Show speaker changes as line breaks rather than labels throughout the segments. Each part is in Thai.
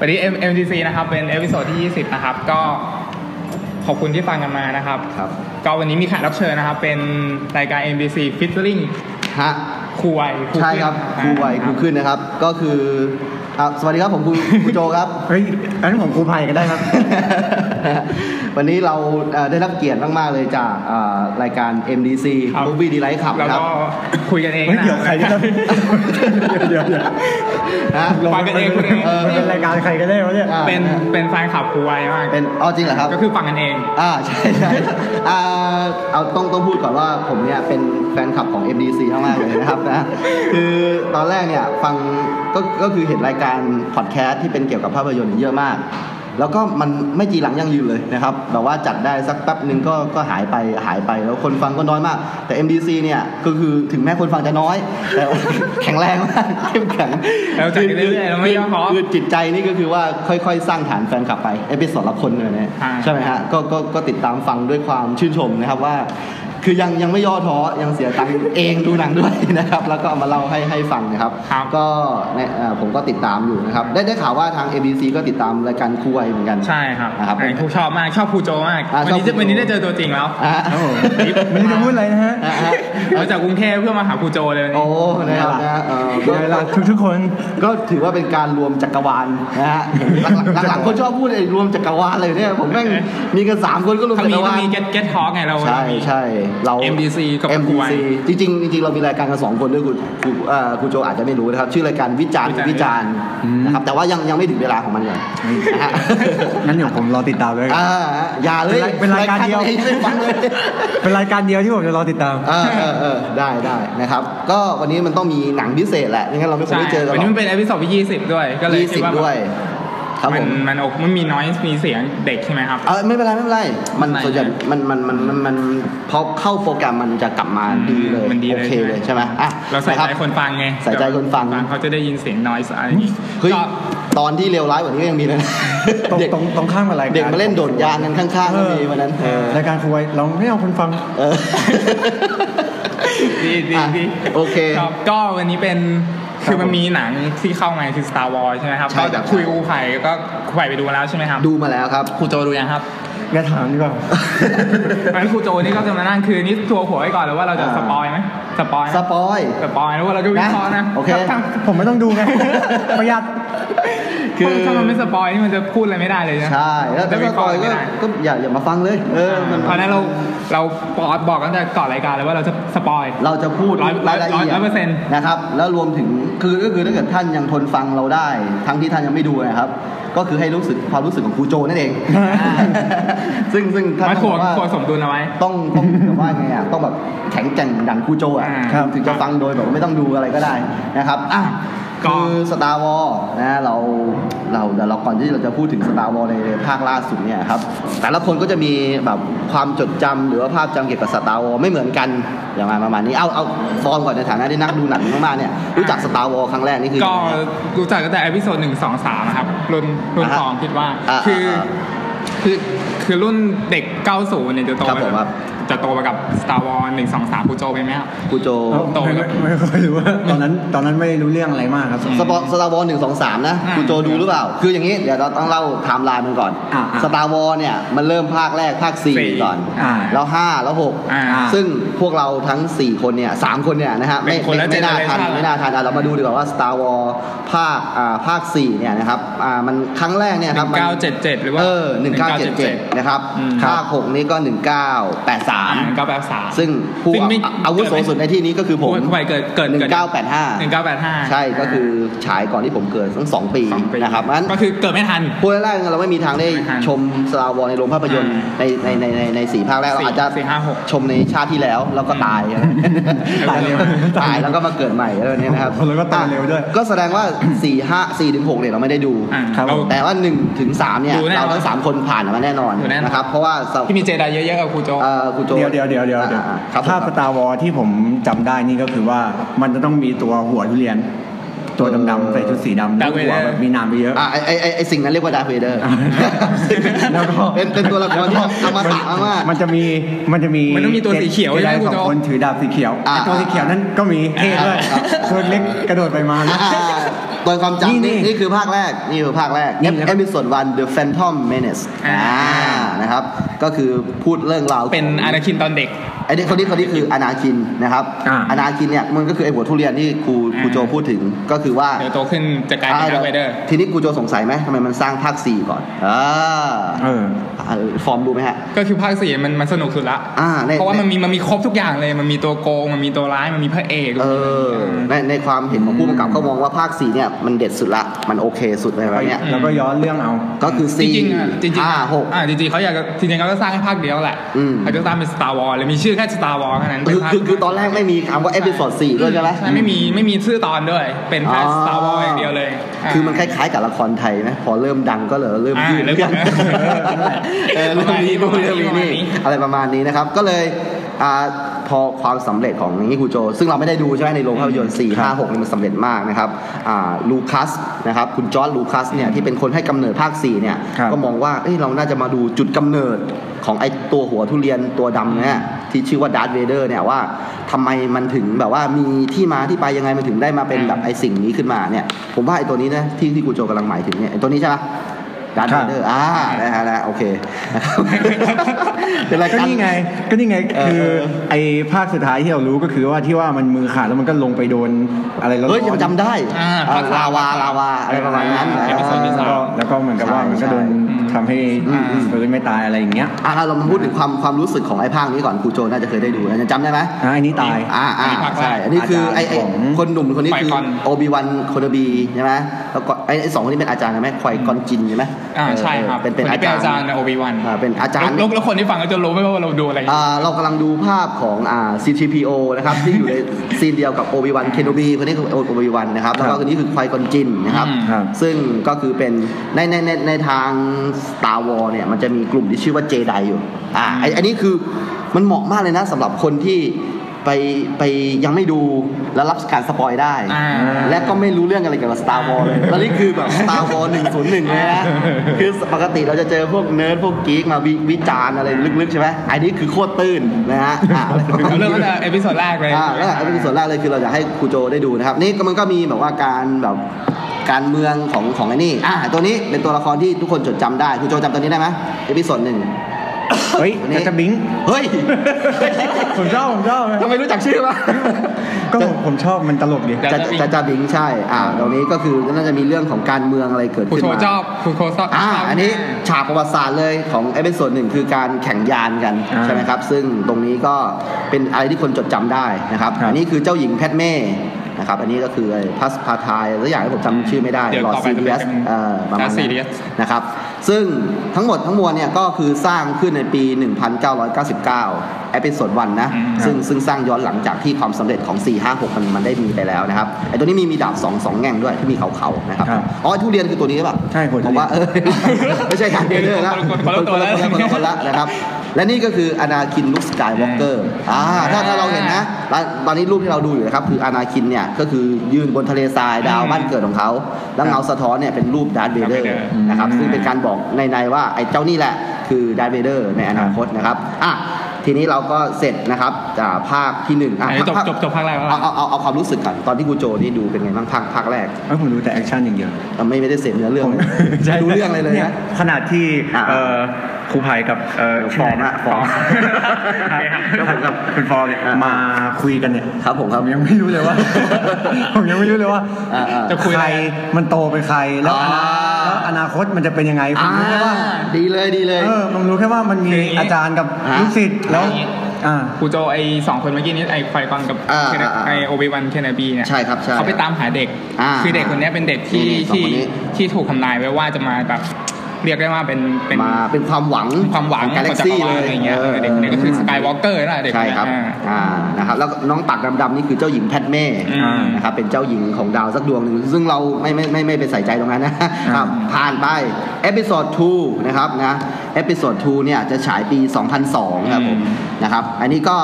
วันนี้ M- MTC นะครับ เป็นเอพิโซดที่ 20 นะครับ ก็ขอบคุณที่ฟังกันมานะครับ
ครับ
ก็วันนี้มีแขกรับเชิญนะครับ เป็นรายการ MBC Featuring
ฮะ
ครูไวย
ใช่ครับครูไวครูขึ้นนะครับ ก็คืออ่ะสวัสดีครับผมครู ครูโจครับ
เฮ้ยอันนั้นผมครูภัยก็ได้ครับ
วันนี้เราเอ่อได้รับเกียรติมาก ๆ เลยจากอ่ารายการ MDC Movie Delight ขับ
แล้ว
ครั
ก็
บ
คุยกันเอง
ไม่
นะ
เดี๋ยวใครจะต้องเดี๋ยวเดี๋ยว
ฮะ
ฟังกันเองคุยกันเอง
เออ
เป็นรายการใครก็ได้วะเนี่ย
อ่า
เป็นเป็นแฟนคลับครูไวยมาก
เป็นอ๋อจริงเหรอครับ
ก็คือฟังกันเอง
อ่า ใช่ใช่อ่าเอาต้องต้องพูดก่อนว่าผมเนี่ยเป็นแฟนคลับของ MDC มากๆเลยนะครับนะคือตอนแรกเนี่ยฟังก็ก็คือเห็นรายการพอดแคสต์ที่เป็นเกี่ยวกับภาพยนตร์เยอะมาก แล้วก็มันไม่จีหลังยังยืนเลยนะครับแบบว่าจัดได้สักแป๊บหนึ่งก็ก็หายไปหายไปแล้วคนฟังก็น้อยมาก แต่ MDC เนี่ยก็คือถึงแม้คนฟังจะน้อย แต่ ว่าแข็งแรงมาก เข้มแข็ง
แล้วจัดไปเรื่อยๆแล้วไม่ย่อท้อ
คือจิตใจนี่ก็คือว่าค่อยๆ สร้างฐานแฟนคลับไปเอพิโซดละคนเลยนะ
อ่า
ใช่ไหม นะฮะก็ก็ก็ติดตามฟังด้วยความชื่นชมนะครับว่า คือยังยังไม่ย่อท้อยังเสียตังค์เองดูหนังด้วยนะครับ แล้วก็เอามาเล่าให้ให้ฟังนะครับ
ครับ
ก็เนี่ยเอ่อผมก็ติดตามอยู่นะครับ ได้ได้ข่าวว่าทาง ABC ก็ติดตามรายการคุยเหมือนกัน
ใช่ครับ
นะครับ
ไอ้ครูชอบมาก ชอบครูโจมาก
อ่า
วันนี้
ชอบครูโจ
วันนี้ได้เจอตัวจริงแล้ว
อ่า
ครับผมไม่ได้จะพูดอะไรนะฮะ
อ่าฮะ
เราจากกรุงเทพเพื่อมาหาครูโจเลยวัน
โอ้
นี้
นะครับนะฮะเอ่อ
เป็นไงล่ะทุกทุกๆคน
ก็ถือว่าเป็นการรวมจักรวาลนะฮะหลังๆหลังๆคนชอบพูดไอ้รวมจักรวาลเลยเนี่ยผมแม่งมีกันสามคนก็รวม
ถ้า
จั
มี
ก
ถ้าว
ราล
มีเก็ตเก็ตทอไงเรา
ใช่ใช่เรา
MDC กับ
MDC จริงๆจริงๆเรามีรายการกันสองคนด้วยคุณคุณเอ่อคุณโจอาจจะไม่รู้นะครับ ชื่อรายการวิจารณ์
วิ
วิ
จา
จาร ร
ณ์
ณ์นะครับแต่ว่ายังยังไม่ถึงเวลาของมันเลยนะฮะ
งั้นเดี๋ยวผมรอติดตามเลย
อ่าฮะอย่าเลย
เป็นรายการเดียว
ไม่ได้ฟัง เลย
เป็นรายการเดียวที่ผมจะรอติดตาม
เออเออเออได้ได้นะครับ ก็วันนี้มันต้องมีหนังพิเศษแหละไม่งั้นเราไม่ค
ใช่
งได้เจอกัน
วัน
หรอ
นี้
ก
มันเป็นเอพิโซดที่ 20 ด้วย ก็เลย
ยี่
คิ
สิ
ด
บ
ว่า
ด้วย ครับ
มั
ผ
น
ม
มันอกมันมีน้อยมีเสียงเด็กใช่ไหมครับ
เออไม่เป็นไรไม่เป็นไรมัน
ไม่เป็นไร
ส่วนใหญ่มันมันมันมันมันพอเข้าโปรแกรมมันจะกลับมาดีเลย
มันดี
โอ
เลย
เค
ใช่ไหม
เลยใช่ไหมอ่ะ
เราใส่
ะรับ
ใจคนฟังไง
ใส่ใจคนฟัง
เขาจะได้ยินเสียงน้อยอะไรอย่างนี้
เฮ้ย
ก็
ตอนที่เลวร้ายกว่านี้ก็ยังมีเลยนะ
ตรง
เด็ก
ตรงตรงข้ามกับรายการ
เด็กมาเล่นโดดยางกันข้างๆก็มีวันนั้น
เออรายการคุยเราไม่เอาคนฟัง
เออ
ดีดี
อ่ะ
ดี
โอเค
ครับก็วันนี้เป็นคือมันมีหนังที่เข้ามาคือ Star Wars ใช่ไหมครับ
ใช่
ก็
ครั
จะ
บ
คุยกับครูไผ่ก็ครูไผ่ไปดูมาแล้วใช่ไหมครับ
ดูมาแล้ว ครับ
ครูโจดูยังครับ
อย่าถามดีกว่า
งั้นครูโจนี่ก็จะมานั่งคืนนี้ทัวร์หัวไว้ก่อนเลยว่าเราจะ
อ่า
สปอยไหมสปอยไหม
สปอย
สปอยแล้วว่าเราก็วิเคราะห์นะ
นะโอเค
ถ้าถ้า
ผมไม่ต้องดูไง ประหยัด
คือ
ถ้ามันไม่สปอยนี่มันจะพูดอะไรไม่ได้เลยนะ
ใช่แล้ว
จะ
ถ้าส
วิเค
ป
ราะ
อย
ห์
ก็
ไม่ได้
ก็อย่าอย่ามาฟังเลย เออมัน
เพราะฉะนั้นเราเราบอกบอกกันแต่ก่อนรายการเลยว่าเราจะสปอย
เราจะพูด
ร้อย
รายละเอียด
ร้อยเปอร์เซ็นต์
นะครับ แล้วรวมถึงคือก็คือถ้าเกิดท่านยังทนฟังเราได้ ทั้งที่ท่านยังไม่ดูนะครับ ก็คือให้รู้สึกความรู้สึกของครูโจนั่นเอง ซึ่งซึ่งท่าน
มา
ต้อง
ถ่
บ
วง
อกว่า
ถ่วงสมดุลเอาไว้
ต้องต้องแบบว่าไงอ่ะต้องแบบแข็งแกร่งดังคูโจอ่ะ
อ่า
ครับ
ถึงจะฟังโดยแบบว่าไม่ต้องดูอะไรก็ได้นะครับอ่ะ
ก็
คือสตาร์วอลนะเราเราเดี๋ยวเราก่อนที่เราจะพูดถึงสตาร์วอลในภาคล่าสุดเนี่ยครับแต่ละคนก็จะมีแบบความจดจำหรือว่าภาพจำเกี่ยวกับสตาร์วอลไม่เหมือนกันอย่างไรประมาณนี้เอาเอาฟอร์มก่อนในฐานะที่นักดูหนังมากๆเนี่ยรู้จักสตาร์วอลครั้งแรกนี่คือ
ก็รู้จักตั้งแต่อพิโซดหนึ่งสองสามครับรุ่นรุ่น
อ่าฮะ
สองคิดว่า
อ่า
คือ
อ่า
คือคือรุ่นเด็ก 90 เนี่ยจะโต
ครับผมครับ
จะโตมากับ Star Wars 1 2 3ครูโจเป็นไหมครับ
คูโจ
โต
ไม่
แล้ว
ไม่ค่อยรู้ว่าตอนนั้นตอนนั้นไม่ได้รู้เรื่องอะไรมากครับ
สปอสตาร์วอลหนึ่งสองสามนะ
อืม
คุณโจดูหรือเปล่า คืออย่างนี้ เดี๋ยวเราต้องเล่าไทม์ไลน์มันก่อน
อ่าอ่า
สตาร์วอลเนี่ย มันเริ่มภาคแรกภาคสี่ก่อน
อ่า
แล้วห้าแล้วหก
อ่า
ซึ่งพวกเราทั้ง 4 คนเนี่ยสามคนเนี่ยนะฮะไม่
เป็นคน
ไม่
ละ
ไม่น่าทัน
generation
ไม่น่าทันอ่ะเรามาดูดีกว่าว่า Star Wars ภาคอ่าภาค4เนี่ยนะครับอ่ามันครั้งแรกเนี่ยครับมัน
1977หรือว่า
เออ1977 นะครับ
อืม
ภาค6นี้ก็ 1983
ก็แบบสาม
ซึ่งผู้
ซึ่งไม่
อาวุโสสุดในที่นี้ก็คือผม
ครูไผ่เกิดเกิดเกิด
1985
1985
ใช่ก็คือฉายก่อนที่ผมเกิดทั้งสองปี
สองปี
นะครับงั้น
ก็คือเกิดไม่ทัน
พูดง่ายๆเราไม่มีทางได้
ไม่ทัน
ชมสตาร์วอลในโรงภาพยนตร์ในในในในในสี่ภาคแรกเรา
สี่
อาจจะ
สี่ห้าหก
ชมในชาติที่แล้วแล้วก็ตาย
ตายเร็ว
ตายแล้วก็มาเกิดใหม่อะไรแบบนี้นะครับ
แล้วก็ตายเร็วด้วย
ก็แสดงว่าสี่ห้าสี่ถึงหกเนี่ยเราไม่ได้ดู
อ่า
ครับ
เรา
แต่ว่าหนึ่งถึงสามเนี่ย
ดูแน่นอน
เราทั้งสามคนผ่านมาแน่นอน
ดูแน่นอน
นะครับเพราะว่าส
ที่มีเจไดเยอะๆกับครูโจ
เอ่อคุณโจ
เดี๋ยวเดี๋ยวเดี๋ยวเดี๋ยวเดี๋ยว
อ่าครับผม
ภาพสตาร์วอลที่ผมจำได้นี่ก็คือว่ามันจะต้องมีตัวหัวทุเรียน ตัวดำๆใส่ชุดสีดำแล้ว
Darth
หัว
Vader
แบบมีหน้ำไปเยอะ
อ่าไอไอไอ้ไอสิ่งนั้นเรียกว่าดาร์เวเดอร์
แล้วก็
เป็นเป็นตัวละครที่อมตะมากๆ
มันจะมีมันจะมี
มันต้องมีตัวสีเขียว
ด็ก
ใช่ไหม
ด็กสองคนถือดาบสีเขียว
อ่า
ไอ้ตัวสีเขียวนั้นก็มีเท่ด้วยคนเล็กกระโดดไปมา
อ่า ตอนความจำ
นี่
นี่
นี่
นี่คือภาคแรก นี่คือภาคแรก
นี่
เอ
ครับ
พิโซดวัน The Phantom Menace
อ่า
อ่านะครับ ก็คือพูดเรื่องราว
เป็น
ขง
อนาคินตอนเด็ก
ไอ้นี่คนนี้คนนี้คืออนาคินนะครับ
อ่า
นาคินเนี่ยมันก็คือไอ้หัวทุเรียนที่ครู
อ่า
ครูโจพูดถึงก็คือว่า
เดี๋ยวโตขึ้นจะกลายเป็นดาร์คไวเดอร์
ทีนี้ครูโจสงสัยไหมทำไมมันสร้างภาคสี่ก่อนอ่า
เออ
เออฟอร์มดูไหมฮะ
ก็คือภาคสี่มันมันสนุกสุดละ
อ่าใน
เพราะว่ามันมีมันมีครบทุกอย่างเลย มันมีตัวโกง มันมีตัวร้าย มันมีพระเอก
เออในในความเห็นของผู้กำกับเขามองว่าภาคสี่เนี่ยมันเด็ดสุดละ มันโอเคสุดอะไรแบบเนี้ย
แล้วก็ย้อนเรื่องเอา
ก็คือ
จ
สี่
ริงๆอ่ะจริงๆ
ห้าหก
อ่ะจริงๆเขาอยากจะจริงๆเขาก็สร้างให้ภาคเดียวแหละ
อืม
เขาจะสร้างเป็น Star Wars เลยมีชื่อแค่ Star Wars แค่นั้นเป็
คื
น
อ
ภา
คือคือตอนแรกไม่มีคำว่าเอพิโซดสี่ด้วยใช่ไหม
ใช่ไม่มีไม่มีชื่อตอนด้วย เป็นแค่ Star Wars อย่างเดียวเลยะ
คือมันคล้ายๆกับละครไทยนะพอเริ่มดังก็เลยเริ่ม
อ่า
ยืด
เริ่ม
เรื่อง เออเริ่มนี้
ประมาณนี้
เริ่ม
ประมาณนี้
นี้อะไรประมาณนี้นะครับ ก็เลยอ่าพอความสำเร็จของนิคูโจ ซึ่งเราไม่ได้ดูใช่ไหมในโรงภาพยนตร์4 5 6นี่มันสำเร็จมากนะครับอ่าลูคัสนะครับคุณจอร์ดลูคัสเนี่ยที่เป็นคนให้กำเนิดภาค 4 เนี่ย
ครับ
ก็มองว่าเอ้ยเราน่าจะมาดูจุดกำเนิดของไอตัวหัวทุเรียนตัวดำเนี่ยที่ชื่อว่าดาร์ธเวเดอร์เนี่ยว่าทำไมมันถึงแบบว่ามีที่มาที่ไปยังไงมันถึงได้มาเป็นแบบ ไอสิ่งนี้ขึ้นมาเนี่ยผมว่าไอตัวนี้นะที่ที่กูโจกำลังหมายถึงเนี่ยไอตัวนี้ใช่ไหมดาร์ธ
ค
เว
รับ
เดอร์อ่านะฮะนะโอเคนะครับเป็นราย
ก็
การ
นี่ไง ก็นี่ไง
เออ
คือ
เออ
ไอ้ภาคสุดท้ายที่เรารู้ก็คือว่าที่ว่ามันมือขาดแล้วมันก็ลงไปโดนอะไรร้อนๆ
เฮ้ยจำได้
อ่า
อ่า
ภาคสา
ลาม วาลาวาอะไรประมาณนั้น
เอพิโซดที่
แล้ว
สาม
ก็แล้วก็เหมือนกับว่ามันก็โดน
ใช่
ทำให้ฟื้นไม่ตายอะไรอย่างเงี้ย
อ่าเรามาพูดถึงความความรู้สึกของไอ้ภาคนี้ก่อนกูโจน่าจะเคยได้ดูนะจำได้ไหม
อ่ะอันนี้ตาย
อ่าอ่า
อันนี้ภาคแรก
ใช่ อันนี้คือไอ้ไอ้
อาจารย์ของ
คนหนุ่มคนนี้คือ
ไขว่คอน
โอบิวันโคโนบีใช่ไหมแล้วก็ไอ้ไอ้สองคนนี้เป็นอาจารย์ใช่ไหมไควกอนจินใช่ไหม
อ่าใช่ครับ
เออเป็นเป็น
คน
อา
ที่เป็นอา
จา
จาร ร
ย์
ย์ในโอบิวัน
อ่าเป็นอาจารย์
แล้วแล้วคนที่ฟังก็จะรู้ไหมว่าเราดูอะไรอยู่
อ่าเรากำลังดูภาพของอ่า CTPO นะครับ ที่อยู่ในซีนเดียวกับโอบิวันเคโนบีคนนี้คือโอบิวันนะครับแล้วก็คนนี้คือไควกอนจินนะครับ
อืม
ครับ
ซึ่งก็คือเป็นในในในในทาง Star War เนี่ยมันจะมีกลุ่มที่ชื่อว่าเจไดอยู่ อ่าไออันนี้คือมันเหมาะมากเลยนะสำหรับคนที่ไปไปยังไม่ดูแล้วรับการสปอยได้
อ่า
และก็ไม่รู้เรื่องอะไรเกี่ยวกับ Star Wars เลยแล้วนี่คือแบบ Star Wars 101เลยนะคือปกติเราจะเจอพวกเนิร์ดพวกกิ๊กมาวิวิจารณ์อะไรลึกๆใช่ไหมอันนี้คือโคตรตื้นนะฮะอ่ะอะไรประมาณ
เริ่ม
นี้
ตั้งแต่เอพิโซดแรกเลย
อ่าแล้วอันเป็นส่วนแรกเลยคือเราอยากให้ครูโจได้ดูนะครับ นี่ก็มันก็มีแบบว่าการแบบการเมืองของของไอ้นี่อ่าตัวนี้เป็นตัวละครที่ทุกคนจดจำได้ครูโจจำตัวนี้ได้ไหมเอพิโซดหนึ่ง
เฮ้ย
นี่
กระจะบิง
เฮ้ย
ผมชอบผมชอบ
ทำไมรู้จักชื่อวะ
ก็ผมผมชอบมันตลกดี
แต่
จะจะจะจะบิงใช่อ่าตรงนี้ก็คือน่าจะมีเรื่องของการเมืองอะไรเกิด
ผู้
ขึ้น
โช
มา
ว์ชอบผู้โชว์ชอบ
อ่าอันนี้
ชบ
ฉากประวัติศาสตร์เลยของเอพิโซดหนึ่งคือการแข่งยานกัน
อ่า
ใช่ไหมครับซึ่งตรงนี้ก็เป็นอะไรที่คนจดจำได้นะครับ
ครับ
อันนี้คือเจ้าหญิงแพทเม่นะครับอันนี้ก็คือพัสพาทายตัวอย่างที่ผมจำชื่อไม่ได้
เดี๋ยว
หลอด
ต่อไป
ซี
จะ
เรี
เป็น
ยสเอ่อประมาณ
อ่า Sirius
นะครับซึ่งทั้งหมดทั้งมวลเนี่ยก็คือสร้างขึ้นในปี 1999เอพิโซดวันนะ
อืม
ซึ่ง ซึ่งสร้างย้อนหลังจากที่ความสำเร็จของ 4 5 6 มันมันได้มีไปแล้วนะครับไอ้ตัวนี้มีมีดาบสองสองแง่งด้วยที่มีเขาเขาๆนะครับ
ครับ
อ๋อไอ้ทุเรียนคือตัวนี้ใช่ปะ
ใช่หัว
ผ
ทุเรียน
มว่าเออ ไม่ใช่การเดินเรื่องละ
คนละตัว
คนละคนละคนละคนละนะครับ และนี่ก็คืออนาคินลุคสกายวอล์กเกอร์อ่าถ้าถ้าเราเห็นนะแล้วตอนนี้รูปที่เราดูอยู่นะครับคืออนาคินเนี่ยก็คือยืนบนทะเลทรายดาวบ้านเกิดของเขาแล้วเงาสะท้อนเนี่ยเป็นรูปดาร์ธเวเดอ
Darth
ร์
Vader
นะครับซึ่งเป็นการบอกในในๆว่าไอ้เจ้านี่แหละคือดาร์ธเวเดอร์ในอนาคตนะครับอ่ะทีนี้เราก็เสร็จนะครับจากภาคที่หนึ่งอ่ะ
อันนี้จบจบจบภาคแรกแล้ว
เอาเอาเอาเอาความรู้สึกก่อนตอนที่กูโจนี่ดูเป็นไงบ้างภาคภาคแรก
เอ้ยผมดูแต่แอคชั่นอย่างเดียว
เราไม่ไม่ได้เสพเนื้อเรื่องเลย
ใช่
ดูเรื่องอะไรเลย
นี่
นะ
ขนาดที่
อ่า
เอ่อครูภัยกับเอ่อ
ฟอร์มอะฟอร์ม
แล้วผมกับคุณฟอร์มเนี่ย
อ่า
มาคุยกันเนี่ย
ครับผมค
ผ
รับ
มยังไม่รู้เลยว่า ผมยังไม่รู้เลยว่า
อ่าอ่า
จะคุยใครมันโตเป็นใครแล้วอนา
อ่า
แล้วอนาคตมันจะเป็นยังไงผมรู้แค่ว่า
ดีเลยดีเลย
เออผมรู้แค่ว่ามันมี
คืออย่างนี้
อาจารย์กับ
อ่า
ลูกศิษย์แล้ว
อย่างนี้
อ่า
ครูโจไอสองคนเมื่อกี้นี้ไอไฟกอนกับ
อ่า
เคนเนต
อ่า
ไอโอบิวันเคนเนบีเนี่ย
ใช่ครับใช่
เขาไปตามหาเด็ก
อ่า
คือเด็กคนเนี้ยเป็นเด็ก
นี่
ที่
ๆสอ
ที่
งคนนี้
ที่ถูกทำนายไว้ว่าจะมาแบบ เรียกได้ว่าเป็นเป็น
มาเป็นความหวัง
ความหวัง
กาแล็ก
จั
ซี่
รวาล
เลย
อะไรเงี้ยเด็กคนนี้ก็คือสกายวอล์กเกอร์นั่นแหละเด็กน
ใช่
เนี้ย
ครับ
อ่า
อ่านะครับแล้วน้องปากดำๆนี่คือเจ้าหญิงแพทเม่
อืม
นะครับเป็นเจ้าหญิงของดาวสักดวงหนึ่งซึ่งเราไม่ไม่ไม่ไม่ไปใส่ใจตรงนั้นนะ
อ่า
ครับผ่านไปเอพิโซด2นะครับนะเอพิโซด2เนี่ยจะฉายปี 2002 ครับผมนะครับ อันนี้ก็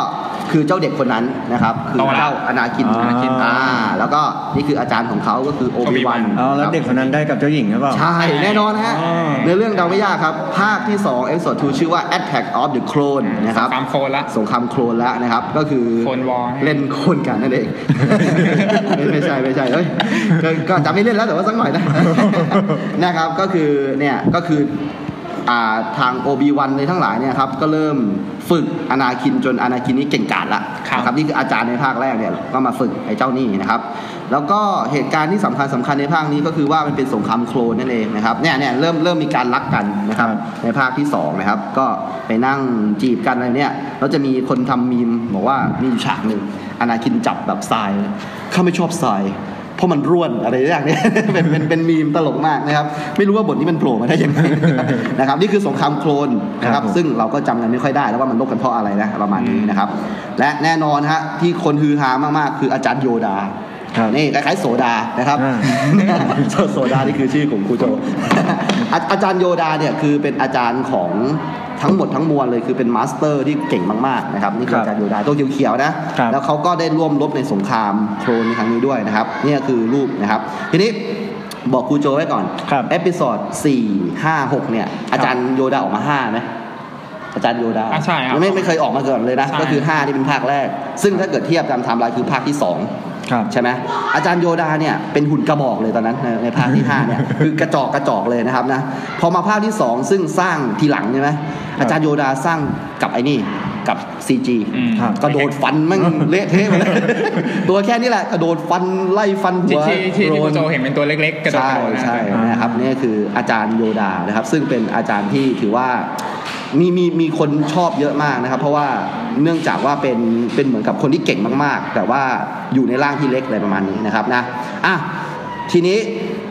คือเจ้าเด็กคนนั้นนะครับคือ
โตแล้ว
เจ้าอนาคิน
อ๋ออ
นาคินอ่าแล้วก็นี่คืออาจารย์ของเขาก็คือโอบิวัน
Obi-Wan
อ๋อแล้วเด็กคนนั้นได้กับเจ้าหญิงหรือเปล่า
ใช่ แน่นอนฮะ
อ่า
เนื้อเรื่องเดาไม่ยากครับ ภาคที่2เอ็กซ์โซทูชื่อว่า Attack of the Clone นะครับ
สามโคนละ
สงครามโคลนแล้วนะครับ ก็คือ
โคลนวอร์
เล่นโคลนกันนั่นเอง ไม่ไม่ใช่ไม่ใช่เอ้ยก็ก็จะไม่เล่นแล้วแต่ว่าสักหน่อยนะ นะครับก็คือเนี่ยก็คืออ่าทางโอบีวันในทั้งหลายเนี่ยครับก็เริ่มฝึกอนาคินจนอนาคินนี่เก่งกาจละ
ครับ
นะครับนี่คืออาจารย์ในภาคแรกเนี่ยก็มาฝึกไอ้เจ้านี่นะครับ แล้วก็เหตุการณ์ที่สำคัญสำคัญในภาคนี้ก็คือว่ามันเป็นสงครามโคลนนั่นเองนะครับเนี่ยเนี่ยเริ่มเริ่มมีการรักกันนะครับ ในภาคที่สองนะครับ ก็ไปนั่งจีบกันอะไรเนี่ยแล้วจะมีคนทำมีมบอกว่ามีอยู่ฉากหนึ่งอนาคินจับแบบทรายข้าไม่ชอบทราย เพราะมันร่วนอะไรอย่างเนี้ย เป็นเป็นเป็นมีมตลกมากนะครับ ไม่รู้ว่าบทนี้มันโผล่มาได้ยัง ไง นะครับ นี่คือสงครามโคลนนะครับ
ครับผม
ซึ่งเราก็จำกันไม่ค่อยได้แล้วว่ามันลบกันเพราะอะไรนะประมาณนี้นะครับ และแน่นอนฮะที่คนฮือฮามากๆ คืออาจารย์โยดา
ครับ
นี่คล้ายๆโสดานะครับ
อ่า
โสดานี่คือชื่อของครูโจอาอาจารย์โยดาเนี่ยคือเป็นอาจารย์ของทั้งหมดทั้งมวลเลยคือเป็นมาสเตอร์ที่เก่งมากๆนะครับนี่คือ
ครับ
อาจารย์โยดาตัวเขียวๆนะครับ แล้วเขาก็ได้ร่วมรบในสงครามโครนในครั้งนี้ด้วยนะครับเนี่ยคือรูปนะครับ ทีนี้บอกครูโจไว้ก่อน
ครับ
เอพิ o d ด4 5 6 เนี่ย อาจารย์โยดาออกมา 5 ไหมอาจารย์โยดา
อ่ะใช่ครับ
ไม่ไม่เคยออกมาเกิดเลยนะ
ใช่
ก็คือ 5 นี่เป็นภาคแรก ซึ่งถ้าเกิดเทียบตามไทม์ไลน์คือภาคที่ 2
ครับ
ใช่ไหมอาจารย์โยดาเนี่ยเป็นหุ่นกระบอกเลยตอนนั้นในในภาคที่ 5เนี่ยคือกระจอกกระจอกเลยนะครับนะพอมาภาคที่ 2 ซึ่งสร้างทีหลังใช่ไหมอาจารย์โยดาสร้างกับไอ้นี่กับ CG
อืม
ครับ
กระโดดฟันมั่ง เละเทะหมดเลย ตัวแค่นี้แหละกระโดดฟันไล่ฟันหั
ที่
ว
ที่ที่ที่คุณโจ
โดน
เห็นเป็นตัวเล็กๆ กระโดด
ใช่
กระโดดนะ
ใช่นะครับนี่คืออาจารย์โยดานะครับซึ่งเป็นอาจารย์ที่ถือว่ามีมีมีคนชอบเยอะมากนะครับ เพราะว่าเนื่องจากว่าเป็นเป็นเหมือนกับคนที่เก่งมากๆ แต่ว่าอยู่ในร่างที่เล็กอะไรประมาณนี้นะครับนะอ่ะทีนี้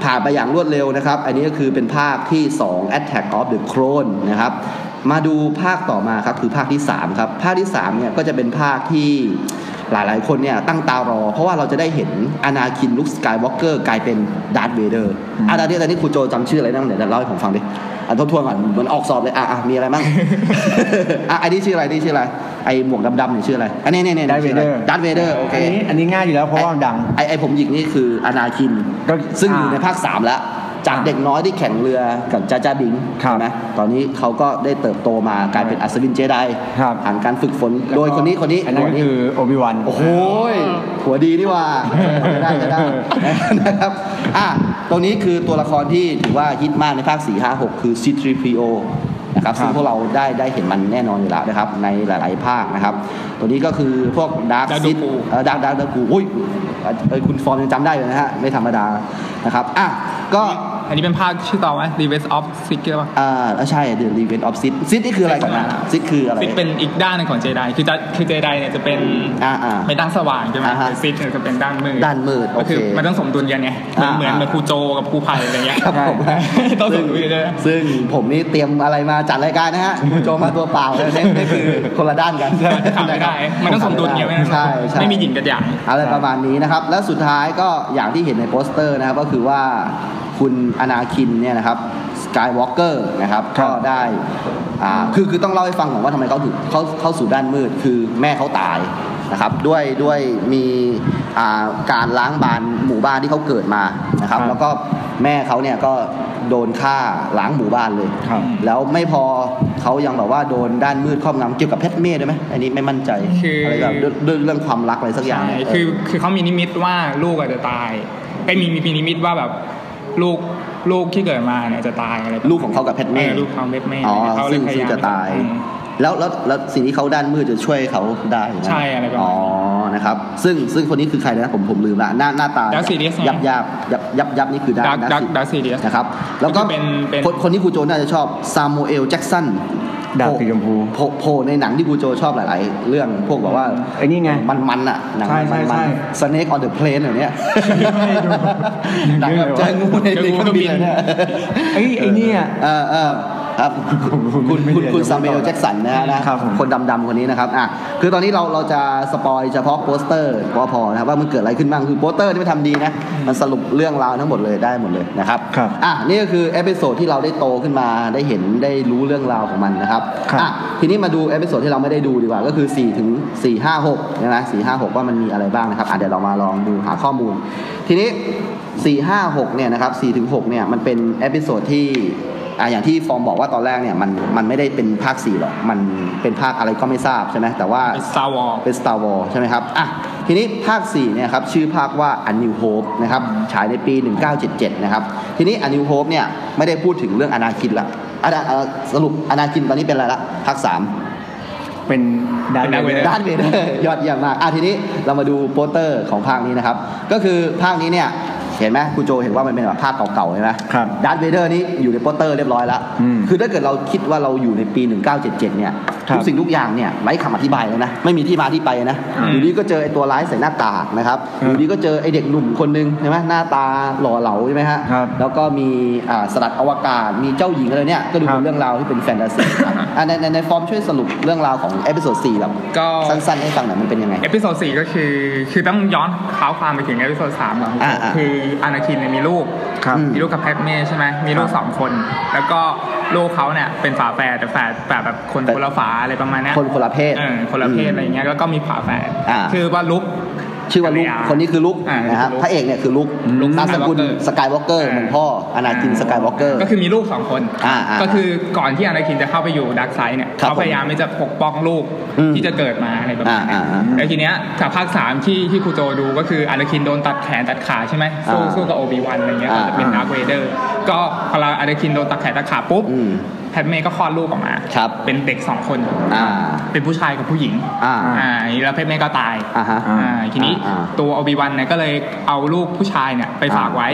ผ่านไปอย่างรวดเร็วนะครับ อันนี้ก็คือเป็นภาคที่ 2 Attack of the Clone นะครับ มาดูภาคต่อมาครับคือภาคที่ 3 ครับ ภาคที่3เนี่ยก็จะเป็นภาคที่หลายๆ คนเนี่ยตั้งตารอ เพราะว่าเราจะได้เห็นอนาคินลุคสกายวอล์กเกอร์กลายเป็นดาร์ธเวเดอร์อ่ะดาร์ธเวเดอร์นี่ครูโจจำชื่ออะไรนะเดี๋ยวเล่าให้ผมฟังดิอ่ะทบทวนก่อนเหมือนออกสอบเลยอ่ะอ่ะมีอะไรบ้าง อ่ะไอ้นี่ชื่ออะไรนี่ชื่ออะไรไอ้หมวกดำๆนี่ชื่ออะไรอันนี้เนี่ยเนี่ย
Darth Vader
ดาร์ธเวเดอร์โอเค
อันนี้อันนี้ง่ายอยู่แล้วเพราะว่าดัง
ไอ้ไอ้ผมหยิกนี่คืออนาคิน
ก็
ซึ่งอยู่
อ่า
ในภาค 3 แล้ว จาก
อ่า
เด็กน้อยที่แข่งเรือกับจ้าจ้าบิง
ครับ
ใช่ไหม ตอนนี้เขาก็ได้เติบโตมากลายเป็นอัศวินเจได
ครับ
ผ่านการฝึกฝนโดยคนนี้คนนี้
อันนั้น
หัว
ก็คือโอบิวัน
โอ้โหยหัวดีนี่ว่าได้ก็ ได้นะครับอ่ะตรงนี้คือตัวละครที่ถือว่าฮิตมากในภาค 4 5 6 คือ C3PO นะครับ
ครับ
ซึ่งพวกเราได้ได้เห็นมันแน่นอนอยู่แล้วนะครับ ในหลาย ๆ ภาคนะครับ ตัวนี้ก็คือพวกดาร์ค
Dark
ซิ
Dooku
เออดักดักดักกูอุ้ยเอ้ยคุณฟอร์มยังจำได้อยู่นะฮะ ไม่ธรรมดานะครับอ่ะก็
อันนี้เป็นภาคชื่อตอนไหม Reverse of Seeker ป่ะ
อ่าใช่ The Revenge of Sith Sith นี่คืออะไรก่อนนะ Sith คืออะไร
ซิดเป็นอีกด้านหนึ่งของเจไดคือจะคือเจไดเนี่ยจะเป็น
อ่าอ่า
เป็นด้านสว่างใช่ไหม
อ่าฮะ
แต่ซิดเนี่ยจะเป็นด้านมืด
ด้านมืดโอเค
ก็คือมันต้องสมดุลกันไงเหมือน
อ่า
เหมือน
อ่า
เหมือนครูโจกับครูไผ่อะไรเงี้ย
ครับผม
ใช่ต้องสมดุลเลย
ซึ่งผมนี่เตรียมอะไรมาจัดรายการนะฮะคุณโจมาตัวเปล่าเลยนี่นี่คือคนละด้านกัน
มันขาดไม่ได้ มันต้องสมดุลไงไม่งั้น
ใช่ใช่
ไม่มีหยินกับหยาง
อะไรประมาณนี้นะครับ และสุดท้ายก็อย่างที่เห็นในโปสเตอร์นะครับก็คือว่าคุณอนาคินเนี่ยนะครับสกายวอล์กเกอร์นะครับ
ครับ
ก็ได้อ่าคือคือต้องเล่าให้ฟังก่อนว่าทำไมเขาถึงเขาเข้าสู่ด้านมืดคือแม่เขาตายนะครับด้วยด้วยมีอ่าการล้างบานหมู่บ้านที่เขาเกิดมานะครับ
ครับ
แล้วก็แม่เขาเนี่ยก็โดนฆ่าล้างหมู่บ้านเลย
ครับ
แล้วไม่พอเขายังแบบว่าโดนด้านมืดครอบงำเกี่ยวกับเพชรเมธด้วยไหมอันนี้ไม่มั่นใจ
คืออ
อะไรแบบเรื่องเรื่องความรักอะไรสักอย่าง
ใช่
เนี่ย
คือคือเขามีนิมิตว่าลูกอาจจะตายไอ้ยมีมีมีนิมิตว่าแบบลูกลูกที่เกิดมาเนี่ยจะตายอะไรประมณ
ลูกของเขากับเพชรเม่
ออลูกของเพชรเม่
อ๋อ
เนี่ยเขาเล
ซึ่
ย
ง
พยา
ซึ่ง
ยาม
จะตาย
อืม
แล้วแล้วแล้วสิ่งที่เขาด้านมืดจะช่วยเขาได้น
ใช่อะไรประมาณนั้น
อ๋อ นะครับ ซึ่งซึ่งคนนี้คือใครนะผมผมลืมละ หน้าหน้าตา
Dark Sidious
ยับยับยับยับยับนี่คือด้าน
Dark- Dark-
Sidious
Dark Sidious
นะครับ แล้วก็
ก็เป็นเป็น
คนคนที่ครูโจน่าจะชอบซามูเอลแจ็กสัน
ดาบสีชมพู
โผล่โผล่ในหนังที่ครูโจชอบหลาย ๆ เรื่องพวกแบบว่า
ไอ้นี่ไง
มันมันๆอะหนัง
ใช่
มัน
ใช่
มันสเนกออนเดอะเพลนอย่างเนี้ย หนังแบบเจองูใน
เจองู
เครื่อง
เครื่อง
บิน
บิน
เนี่ย
ไอ้ไอ้เนี่ย
เออเออ ครับ
ผมผม
คุณ
ไม่
คุณ
เรียน
คุณ
ยก
ซา
ไว้
มเอ
ก่
ล
อน
แจ็กสันนะฮะนะครับ
ผม
คนดำๆคนนี้นะครับอ่ะคือตอนนี้เราเราจะสปอยเฉพาะโปสเตอร์ก็พอนะครับว่ามันเกิดอะไรขึ้นบ้างคือโปสเตอร์นี่มันทำดีนะ มันสรุปเรื่องราวทั้งหมดเลยได้หมดเลยนะครับ
ครับ
อ่ะนี่ก็คือเอพิโซดที่เราได้โตขึ้นมาได้เห็นได้รู้เรื่องราวของมันนะครับ
ครับ
อ่ะทีนี้มาดูเอพิโซดที่เราไม่ได้ดูดีกว่าก็คือ4ถึง4 5 6นะนะ4 5 6 ว่ามันมีอะไรบ้างนะครับอ่ะเดี๋ยวเรามาลองดูหาข้อมูล ทีนี้ 4 5 6เนี่ยนะครับ4ถึง6เนี่ยมันเป็นเอพิโซดที่อ่ะอย่างที่ฟอร์มบอกว่าตอนแรกเนี่ยมันมันไม่ได้เป็นภาค 4 หรอกมันเป็นภาคอะไรก็ไม่ทราบใช่ไหมแต่ว่า
เป็นซาวอ
เป็น Star Wars ใช่ไหมครับ อ่ะ ทีนี้ภาค 4 เนี่ยครับ ชื่อภาคว่า A New Hope นะครับ ฉายในปี 1977 นะครับ ทีนี้ A New Hope เนี่ย ไม่ได้พูดถึงเรื่องอนาคินละอะดะเอ่อสรุปอนาคินตอนนี้เป็นอะไรละ ภาค 3
เป็นดาร์ธ
เป็นดาร์ธ
เว
เว
เด
เดอ
อร์
ร์
ด้านเวเดอร์ ยอดเยี่ยมมาก อ่ะ ทีนี้เรามาดูโปสเตอร์ของภาคนี้นะครับ ก็คือภาคนี้เนี่ย เห็นไหมครูโจเห็นว่ามันเป็นแบบภาคเก่าๆ ใช่ไหม
ครับ
ดาร์ธเวเดอร์นี่อยู่ในโปสเตอร์เรียบร้อยแล้ว
อืม
คือถ้าเกิดเราคิดว่าเราอยู่ในปี 1977 เนี่ย
ค
ทุ
รับ
กสิ่งทุกอย่างเนี่ยไร้คำอธิบายเลยนะ ไม่มีที่มาที่ไปนะ
อืม
อยู่ดีก็เจอไอ้ตัวร้ายใส่หน้ากากนะครับ
อื
อ
ม
ยู่ดีก็เจอไอ้เด็กหนุ่มคนนึงใช่ไหมหน้าตาหล่อเหลาใช่ไหมฮะ
ครับ
แล้วก็มีอ่าสลัดอวกาศ มีเจ้าหญิงอะไรเนี่ย ก็ดู
ครั
เป็
บ
นเรื่องราวที่เป็นแฟนตาซีครับอ่ะในในในฟอร์มช่วยสรุปเรื่องราวของเอพิโซด4แบบ
ก็
สั้นๆให้ฟังหน่อยมันเป็นยังไง
เอพิโซดสี่ก็คือ คือต้องย้อนเท้าความไปถึงเอพิโซดสามก่อน
อ่าอ่า
คืออานาคินเนี่ยมีลูก
ครับ
อื ม
มีลูกกับแพทเม่ใช่ไหมมีลูกสองคน แล้วก็ลูกเขาเนี่ยเป็นฝาแฝดแต่แฝดแฝดแบบคน
แต่
คนละฝาอะไรประมาณเนี้ย
คนคนละเพศ
เออคนละเพศ
ม
อะไรเงี้ยแล้วก็มีฝาแฝด
อ่า
คือว่าลุก
ชื่อว่าลุก
ภรรยา
คนนี้คือลุก
อ่าน
นะฮะ
คือลุค
พระเอกเนี่ยคือลุก
ลุคน
ามสกุล
Skywalker
สกายวอล์กเกอร์เหมือนพ่ออนาคินสกายวอล์กเกอร์
ก็คือมีลูกสองคน
อ่าอ่า
ก็คือก่อนที่อานาคินจะเข้าไปอยู่ดาร์กไซด์เนี่ย
ครับ
เขาพยายามที่จะปกป้องลูก
อืม
ที่จะเกิดมาอะไรประมาณเนี้ย
อ่าอ่าอ่า
แล้วทีเนี้ยจากภาคสามที่ที่ครูโจดูก็คืออานาคินโดนตัดแขนตัดขาใช่ไหมสู้
อ่า
สู้กับโอบิวันอะไรเงี้ย
อ่า
ก็จะเป็น
อ่า
ดาร์คเวเดอร์ก็พอเราอานาคินโดนตัดแขนตัดขาปุ๊บ
อืม
แพทเมย์ก็คลอดลูกออกมา
ครับ
เป็นเด็กสองคน
อ่า
เป็นผู้ชายกับผู้หญิง
อ่า
อ่าแล้วเพชรแม่ก็ตาย
อ่าฮะ
อ่า
อ่า ทีนี้
อ่า
ตัวอบิวันเนี่ยก็เลยเอาลูกผู้ชายเนี่ยไปฝากไว้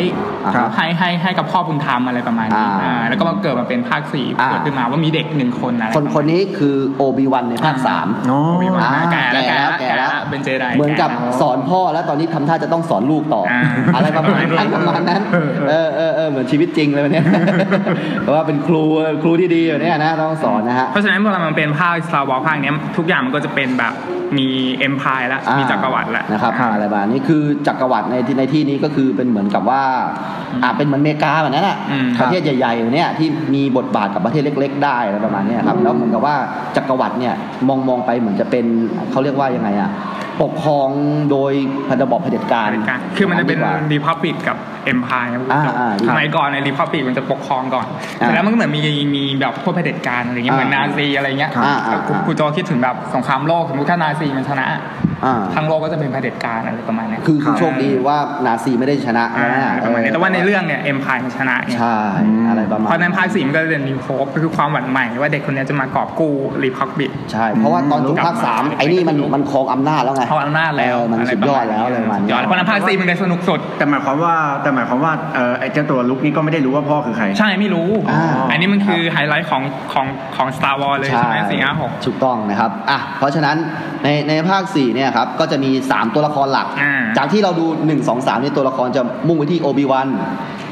อ่าครับ
ให้ให้ให้กับพ่อบุญธรรมอะไรประมาณนี้
อ่า
อ่าแล้วก็มาเกิดมาเป็นภาคสี่
อ่า
เกิดขึ้นมาว่ามีเด็กหนึ่งคนอะไร
คนคนนี้คือโอบิวันในภาคสาม
อ๋อ
อบิวันนะ
อ่า
แก่แล้ว
แก่
แก่แล้ว ว
แล้แก่
แก่
แล้ว
แล้วเป็นเจได
เหมือนกับ
แแล้ว
สอนพ่อแล้วตอนนี้ทำท่าจะต้องสอนลูกต่ออา อะไรประมาณนั้น
อะไร
ป
ประระ
มา
มา
ณ
ณนั้
นั้น
น
เออเออเออเหมือนชีวิตจริงเลยวันเนี้ย เพราะว่าเป็นครูครูที่ดีอยู่เนี่ยนะต้องสอนนะฮะ
เพราะฉะนั้นเวลามันเป็นภาคสตาร์วอลภาคเนี้ยทุกอย่างมันก็จะเป็นแบบมีเอ็มพายละมีจักรวรรดิละ
อ่านะครับ
ครับ
อะไรประมาณนี้คือจักรวรรดิในที่ในที่นี้ก็คือเป็นเหมือนกับว่าอ่าเป็นเหมือนอเมริกาแบบนั้นอ่ะ
อืม
ประเทศใหญ่ๆเนี่ยที่มีบทบาทกับประเทศเล็ก ๆ ได้อะไรประมาณเนี้ยครับแล้วเหมือนกับว่าจักรวรรดิเนี่ยมองมองไปเหมือนจะเป็นเขาเรียกว่ายังไงอ่ะปกครองโดยพันธบอบเผด็จการ
คือมันจะเป็นรีพับ l ิกกับเอ็มพายนะคุณผู้ชม
อ่าอ่า
สมัยก่อนในรีพับ l ิกมันจะปกครองก่อนเส
อ่า
ร็จแล้วมันก็เหมือนมีมีแบบพวกเผด็จการอะไรเงี้ยเหมือน
อ่า
นาซีอะไรเงี้ย
อ่าอ่าอ่า
ครูโจคิดถึงแบบสงครามโลกสมมติถ้านาซีมันชนะ
อ่า
ทั้งโลกก็จะเป็นเผด็จการอะไรประมาณเนี้ย
คือคือโชคดีว่านาซีไม่ได้ชนะ
อ่า
นะ
ประมาณเนี้ยแต่ว่าในเรื่องเนี่ยเอ็มพายมันชนะไง
ใช่อะไรประมาณ
เพราะฉะนั้นภาคสี่มันก็จะเป็นนิวโฮปคือความหวั่นใหม่ว่าเด็กคนเนี้ยจะมากอบกู้รีพับ l ิก
ใช่เพราะว่าตอนจบภาคสามไอ้นี่มันมันครองอำนาจแล้วไง
เขาอำนาจแล้ว
เออมันสุดยอดแล้วอะไรประมาณ
สุด
นี้
ยอดเพราะฉะนั้นภาคสี่มันเลยสนุกสุด
แต่หมายความว่าแต่หมายความว่าเออไอ้เจ้าตัวลุกนี่ก็ไม่ได้รู้ว่าพ่อคือใคร
ใช่ไม่รู้
อ่า
อันนี้มันคือไฮไลท์ของของของ Star Wars เลยใช่ไหมสี่ห้าหก
ถูกต้องนะครับอ่ะเพราะฉะนั้นในในภาค4เนี่ยครับก็จะมี 3 ตัวละครหลัก
อ่า
จากที่เราดู 1 2 3เนี่ยตัวละครจะมุ่งไปที่โอบิวัน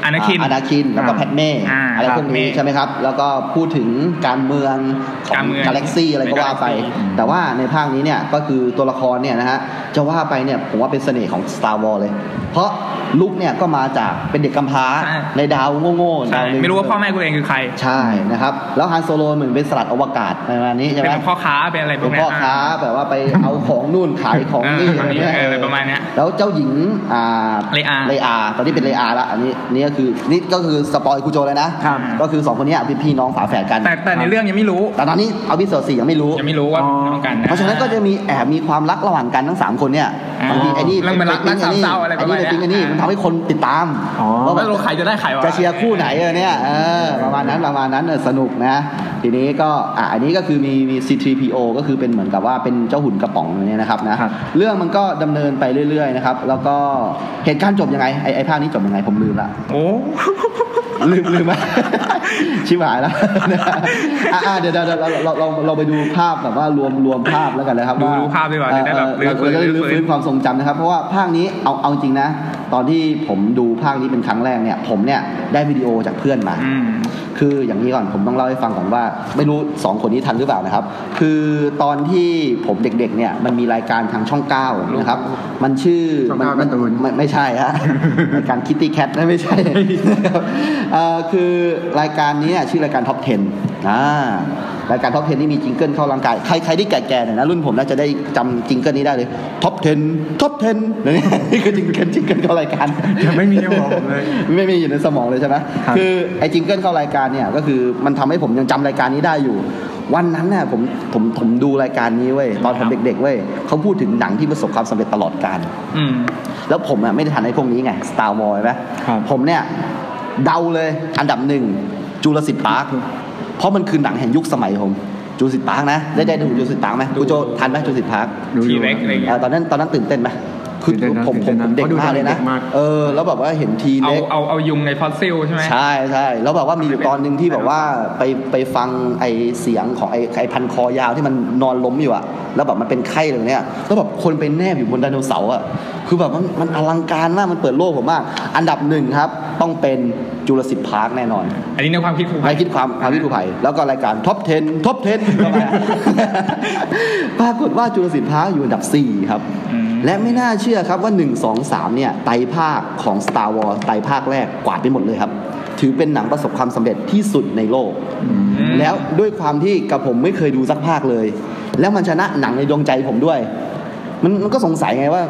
Anakin
นาคินแล้วก็
อ่า
แพทเม่
อ่า
อะไรพวกนี้
Padme
ใช่ไหมครับ แล้วก็พูดถึงการเมืองของ
การเมือง
กาแล็กซี่อะไรก็ว่าไป
Galaxy
แต่ว่าในภาคนี้เนี่ยก็คือตัวละครเนี่ยนะฮะจะว่าไปเนี่ยผมว่าเป็นเสน่ห์ของ Star Wars เลย เพราะลุกเนี่ยก็มาจากเป็นเด็กกำพร้า
ใช่
ในดาวโง่ๆ
ใช่
ดาวหนึ่ง
ไม่รู้ว่าพ่อแม่กูเองคือใคร
ใช่นะครับแล้วฮันโซโลเหมือนเป็นสลัดอวกาศประมาณนี้ใช่ไหม
เป็นพ่อค้าเป็นอะไรพ
เป็
วก
น
เนี้ย
พ่อค้าแบบว่าไปเอาของนู่นขายของ
อ่า
นี่
เออ
อะไรเงี้ย
อะไรประมาณเนี้ย
แล้วเจ้าหญิงอ่า
เลอา
เลอาตอนนี้เป็นเลอาละอันนี้นี่ก็คือนี่ก็คือสปอยคูโจเลยนะครับ ก็คือสองคนเนี้ยเป็นพี่น้องฝาแฝดกัน
แต่แต่ในเรื่องยังไม่รู้
แต่ตอนนี้เอาพิโซดสี่ยังไม่รู้
ยังไม่รู้ว่า
อ๋อ
น้องกัน
เพราะฉะนั้นก็จะมีแอบมีความรักระหว่างกันทั้งสามคนเนี่ย
อ่า
บางทีไอ้นี่
เรื่องมันรัก
ไปปิ๊ง
รักสามเศร้าอะไร
ไอ้
ประ
นี่
มาณ
ไปปิ๊ง
เนี้ย
ไอ้นี่
อ่ามั
มันทำให้คนติดตาม
อ๋อ
ว่าแบ
ว่า
บ
เราใครจะได้ใครวะ
จะเชียร์คู่ไหนเออเนี่ยเออประมาณนั้นประมาณนั้นเออสนุกนะ ทีนี้ก็อ่ะอันนี้ก็คือมีมี C3PO ก็คือเป็นเหมือนกับว่าเป็นเจ้าหุ่นกระป๋องเนี่ยนะครับนะครับ เรื่องมันก็ดำเนินไปเรื่อยๆนะครับแล้วก็เหตุการณ์จบยังไงไอ้ไอ้ภาคนี้จบยังไงผมลืมละ
โอ้
ลืมลืมไหม ชิบหายแล้ว อ่ะอ่ะเดี๋ยวเดี๋ยวเดี๋ยวเราเราเราเราไปดูภาพแบบว่ารวมรวมภาพแล้วกันนะครับ
ดู
ว่า
ดูภาพดีกว่าจะได้แบบ
เออเออ
รื้อฟื้นรื้
เราจะได้รื้
อ
อ
ฟื้น
ฟื้นความทรงจำนะครับ เพราะว่าภาคนี้เอาเอาจริงนะ ตอนที่ผมดูภาคนี้เป็นครั้งแรกเนี่ย ผมเนี่ยได้วิดีโอจากเพื่อนมา
อืม
คืออย่างนี้ก่อนผมต้องเล่าให้ฟังก่อนว่า ไม่รู้สองคนนี้ทันหรือเปล่านะครับ คือตอนที่ผมเด็กๆเนี่ยมันมีรายการทางช่องเก้านะครับ มันชื่อ
ช่องเก้าการ์ตูน
ไม่ไม่ใช่ ฮะ รายการคิตตี้แคทไม่ใช่นะครับเอ่อคือรายการนี้ชื่อรายการท็อป10อ่ารายการท็อป10นี่มีจิงเกิลเข้าร่างกายใครใครที่แก่ๆหน่อยนะรุ่นผมน่าจะได้จำจิงเกิลนี้ได้เลยท็อป10ท็อป10เนี่ย นี่คือจิงเกิลจิงเกิลเข้ารายการ
ยังไม่มีในหัวผมเลย
ไม่มีอยู่ในสมองเลยใช่ไหม
ครับ
คือไอ้จิงเกิลเข้ารายการเนี่ยก็คือมันทำให้ผมยังจำรายการนี้ได้อยู่ วันนั้นเนี่ยผมผมผมดูรายการนี้เว้ยตอนผม
ครับ
เด็กๆเว้ยเขาพูดถึงหนังที่ประสบความสำเร็จตลอดกาล
อืม
แล้วผมอ่ะไม่ได้ทันไอ้พวกนี้ไง Star Wars ใช่ไหม
ครับ
ผมเนี่ยเดาเลยอันดับหนึ่งจูราสิกพาร์คเพราะมันคือหนังแห่งยุคสมัยผมจูราสิกพาร์คนะได้ได้ดูจูราสิกพาร์คไหม
ดู
กูโจทันไหมจูราสิกพาร์ค
ดูอยู่
T-Rex อะไรอย่างเงี้ย
อ่าตอนนั้นตอนนั้นตื่นเต้นไหมคือ
ตื่นเต้นนะ
ผม
ตื่
ผม
น
ผม
เต้นนะ
เด็ก
เพราะดู
มากเลย
เด็
นะ
กมาก
เออ แล้วแบบว่าเห็นที
เอา
เล็ก
เอาเอายุงในฟอสซิลใช่ไหม
ใช่ใช่แล้วแบบว่ามีอยู่ตอนหนึ่งที่แบบว่าไปไปฟังไอเสียงของไอไอพันคอยาวที่มันนอนล้มอยู่อะแล้วแบบมันเป็นไข้อะไรเนี้ยแล้วแบบคนไปแนบอยู่บนไดโนเสาร์อะคือแบบมันมันอลังการมากมันเปิดโลกผมมาก อันดับหนึ่งครับต้องเป็นจูราสิกพาร์คแน่นอน
อันนี้ในความคิดผม
ไม่คิดความความคิดผู้ภัยแล้วก็รายการท็อป 10ท็อป 10ทำไมอะ ปรากฏว่าจูราสิกพาร์คอยู่อันดับ 4 ครับ
อืม
และไม่น่าเชื่อครับว่า 1 2 3 เนี่ย ไตรภาคของ Star Wars ไตรภาคแรกกวาดไปหมดเลยครับ ถือเป็นหนังประสบความสำเร็จที่สุดในโลก
อืม
แล้วด้วยความที่กับผมไม่เคยดูสักภาคเลย แล้วมันชนะหนังในดวงใจผมด้วย มันมันก็สงสัยไงว่า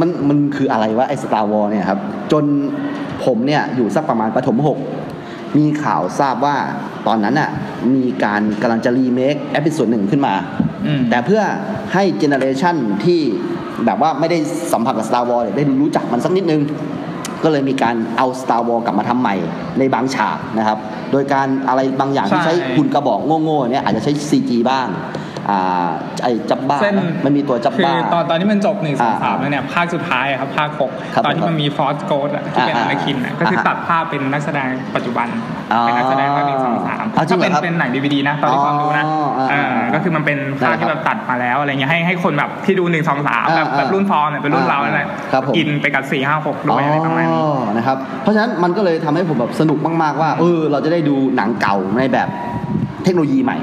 มันมันคืออะไรวะไอ้สตาร์วอลเนี่ยครับ จนผมเนี่ยอยู่สักประมาณประถมหกมีข่าวทราบว่าตอนนั้นน่ะมีการกำลังจะรีเมคเอพิ o d ดหนึ่งขึ้นมา
อืม
แต่เพื่อให้เจเนอเรชันที่แบบว่าไม่ได้สัมผัสกับ Star Wars เนี่ยได้รู้จักมันสักนิดนึง ก็เลยมีการเอา Star Wars กลับมาทำใหม่ในบางฉากนะครับ โดยการอะไรบางอย่างที่
ใช่
ใช้หุ่นกระบอกโง่ๆเนี่ยอาจจะใช้ CG บ้างอ่าไอ้จับบ้า
เส้น
นะมันมีตัวจับ
คือ
บ้า
ตอนตอนที่มันจบหนึ่งสองสาม
อ่า
แล้วเนี่ยภาคสุดท้ายอะครับภาคหก
ครับ
ตอนที่มันมีฟอสโกดที่เป็น
อ่า
อนาคินอะก็คืออาตัดภาพเป็นนักแสดงปัจจุบัน
อ๋อ
เป็นนักแสดงภาคหนึ่งสองสาม
เอาจริ
ถ้าง
เหร
เป็
อน ครับ
เป็นหนังดีวดีนะตอนที่ความรู้นะ
อ๋ออ่า
เออก็คือมันเป็นภาค
ได้ครับ
ที่แบบตัดมาแล้วอะไรเงี้ยให้ให้คนแบบที่ดูหนึ่งสองสาม
อ่า
แบบแบบรุ่นฟอร์มเนี่ยเป็นรุ่นเราเนี่ยแหละ
ครับผม
กินไปกับสี่ห้าหกด้วยอะไรประมาณนี้
อ๋อนะครับ เพราะฉะนั้นมันก็เลยทำให้ผมแบบสนุกมาก ๆ ว่า เออ เราจะได้ดูหนังเก่าในแบบเทคโนโลยีใหม่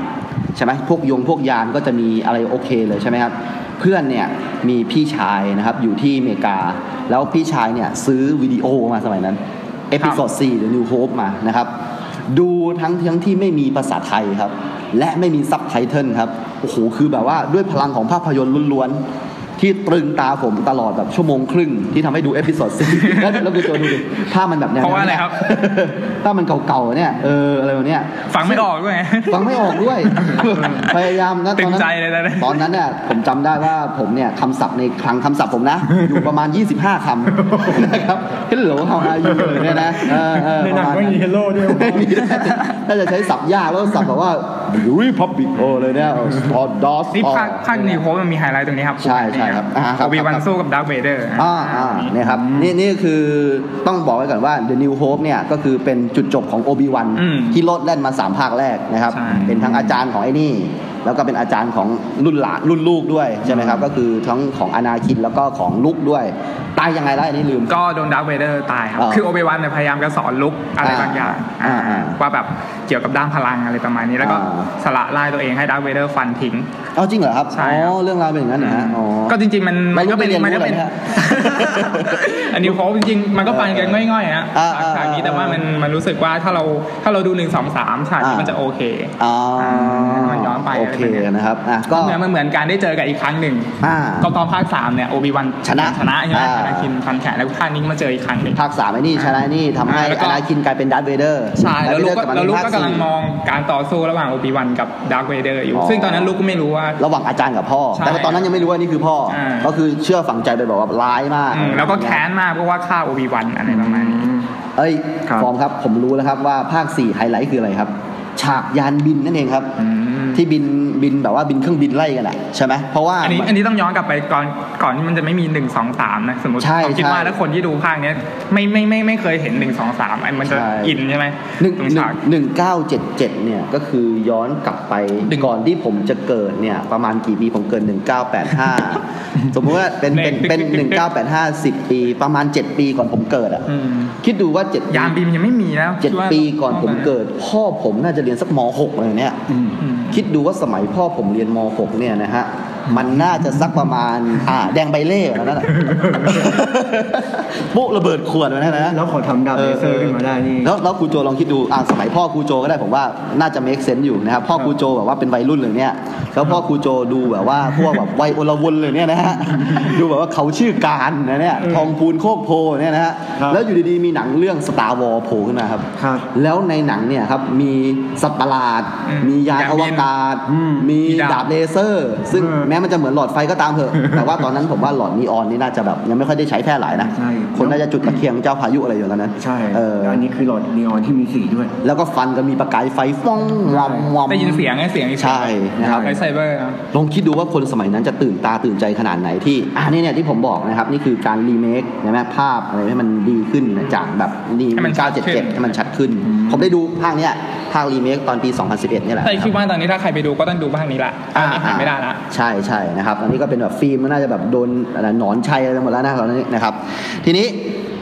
ใช่ไหมพวกยงพวกยานก็จะมีอะไรโอเคเลยใช่ไหมครับ เพื่อนเนี่ยมีพี่ชายนะครับอยู่ที่อเมริกา แล้วพี่ชายเนี่ยซื้อวิดีโอมาสมัยนั้น เอพิ o d ด4หรือ New Hope มานะครับ ดูทั้งทั้งที่ไม่มีภาษาไทยครับ และไม่มีซับไตเติลครับ โอ้โห คือแบบว่าด้วยพลังของภาพยนตร์ล้วนๆ ที่ตรึงตาผมตลอดแบบชั่วโมงครึ่ง ที่ทำให้ดูเอพิโซดสี่ แล้วแล้วกูโจดูดิภาพมันแบบแนว
เพราะว่าอะไร ครับ
ถ้าพมันเก่าๆเนี่ยเอออะไรแบบเนี้ย
ฟังไม่ออกด้วย
ฟังไม่ออกด้วย พยายามนะ
เต็
ตอ
ม
นนั้น
ใจเลยนะเนี่ย
ตอนนั้นเนี่ยผมจำได้ว่าผมเนี่ยคำศัพท์ในคลังคำศัพท์ผมนะ อยู่ประมาณ 25คำนะครับขึ้นหลวเฮาอายุเลยเนี่ยนะเออเออ
ในหนัง
ประาณ
ไม่มี Hello ด้วย
ไม่มีน่าจะใช้ศัพท์ยากแล้วศัพท์แบบว่า Republic โอเลยเนี่ยพอดอส
นี่ภาคภาคนิวโฮมันมีไฮไลท์ตรงนี้ครับ
ใช่ใช่ครับอ่าครับ
โอบิวัน
ครับ
สู้กับดาร์คเวเดอร์
อ่าอ่าเนี่ยครับนี่นี่คือต้องบอกไว้ก่อนว่า The New Hope เนี่ยก็คือเป็นจุดจบของ Obi Wan
อืม
ที่โลดแล่นมา 3 ภาคแรกนะครับ
ใช่
เป็นทั้งอาจารย์ของไอ้นี่ แล้วก็เป็นอาจารย์ของรุ่นหลานรุ่นลูกด้วย ใช่ไหมครับ ก็คือทั้งของอนาคินแล้วก็ของลุกด้วย ตายยังไงแล้วอันนี้ลืม
ก็โดนดาร์คเวเดอร์ตายครับ
อ่า
คือโอเบวันเนี่ยพยายามจะสอนลุกอะไร
อ่า
บางอย่าง
อ่าอ่า
ว่าแบบเกี่ยวกับด้านพลังอะไรประมาณนี้ แล้วก็
อ่า
สละล่ายตัวเองให้ดาร์คเวเดอร์ฟันทิ้ง
เอาจริงเหรอครับ
ใช่ค
อ๋
รับ
อเรื่องราวเป็นอย่างนั้นนะฮะอ๋อ
ก็จริงๆมันมันก็เป็น
ไม่
มัน
รู้
ก็
ไปเรียนรู้
เป็น
อะไรฮะ
อันนี้เขาจริงๆ มันก็ฟันกันง่อยๆนะ
อ่าอ่า
ฉากนี้แต่ว่ามันมันรู้สึกว่าถ้าเราถ้าเราดูหนึ่งสองสามฉากนี้
อ่ามั
มันจะโอเค
อ๋อ
มันย้อนไป
โอ
อะไร
เค
แบบเนี้ย
นะครับอ่ะก็
เหมือนมันเหมือนการได้เจอกันอีกครั้งหนึ่ง
อ่า
ก็ตอนภาคสามเนี่ยโอบิวัน
ชนะ
ชนะใช่ไหม
อ่า
ชนะคินฟันแขนแล้วภาคนี้ก็มาเจออีกครั้งหนึ่ง
ภาคสามไอ้นี่ชนะไอ้นี่ทำให้
อ่าแล้วก็
อนาคินกลายเป็นดาร์ธเวเดอร์
ใช่แล้วลูกก็แล้วลูก
ภา
ก็
สี่
กำลังมองการต่อสู้ระหว่างโอบิวันกับดาร์คเวเดอร์อยู่
อ๋อ
ซึ่งตอนนั้นลูกก็ไม่รู้ว่า
ระหว่างอาจารย์กับพ่อ
ใช่
แต่ว่าตอนนั้นยังไม่รู้ว่านี่คือพ่อ
ใช่
ก็คือเชื่อฝังใจไปบอกว่าร้ายมาก
อืมแล้วก็แค้นมากเพราะว่าฆ่าโอบิวันอะไรประมาณนี้
เอ้ย
ครับ
ฟอร์มครับผมรู้แล้วครับว่าภาค 4 ไฮไลท์คืออะไรครับ ฉ ฉากยานบินนั่นเองครับ
อืม
ที่บินบินแบบว่าบินเครื่องบินไล่กันอะใช่ไหมเพราะว่า
อันนี้อันนี้ต้องย้อนกลับไปก่อนก่อนที่มันจะไม่มีหนึ่งสองสามนะสมมติ
ใช่
ผมคิด
ใช่
ว่าถ้าคนที่ดูภาคเนี้ยไม่ไม่ไม่ไม่เคยเห็นหนึ่งสองสามมันจะ
ใช่
อินใช่ไหม
หนึ่ง
ตรงฉาก
หนึ่งเก้าเจ็ดเจ็ดเนี่ยก็คือย้อนกลับไป
หนึ่ง
ก่อนที่ผมจะเกิดเนี่ยประมาณกี่ปีผมเกิดหนึ่งเก้าแปดห้าสมมุติว่า เป็นเป็นเป็นหนึ่งเก้าแปดห้าสิบปีประมาณเจ็ดปีก่อนผมเกิดอ่ะ
อืม
คิดดูว่าเจ็ด
ยามบีมยังไม่มีนะ
เจ็ด
คิว่า
ปีก่อนผมเกิด พ่อผมน่าจะเรียนสักมหกเลยเนี่ย
อืม
อืม
คิดดูว่าสมัยพ่อผมเรียนม .6 เนี่ยนะฮะ มันน่าจะสักประมาณ อ่า แดงใบเล่ห์นั่นแหละ ปุ๊ระเบิดขวดนะนะ
แล้วขอทำดาบเลเซอร์ขึ้นมาได้นี่
แล้วแล้วครูโจลองคิดดู อ่าสมัยพ่อครูโจก็ได้ผมว่าน่าจะ make sense อยู่นะครับ พ่อครูโจแบบว่าเป็นวัยรุ่นเลยเนี่ย แล้วพ่อครูโจดูแบบว่าพวกแบบวัยโอลวนเลยเนี่ยนะฮะ ดูแบบว่าเขาชื่อการนะเนี่ย ทองพูนโคกโพเนี่ยนะฮะ
ครับ
แล้วอยู่ดีๆมีหนังเรื่อง Star War โผล่ขึ้นมาครับ
ครับ
แล้วในหนังเนี่ยครับมีสัตว์ประหลาด
อืม
มียาน
ยาน
อวกาศ
อืม
มี
มีดาบ
ดาบเลเซอร์ ซึ่ง
เออ
แม้มันจะเหมือนหลอดไฟก็ตามเถอะ แต่ว่าตอนนั้นผมว่าหลอดนีออนนี่น่าจะแบบยังไม่ค่อยได้ใช้แพร่หลายนะ
ใช่
คนน่าจะจุดตะเคียงเจ้าพายุอะไรอยู่ตอนนั้น
ใช่
เออ
แล้วอันนี้คือหลอดนีออนที่มีสีด้วย
แล้วก็ฟันกันมีประกายไฟฟ้องวอมวอม
ได้ยินเสียงไอ้เสียงไอ้
ใช่นะครับ
ไอ้ไซเบอร์นะ
ลองคิดดูว่าคนสมัยนั้นจะตื่นตาตื่นใจขนาดไหนที่อ่านี่เนี่ยที่ผมบอกนะครับ นี่คือการรีเมคใช่ไหมภาพอะไรให้มันดีขึ้นจากแบบดี
ให้มันชัดขึ้น
977ให้มันชัดขึ้น ผมได้ดูภาคเนี้ยภาครีเมคตอนปี 2011เนี่ยแหละ
แต่คิดว่าตอนนี้ถ้าใครไปดูก็ต้องดูภาคนี้ละ
อ่า
หาไม่ได้ละ
ใช่ใช่นะครับอันนี้ก็เป็นแบบฟิล์มมันน่าจะแบบโดนอะไรหนอนชัยอะไรหมดแล้วนะตอนนี้นะครับ ทีนี้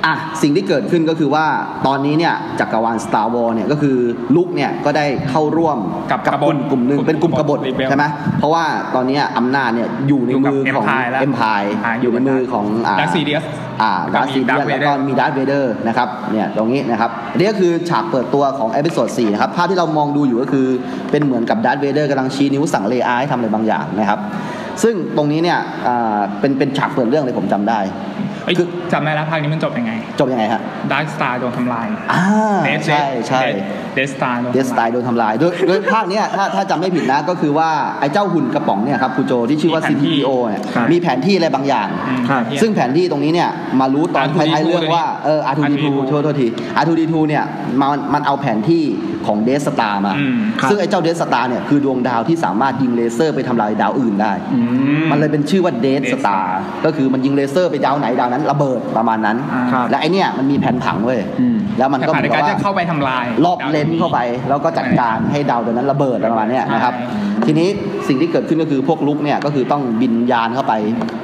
อ่ะสิ่งที่เกิดขึ้นก็คือว่าตอนนี้เนี่ยจักรวาล Star Wars เนี่ยก็คือลุกเนี่ยก็ได้เข้าร่วม
กับ
กับกลุ่
กบ
ม
ฏ
กลุ่มหนึ่งเป็นกลุ่มกบฏ
Rebel
ใช่ไหมเพราะว่าตอนนี้อำนาจเนี่ยอยู่ใน
อยู่กับ
มือของ
Empire แล้ว
Empire
อ่า
อยู่ในมือของอ่า
Darth Sidious
อ่า
กั
ดา
บ
ร์ซีเดีย
Darth
สแล้วก็
Vader
มีดาร์ v เวเดอร์นะครับเนี่ยตรงนี้นะครับอันนี่ก็คือฉากเปิดตัวของเอพิโซด4นะครับภาพที่เรามองดูอยู่ก็คือเป็นเหมือนกับดาร์ v เวเดอร์กำลังชี้นิ้วสั่งเลอาให้ทำอะไรบางอย่างนะครับ ซึ่งตรงนี้เนี่ยอ่าเป็นเป็นฉากเปิดเรื่องเลยผมจำได้
เอ้ย
คือ
จำได้แล้วภาคนี้มันจบยังไง
จบยังไงฮะ
ดาร์คสตาร์โดนทำลาย
อ่าใช่ใช่
เดสตาร์โดน
เดสไตล์โดนทำลายโดยโดยภาคเนี้ยถ้าถ้าจำไม่ผิดนะก็คือว่าไอ้เจ้าหุ่นกระป๋องเนี่ยครับครูโจที่ชื่อว่า CPO เนี่ย
ครับ
มีแผนที่อะไรบางอย่าง
อืม
ครับ
ซึ่งแผนที่ตรงนี้เนี่ยมารู้ตอน
R2D2
ท้ายๆเรื่องว่าเอออาร์ทูดีทู
R2D2
โทษทีอาร์ทูดีทูเนี่ยมันมันเอาแผนที่ของเดสตามา
อืมครับ
ซึ่งไอ้เจ้าเดสตาเนี่ยคือดวงดาวที่สามารถยิงเลเซอร์ไปทำลายดาวอื่นได้
อืม
มันเลยเป็นชื่อว่าเดส
Death
สตา
Star
ก็คือมันยิงเลเซอร์ไปดาวไหนดาวนั้นระเบิดประมาณนั้น
ครับ
และไอเนี่ยมันมีแผนผังเว้ย
อืม
แล้วมัน
แต่
ก็เห
ผ่า
มื
น
อนกั
การ
บ
จะ
ว่า
เข้าไปทำลาย
รอบเลนส์เข้าไปแล้วก็จัดการให้ดาวดวงนั้นระเบิดอะไรประมาณเนี้ยนะครับ ทีนี้สิ่งที่เกิดขึ้นก็คือพวกลุกเนี่ยก็คือต้องบินยานเข้าไป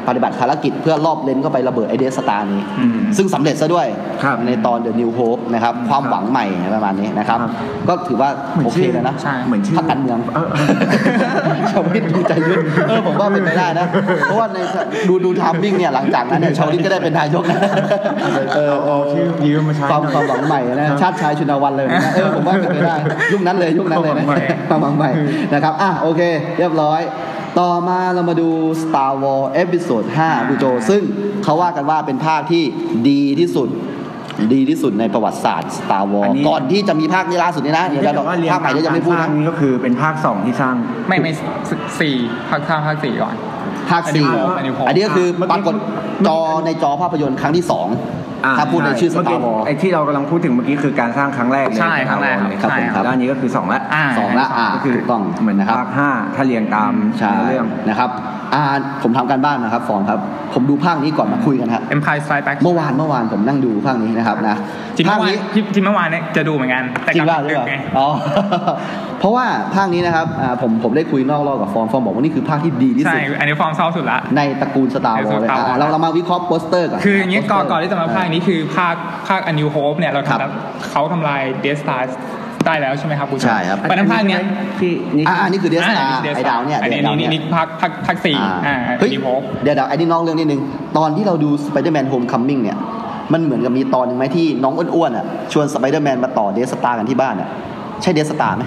ปฏิบัติภารกิจเพื่อรอบเลนส์เข้าไประเบิดไอเดสตาร์นี้
อืม
ซึ่งสำเร็จซะด้วย
ครับ
ในตอนเดอะนิวโฮปนะครับความหวังใหม่ประมาณนี้นะครับ
ครับ
ก็ถือว่า
หมืน
โอเค
ชื่
เลยนะ
ใช่
เหมือนชื่อ
พรรคการเมือง
เออ
ชาวลิตดีใจเยอะเออผมว่าเป็นไปได้นะ เพราะว่าในดูดูทามมิ่งเนี่ยหลังจากนั้นเนี่ยชาวลิตก็ได้เป็นนายกนะ
เออเอาชื่อยืมมาใช้
ความ
หน่อย
ความหวังใหม่นะชาติชายชุนวันเลยนะเออผมว่าเป็นไปได้ยุคนั้นเลยยุคนั้นเลยนะ
ความหวังใหม่
ความหวังใหม่นะครับอ่ะโอเค เรียบร้อย ต่อมาเรามาดู Star Wars Episode 5คุณโจ ซึ่งเขาว่ากันว่าเป็นภาคที่ดีที่สุด ดีที่สุดในประวัติศาสตร์ Star
อั
Wars
นนี้
ก่อนที่จะมีภาคนี้ล่าสุดนี่นะเดี๋ยวเราภาคใหม่เดี๋ยวจะไม่พูด
ภา
นะ
คนี้ก็คือเป็นภาคสองที่สร้าง
ไม่ไม่สี่ภาคสามภาคสี่ก่อน
ภาคสี่
อันนี้ผม
อันนี้ก็คือ
เมื่อกี้
ปรากฏจอในจอภาพยนตร์ครั้งที่สอง
อ่
ถ้าพูดในชื่อส
เมื่
ตา
กี้
ร์วอล
ไอ้ที่เรากำลังพูดถึงเมื่อกี้คือการสร้างครั้งแรกเลย
ใช่ครั้งแรกครับ
เลย
ครับผมครับ
แล้วอันนี้ก็คือสองละ
อ่า
สองละอ่า
ก็คือ
ถูกต้อง
เหมือน
นะครับ
ภาคห้าถ้าเรียงตาม
ใช่
เนื้อเรื่อง
นะครับอ่าผมทำการบ้านนะครับฟองครับ ผมดูภาคนี้ก่อนมาคุยกันครับ
Empire Strikes Back
เมื่อวานเมื่อวานผมนั่งดูภาคนี้นะครับนะ
จริง
ภา
เมื่อวา
ค
น
นี้
ที่ที่เมื่อวานเนี่ยจะดูเหมือนกัน แต่
จ
กลับ
ริงเปล่าหรือ
ดึก
เปล่า
ไง
อ๋ อ เพราะว่าภาคนี้นะครับอ่าผมผมได้คุยนอกรอบกับฟองฟองบอกว่านี่คือภาคที่ดีที่
ใช่
สุด
อันนี้ฟอร์มเศร้าสุดละ
ในตระกูลสตาร์วอลเลยอ่ะ
Star Wars
เราเรามาวิเคราะห์โปสเตอร์ก่อน
คืออย่างนี้
โปสเต
ก่
ร์
อนก่อนที่จะมาภาคนี้คือภาคภาค A New Hope เนี่ยเรา
ครับ
ทำแล้วเขาทำลาย Death Star ได้แล้วใช่ไหมครับคุณ
ใช่ครับ
เพราะฉะนั้นภาคเนี้ย
ที่นี่
อ่าอันนี้คือเดสตา
า Death
ไอ้ดาวเนี่ย
Star อันนี้
Death Star
นี่
เนี่ย
นี่ภาคภาคภาคสี่อ่า
เฮ้ย
A New Hope
เดี๋ยวเดี๋ยวไอ้นี่น้องเรื่องนิดนึง ตอนที่เราดูสไปเดอร์แมนโฮมคัมมิ่งเนี่ย มันเหมือนกับมีตอนหนึ่งไหมที่น้องอ้วนๆอ่ะ ชวนสไปเดอร์แมนมาต่อเดสตาร์กันที่บ้านอ่ะ ใช่เดสตาร์ไหม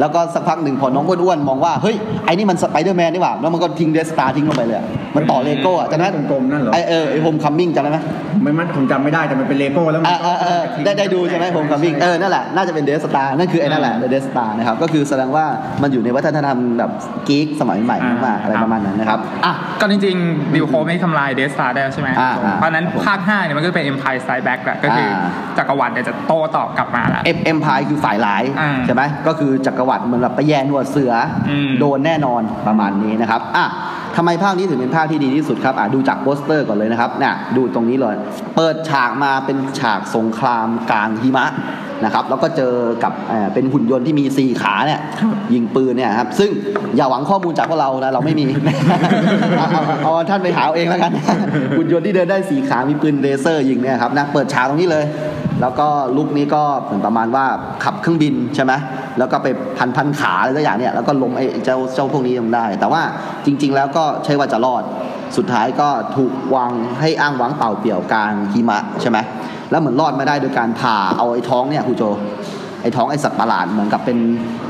แล้วก็สักพักหนึ่งพอน้องอ้วนๆมองว่าเฮ้ยไอ้นี่มันสไปเดอร์แมนนี่หว่าแล้วมันก็ทิ้งเดสตาร์ทิ้งลงไปเลยอะมันต่อเลโก้อะจำได้ไห
กลมๆนั่นเหรอ
ไอเออไอโฮมคัมมิ่งจำได้ไหม
ไม่มันผมจำไม่ได้แต่มันเป็นเลโก้แล้วมั
อ่าน
ก็
อ่าอ่าได้ได้ดูใช่ไหมผมคัมมิ่งเออนั่นแหละน่าจะเป็นเดสตานั่นคือไอ้นั่นแหละเดสตานะครับก็คือแสดงว่ามันอยู่ในวัฒนธรรมแบบกี๊กสมัยใหม่มากๆอะไรประมาณนั้นนะครับอ่ะ
ก็จริงๆดิวโคไม่ทำลายเดสตาร์ได้แล้วใช่ไหม
อ่าอ่า
เพราะฉะนั้นภาค5เนี่ยมันก็จะเป็น Empire Strikes Back แหละก็คืออา จักรวรรดิเนี่ยจะโต้ตอบกลับมาละ
เอ็มเอ็มพายคือฝ่ายร้าย
อ่า
ใช่ไหมก็คือจักรวรรดิเหมันแบบไปแย่งหนวดเสืออ
ม
โดนแน่นอนประมาณนี้นะครับอ่ะทำไมภาคนี้ถึงเป็นภาคที่ดีที่สุดครับอ่ะดูจากโปสเตอร์ก่อนเลยนะครับเนี่ยดูตรงนี้เลย เปิดฉากมาเป็นฉากสงครามกลางหิมะนะครับแล้วก็เจอกับเอ่อเป็นหุ่นยนต์ที่มี 4 ขาเนี่ยยิงปืนเนี่ยครับซึ่งอย่าหวังข้อมูลจากพวกเรานะเราไม่มี เอาเอาเอาท่านไปหาเอาเองแล้วกัน หุ่นยนต์ที่เดินได้สีขา มีปืนเลเซอร์ยิงเนี่ยครับนะเปิดฉากตรงนี้เลย แล้วก็ลุกนี้ก็เหมือนประมาณว่าขับเครื่องบินใช่ไหมแล้วก็ไปพันพันขาอะไรสักอย่างเนี่ยแล้วก็ล้มไอ้เจ้าเจ้าพวกนี้ลงได้ แต่ว่าจริง ๆ แล้วก็ใช่ว่าจะรอด สุดท้ายก็ถูกวางให้อ้างว้างเปล่าเปลี่ยวกลางหิมะใช่ไหมแล้วเหมือนรอดมาได้โดยการผ่าเอาไอ้ท้องเนี่ยครูโจ ไอ้ท้องไอ้สัตว์ประหลาดเหมือนกับเป็น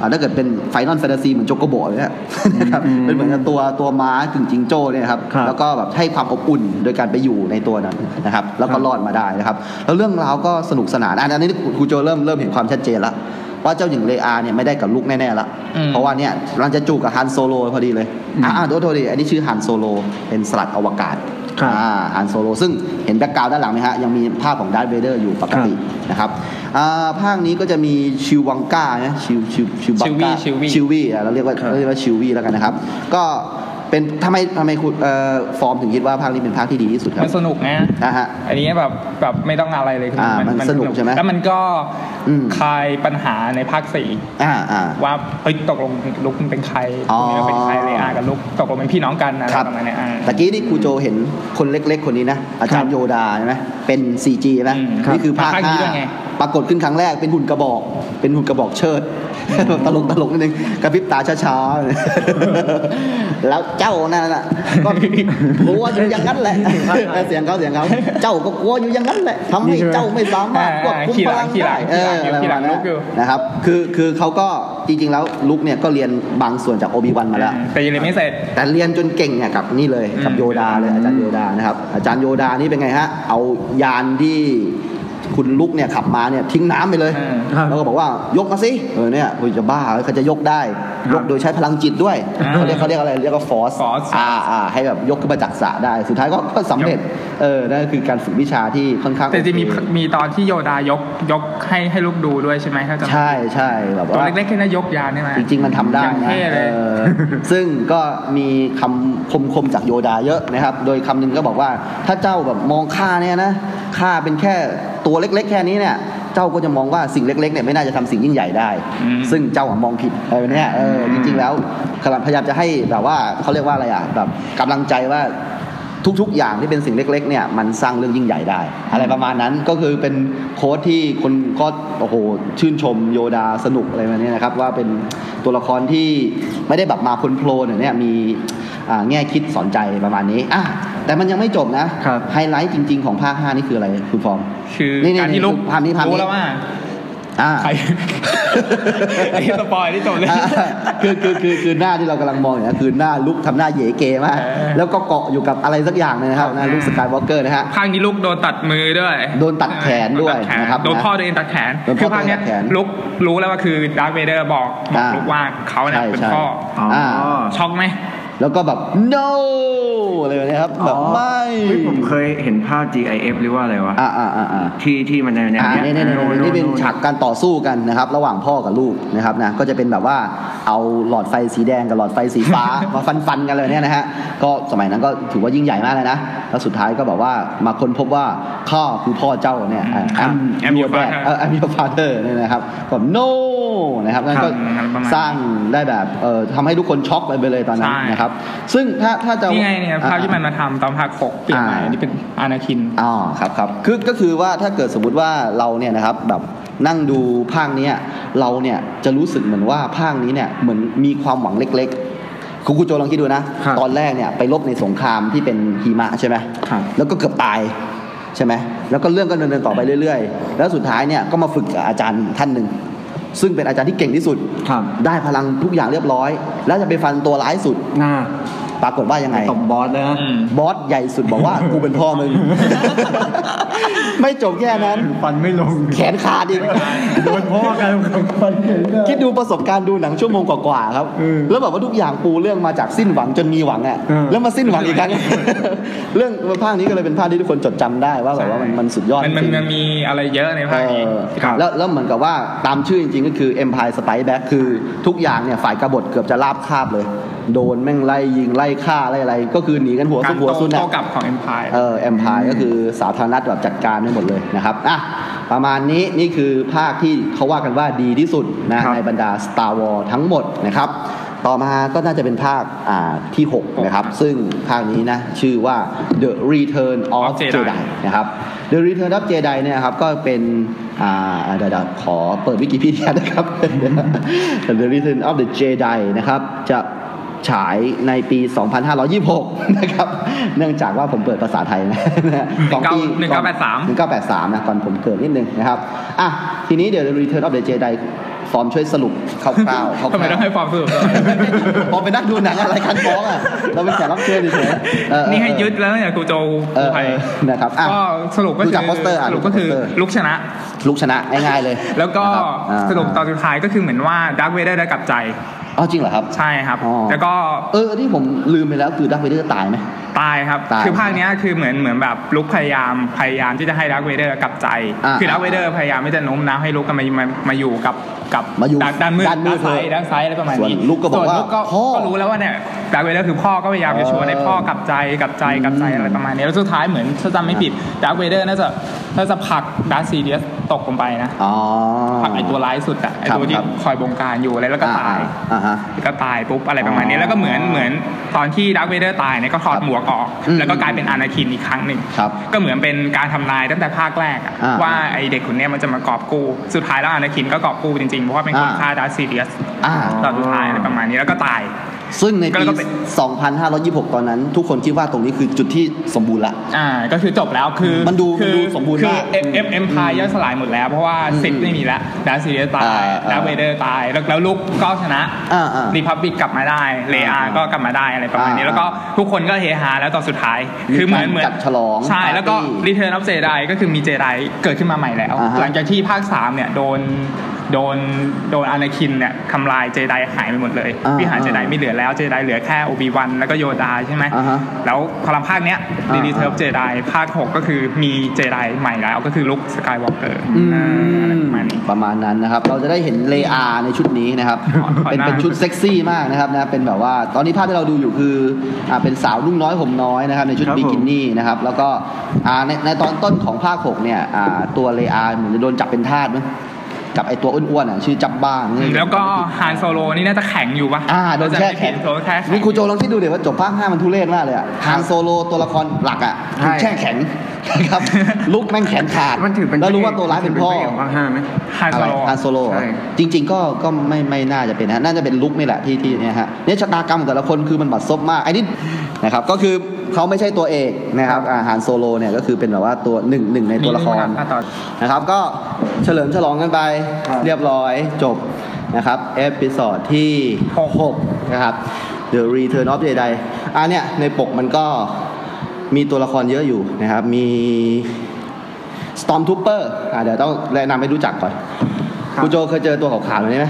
อ่าถ้าเกิดเป็นไฟนอลแฟนตาซีเหมือนโจโกโบะเลย อะนะครับ
อืม
เป็นเหมือนกับตัวตัวม้ากึ่งจิงโจ้เนี่ยครับ
ครับ
แล้วก็แบบให้ความอบอุ่นโดยการไปอยู่ในตัวนั้นนะครับแล้วก็รอดมาได้นะครับ แล้วเรื่องราวก็สนุกสนานอะอันนี้ครูโจเริ่มเริ่มเห็นความชัดเจนละว่าเจ้าหญิงเลอาเนี่ยไม่ได้กับลูกแน่ๆละ
อืม
เพราะว่าเนี่ยกำลังจะจูบกับฮันโซโลพอดีเลยอ่าโทษโทษดีอันนี้ชื่อฮันโซโลเป็นสลัดอวกาศ
ครับ
อ่าฮันโซโลซึ่งเห็นแบ็กกราวด้านหลังไหมฮะยังมีภาพของดาร์ธเวเดอร์อยู่ปกติ นะครับอ่าภาคนี้ก็จะมีชิววังก้านะชิวชิวชิวบังก้า
ชิววี่ชิ
ชิ
ว
ว
วี่
วี่อ่ะเราเรียกว่า
ครับ
เราเรียกว่าชิววี่แล้วกันนะครับ ก็เป็นทำไมทำไมคุณเอ่อฟอร์มถึงคิดว่าภาคนี้เป็นภาคที่ดีที่สุดครับ
มันสนุกนะ
นะฮะ
อันนี้แบบแบบไม่ต้องอะไรเลยคือ
อ่ามันสนุกใช่ไหม
แล้วมันก็
อืม
คลายปัญหาในภาคสี่
อ่าอ่า
ว่าเฮ้ยตกลงลุกมันเป็นใคร
อ๋อ
ตรงนี้มันเป็นใครเลยอ่ะกับลุกตกลงเป็นพี่น้องกันอะไรประมาณเนี้ยอ่า
ตะกี้นี่ครูโจเห็นคนเล็กๆ คนนี้นะ อาจารย์โยดาใช่ไหมเป็น 4G ใช่ไหม
อืมครับ
นี่คือภาค
ภาคนี้
ห้า
ด้วยไง
ปรากฏขึ้นครั้งแรกเป็นหุ่นกระบอก เป็นหุ่นกระบอกเชิด ตลกตลกนิดนึงกระพริบตาช้าๆ แล้วเจ้านั่นน่ะก็กลัวอยู่อย่างนั้นแหละเออเสียงเขาเสียงเขาเจ้าก็กลัวอยู่อย่างนั้นแหละทำให้เจ้าไม่สามารถควบคุมพลังได้เอออะไรประมาณ
ขี่หลังขี่หลังขี่หลังลุ
นั้น
กอยู่
นะครับคือคือเขาก็จริงๆแล้วลุกเนี่ยก็เรียนบางส่วนจากโอบิวันมาแล้ว
แต่ยังเรียนไม่เสร็จ
แต่เรียนจนเก่งเนี่ยกับนี่เลย
อืม
กับโยดาเลยอาจารย์โยดานะครับอาจารย์โยดานี่เป็นไงฮะเอายานที่คุณลุกเนี่ยขับมาเนี่ยทิ้งน้ำไปเลย
อืม
ครับ
แล้วก็บอกว่ายกมาสิเออเนี่ยคุณจะบ้าเหรอเขาจะยกได้
ครับ
ยกโดยใช้พลังจิตด้วย
อ่า
เขาเรียกเขาเรียกอะไรเรียกว่าฟอส
force
อ่าอ่าให้แบบยกขึ้นมาจากสระได้ สุดท้ายก็ก็สำเร็จเออนั่นก็คือการฝึกวิชาที่ค่อนข้าง
แต่จะมี
โอเค
มีตอนที่โยดายกยกให้ให้ลูกดูด้วยใช่ไหมถ้าจำ
ใช่ใช่แบบ
ตัว
ว่า
เล็กๆแค่นั้นยกยานใช่ไหม
จริงๆมันทำได้
ยัง
นะ
เท่เลย
เอ อซึ่งก็มีคำคมๆจากโยดาเยอะนะครับ โดยคำหนึงก็บอกว่าถ้าเจ้าแบบมองข้าเนี่ยนะข้าเป็นแค่ตัวเล็กๆ แค่นี้เนี่ย เจ้าก็จะมองว่าสิ่งเล็กๆเนี่ยไม่น่าจะทำสิ่งยิ่งใหญ่ได้
อืม
ซึ่งเจ้าอะมองผิดเออเนี่ยเออจริงๆแล้วกำลังพยายามจะให้แบบว่าเขาเรียกว่าอะไรอ่ะแบบกำลังใจว่า ทุกๆ อย่างที่เป็นสิ่งเล็กๆ เนี่ยมันสร้างเรื่องยิ่งใหญ่ได้ อะไรประมาณนั้นก็คือเป็นโค้ดที่คนก็โอ้โหชื่นชมโยดาสนุกอะไรแบบนี้นะครับ ว่าเป็นตัวละครที่ไม่ได้แบบมาพลโพลนๆเนี่ยมีอ่าแง่คิดสอนใจประมาณนี้อ่ะแต่มันยังไม่จบนะครับ ไฮไลท์จริง ๆ ของภาค5นี่คืออะไรคุณฟอร์ม
คือ
นี่ๆ
การที่ลูก
ภาพนี้ภาพนี้
รู้แล้วว่า
อ่า
ใคร ไอ้สปอยที่จบเลย
อ่า คือคือคือคือหน้าที่เรากำลังมองอยู่นะคือหน้าลุกทำหน้าเหยเกมาก
เออ
แล้วก็เกาะอยู่กับอะไรสักอย่างเนี่ยนะครับนะลุกสกายวอล์กเกอร์นะฮะ
ภาคนี้ลูกโดนตัดมือด้วย
โดนตัดแขนด้วย
โตัแข
นะครับ
โดนพ่อตัวเองตัดแขน
โดนพ่อ
คือภาคเนี้ย
ตัดแขน
ลูกรู้แล้วว่าคือดาร์ธเวเดอร์บอกบอก
อ่า
ลูกว่าเขาเนี่ย
ใช่
เป็น
ใช่
พ่อ
อ๋อ
อ่า
ช็อกไหม
แล้วก็แบบ no อะไรแบบนี้ครับ แบบไม่
เฮ้ยผมเคยเห็นภาพ GIF หรือว่าอะไรวะ
อ่าอ่าอ่าอ่า
ที่ที่มันในแนว
อ่า
เนี้ย
นี่นี่นี่
โโ
นี่นี่เป็นฉากการต่อสู้กันนะครับ ระหว่างพ่อกับลูกนะครับนะ ก็จะเป็นแบบว่าเอาหลอดไฟสีแดงกับหลอดไฟสีฟ้า มาฟันฟันกันเลยเนี่ยนะฮะ ก็สมัยนั้นก็ถือว่ายิ่งใหญ่มากเลยนะ แล้วสุดท้ายก็แบบว่ามาค้นพบว่าข้าคือพ่อเจ้าเนี่ยแอม
I'm your
แด
father
เออแอมยูฟาเธอร์เนี่ยนะครับก็ no นะครับนั่นก็
ครับประมาณ
สร้างได้แบบเอ่อทำให้ทุกคนช็อกไปเลยตอนนั้นนะครับ ซึ่งถ้าถ้าจะ
นี่ไงเนี่ยภาพที่มันมาทำตอนภาคหกเปลี่ยนใหม่
อ่า
อันนี่เป็นอานาคิน
อ๋อครับครับคือก็คือว่าถ้าเกิดสมมติว่าเราเนี่ยนะครับแบบนั่งดูภาคเนี้ยเราเนี่ยจะรู้สึกเหมือนว่าภาคนี้เนี่ยเหมือนมีความหวังเล็กๆคุณครูโจลองคิดดูนะ
ครับ
ตอนแรกเนี่ยไปรบในสงครามที่เป็นหิมะใช่ไหม
ครับ
แล้วก็เกือบตายใช่ไหมแล้วก็เรื่องก็ดำเนินต่อไปเรื่อยๆ แล้วสุดท้ายเนี่ยก็มาฝึกกับอาจารย์ท่านหนึ่ง ซึ่งเป็นอาจารย์ที่เก่งที่สุด
ครับ
ได้พลังทุกอย่างเรียบร้อย แล้วจะไปฟันตัวร้ายสุด
หน้า
ปรากฏว่ายังไง
ตบบอสเลยนะ
อืม
บอสใหญ่สุดบอกว่า กูเป็นพ่อมึง ไม่จบแค่นั้น
ฟันไม่ลง
แขนขาดอีก
โดนพ่อกันกับฟันเห็น
คิ
คิ
ด
ด
ดูประสบการณ์ดูหนังชั่วโมงกว่าๆครับ
อืม
แล้วแบบว่าทุกอย่างปูเรื่องมาจากสิ้นหวังจนมีหวังอ่ะ
อืม
แล้วมาสิ้นหวังอีกครั้ง เรื่องภาคนี้ก็เลยเป็นภาคที่ทุกคนจดจำได้ว่าแบบว่ามันมันสุดยอด
มันมัน
จริง
มันมีอะไรเยอะในภาคนี้
เออ
ครับ
แล้วแล้วเหมือนกับว่าตามชื่อจริงๆ ก็คือ Empire Strike Back คือทุกอย่างเนี่ยฝ่ายกบฏเกือบจะราบคาบเลย โดนแม่งไล่ยิงไล่ฆ่าไล่อะไร ก็คือหนีกันหัว
การ
สุดหัว
โต้
สุด
โต้ก
นะ
ลับของ Empire
เออ Empire ก็คือสาธารณรัฐแบบจัดการไปหมดเลยนะครับอ่ะประมาณนี้นี่คือภาคที่เขาว่ากันว่าดีที่สุดนะครับ ในบรรดา Star Wars ทั้งหมดนะครับ ต่อมาก็น่าจะเป็นภาคอ่าที่ 6 นะครับ ซึ่งภาคนี้นะชื่อว่า The Return of
Of Jedi
Jedi นะครับ The Return of Jedi เนี่ยนะครับก็เป็นอ่าเดี๋ยวๆขอเปิดวิกิพีเดียนะครับ The Return of the Jedi นะครับ จะฉายในปี 2526 นะครับ เนื่องจากว่าผมเปิดภาษาไทยนะ สองปี
19 1983
1983 นะก่อนผมเกิดนิดนึงนะครับ อ่ะ ทีนี้เดี๋ยว The Return of the Jedi ฟอร์มช่วยสรุปคร่าวๆคร่าวๆ
ทำไมต้องให้ความสนุกด้วย
พอไปนั่งดูหนังอะไรกันฟ้องอ่ะ เราเป็นแขกรับเชิญเฉยๆเออเออ
นี่ให้ยึดแล้วเนี่ยครูโจ
เออ
ไป
เออนะครับอ่ะ
ก็สรุปก็
ดู
คือ
จากโปสเตอร์อ่ะ
สรุปก็คือ
ดูจากโปสเตร์
ลุกชนะ
ลุกชนะง่ายๆเลย
แล้วก็
นะครับอ่า
สรุปตอนสุดท้ายก็คือเหมือนว่าดักเวเดอร์ได้กลับใจ
อ๋อจริงเหรอครับ
ใช่ครับ
อ๋อ
แล้วก็
เออที่ผมลืมไปแล้วคือดักเวเดอร์ตายไหม
ตายครับ
ตาย
คือภาคเนี้ยคือเหมือนเหมือนแบบลุกพยายามพยายามที่จะให้ดักเวเดอร์กลับใจ
อ่า
คือดักเวเดอร์พยายามที่จะโน้มน้าวให้ลุกกันมามามาอยู่กับกับ
มาอยู่
ด้านด้านมืด
ด้านมืด
ซ้ายด้านซ้ายอะไรประมาณ
ส่วน
นี้
ลุคก็บอก
ส่น
ว่า
ลุคก็
พ่อ
ก็รู้แล้วว่าเนี่ยดักเวเดอร์คือพ่อก็พยายามจะชวนให้พ่อกลับใจกลับใจกลับใจ
อืม
อะไรประมาณนี้แล้วสุดท้ายเหมือนถ้าจำไม่ผิดดักเวเดอร์น่าจะน่าจะผลักดาร์ธซีเดียสตกลงไปนะ
อ๋อ
ผลักไอตัวร้ายสุดอะไอ
ครับ
ตัวที่
ครับ
คอยบงการอยู่อะไรแล้วก็ตาย
อ่าฮะ
ก็ตายปุ๊บอะไรประมาณ
อ๋
นี้
อ
แล้วก็เหมือนเหมือนตอนที่ดักเวเดอร์ตายเนี่ยก็ถอด
ครับ
หมวกออก
อืม
แล้วก็กลายเป็นอานาคินอีกครั้งหนึ่ง
ครับ
ก็เหมือนเป็นการทำนายตั้งแต่ภาคแรกอะ
อ่า
ว่าไอเด็กคนเนี้ยมันจะมากอบกู้สุดท้ายแล้วอานาคินก็กอบกู้จริงๆ เพราะว่าเป็นคน
อ่า
ฆ่าดาร์ธซีเดียส
อ่า
ตอนสุดท้ายอะไรประมาณนี้แล้วก็ตาย
ซึ่งใน
ก็
ปี
แล้วก็เป็น
2526 ตอนนั้น ทุกคนคิดว่าตรงนี้คือจุดที่สมบูรณ์ละ
อ่าก็คือจบแล้วคือ
มันดู
คือ
มันดูสมบูรณ์
คื
มา
อก เอ็มเอ็มเอ็มพายย่อยสลายหมดแล้ว เพราะว่า
อืม
สิทธิ์ไม่มีแล้วดาร์ธซีเดียสตา
อ่าย อ่า
ดาร์ธเวเดอร์ตายแล้วแล้วลูกก็ชนะ
อ่าอ่า
รีพับบิกกลับมาได้เล
อ่า
อา
อ่า
ก็กลับมาได้อะไรประมาณนี้
อ่า
แล้วก็ทุกคนก็เฮฮาแล้วตอนสุดท้าย
มี
คือเหมือน
การ
เหมือน
จัดฉลอง
ใช่แล้วก็
ปาร์ตี้
r ีเท r ร์นออฟเจไดก็คือมีเจไดเกิดขึ้นมาใหม่แล้ว
อ่าฮะ
หลังจากที่ภาคสามเนี่ยโดนโดนโดนอานาคินเนี่ยทำลายเจไดหายไปหมดเลย
อ่า
วิหารเจได
อ่า
ไม่เหลือแล้วเจไดเหลือแค่โอบิวันแล้วก็โยดาใช่ไหม
อ่าฮะ
แล้วพลังภาคเนี้ย
อ่า
ดีเทอร์
อ่า
เจไดภาค 6 ก็คือมีเจไดใหม่แล้วก็คือลุคสกายวอล์กเกอร์อะไรประมาณนี้
ประมาณนั้นนะครับ เราจะได้เห็นเลอาในชุดนี้นะครับ
ขอขอ
เป็น
หน้า
เป็นชุดเซ็กซี่มากนะครับนะ เป็นแบบว่า ตอนนี้ภาพที่เราดูอยู่คือ อ่า เป็นสาวนุ่งน้อยห่มน้อยนะครับ ในชุด
ครับผม
บิกินี่นะครับ แล้วก็ อ่า ในในตอนต้นของภาคหกเนี่ย อ่า ตัวเลอาเหมือนจะโดนจับเป็นทาสมั้ยจับไอตัวอ้วนๆอ่ะ ชื่อจับบ้างเนี่ย
แล้วก็ฮานโซโลนี่น่าจะแข็งอยู่ปะ
อ่าโดนแช่แข็ง
โดนแช่แข็
นี่
ง
ครูโจลองคิดดูเดี๋ยวว่าจบภาคห้ามันทุเรศมากเลยอ่ะฮานโซโลตัวละครหลักอ่ะ
ใช่
ถูกแช่แข็งนะครับ ลุกแม่งแขนขาด
มันถือเป็น
แล้วรู้ว่าตัวร้ายเป็นพ่อ
ถืของภาคห้าไหม
ฮานโซโล
ฮานโซโล
ใช่
จริง ๆ ก็ก็ไม่ไม่น่าจะเป็นนะน่าจะเป็นลุกนี่แหละที่ที่เนี่ยฮะเนี่ยชะตากรรมของแต่ละคนคือมันบัดซบมากไอ้นี่นะครับก็คือเขาไม่ใช่ตัวเอกนะครับอ่าฮานโซโลเนี่ยก็คือเป็นแบบว่าตัวหนึ่งหนึ่งในตัวละคร
อ่ะต่อ
นะครับก็เฉลิมฉลองกันไป
ครับ
เรียบร้อยจบนะครับเอพิซอดที่ 6 นะครับ The Return of Jedi อ่ะเนี่ย ในปกมันก็มีตัวละครเยอะอยู่นะครับ มี Stormtrooper อ่ะเดี๋ยวต้องแนะนำให้รู้จักก่อน
ครับ
ณโจเคยเจอตัวขาวๆแบบนี้ไหม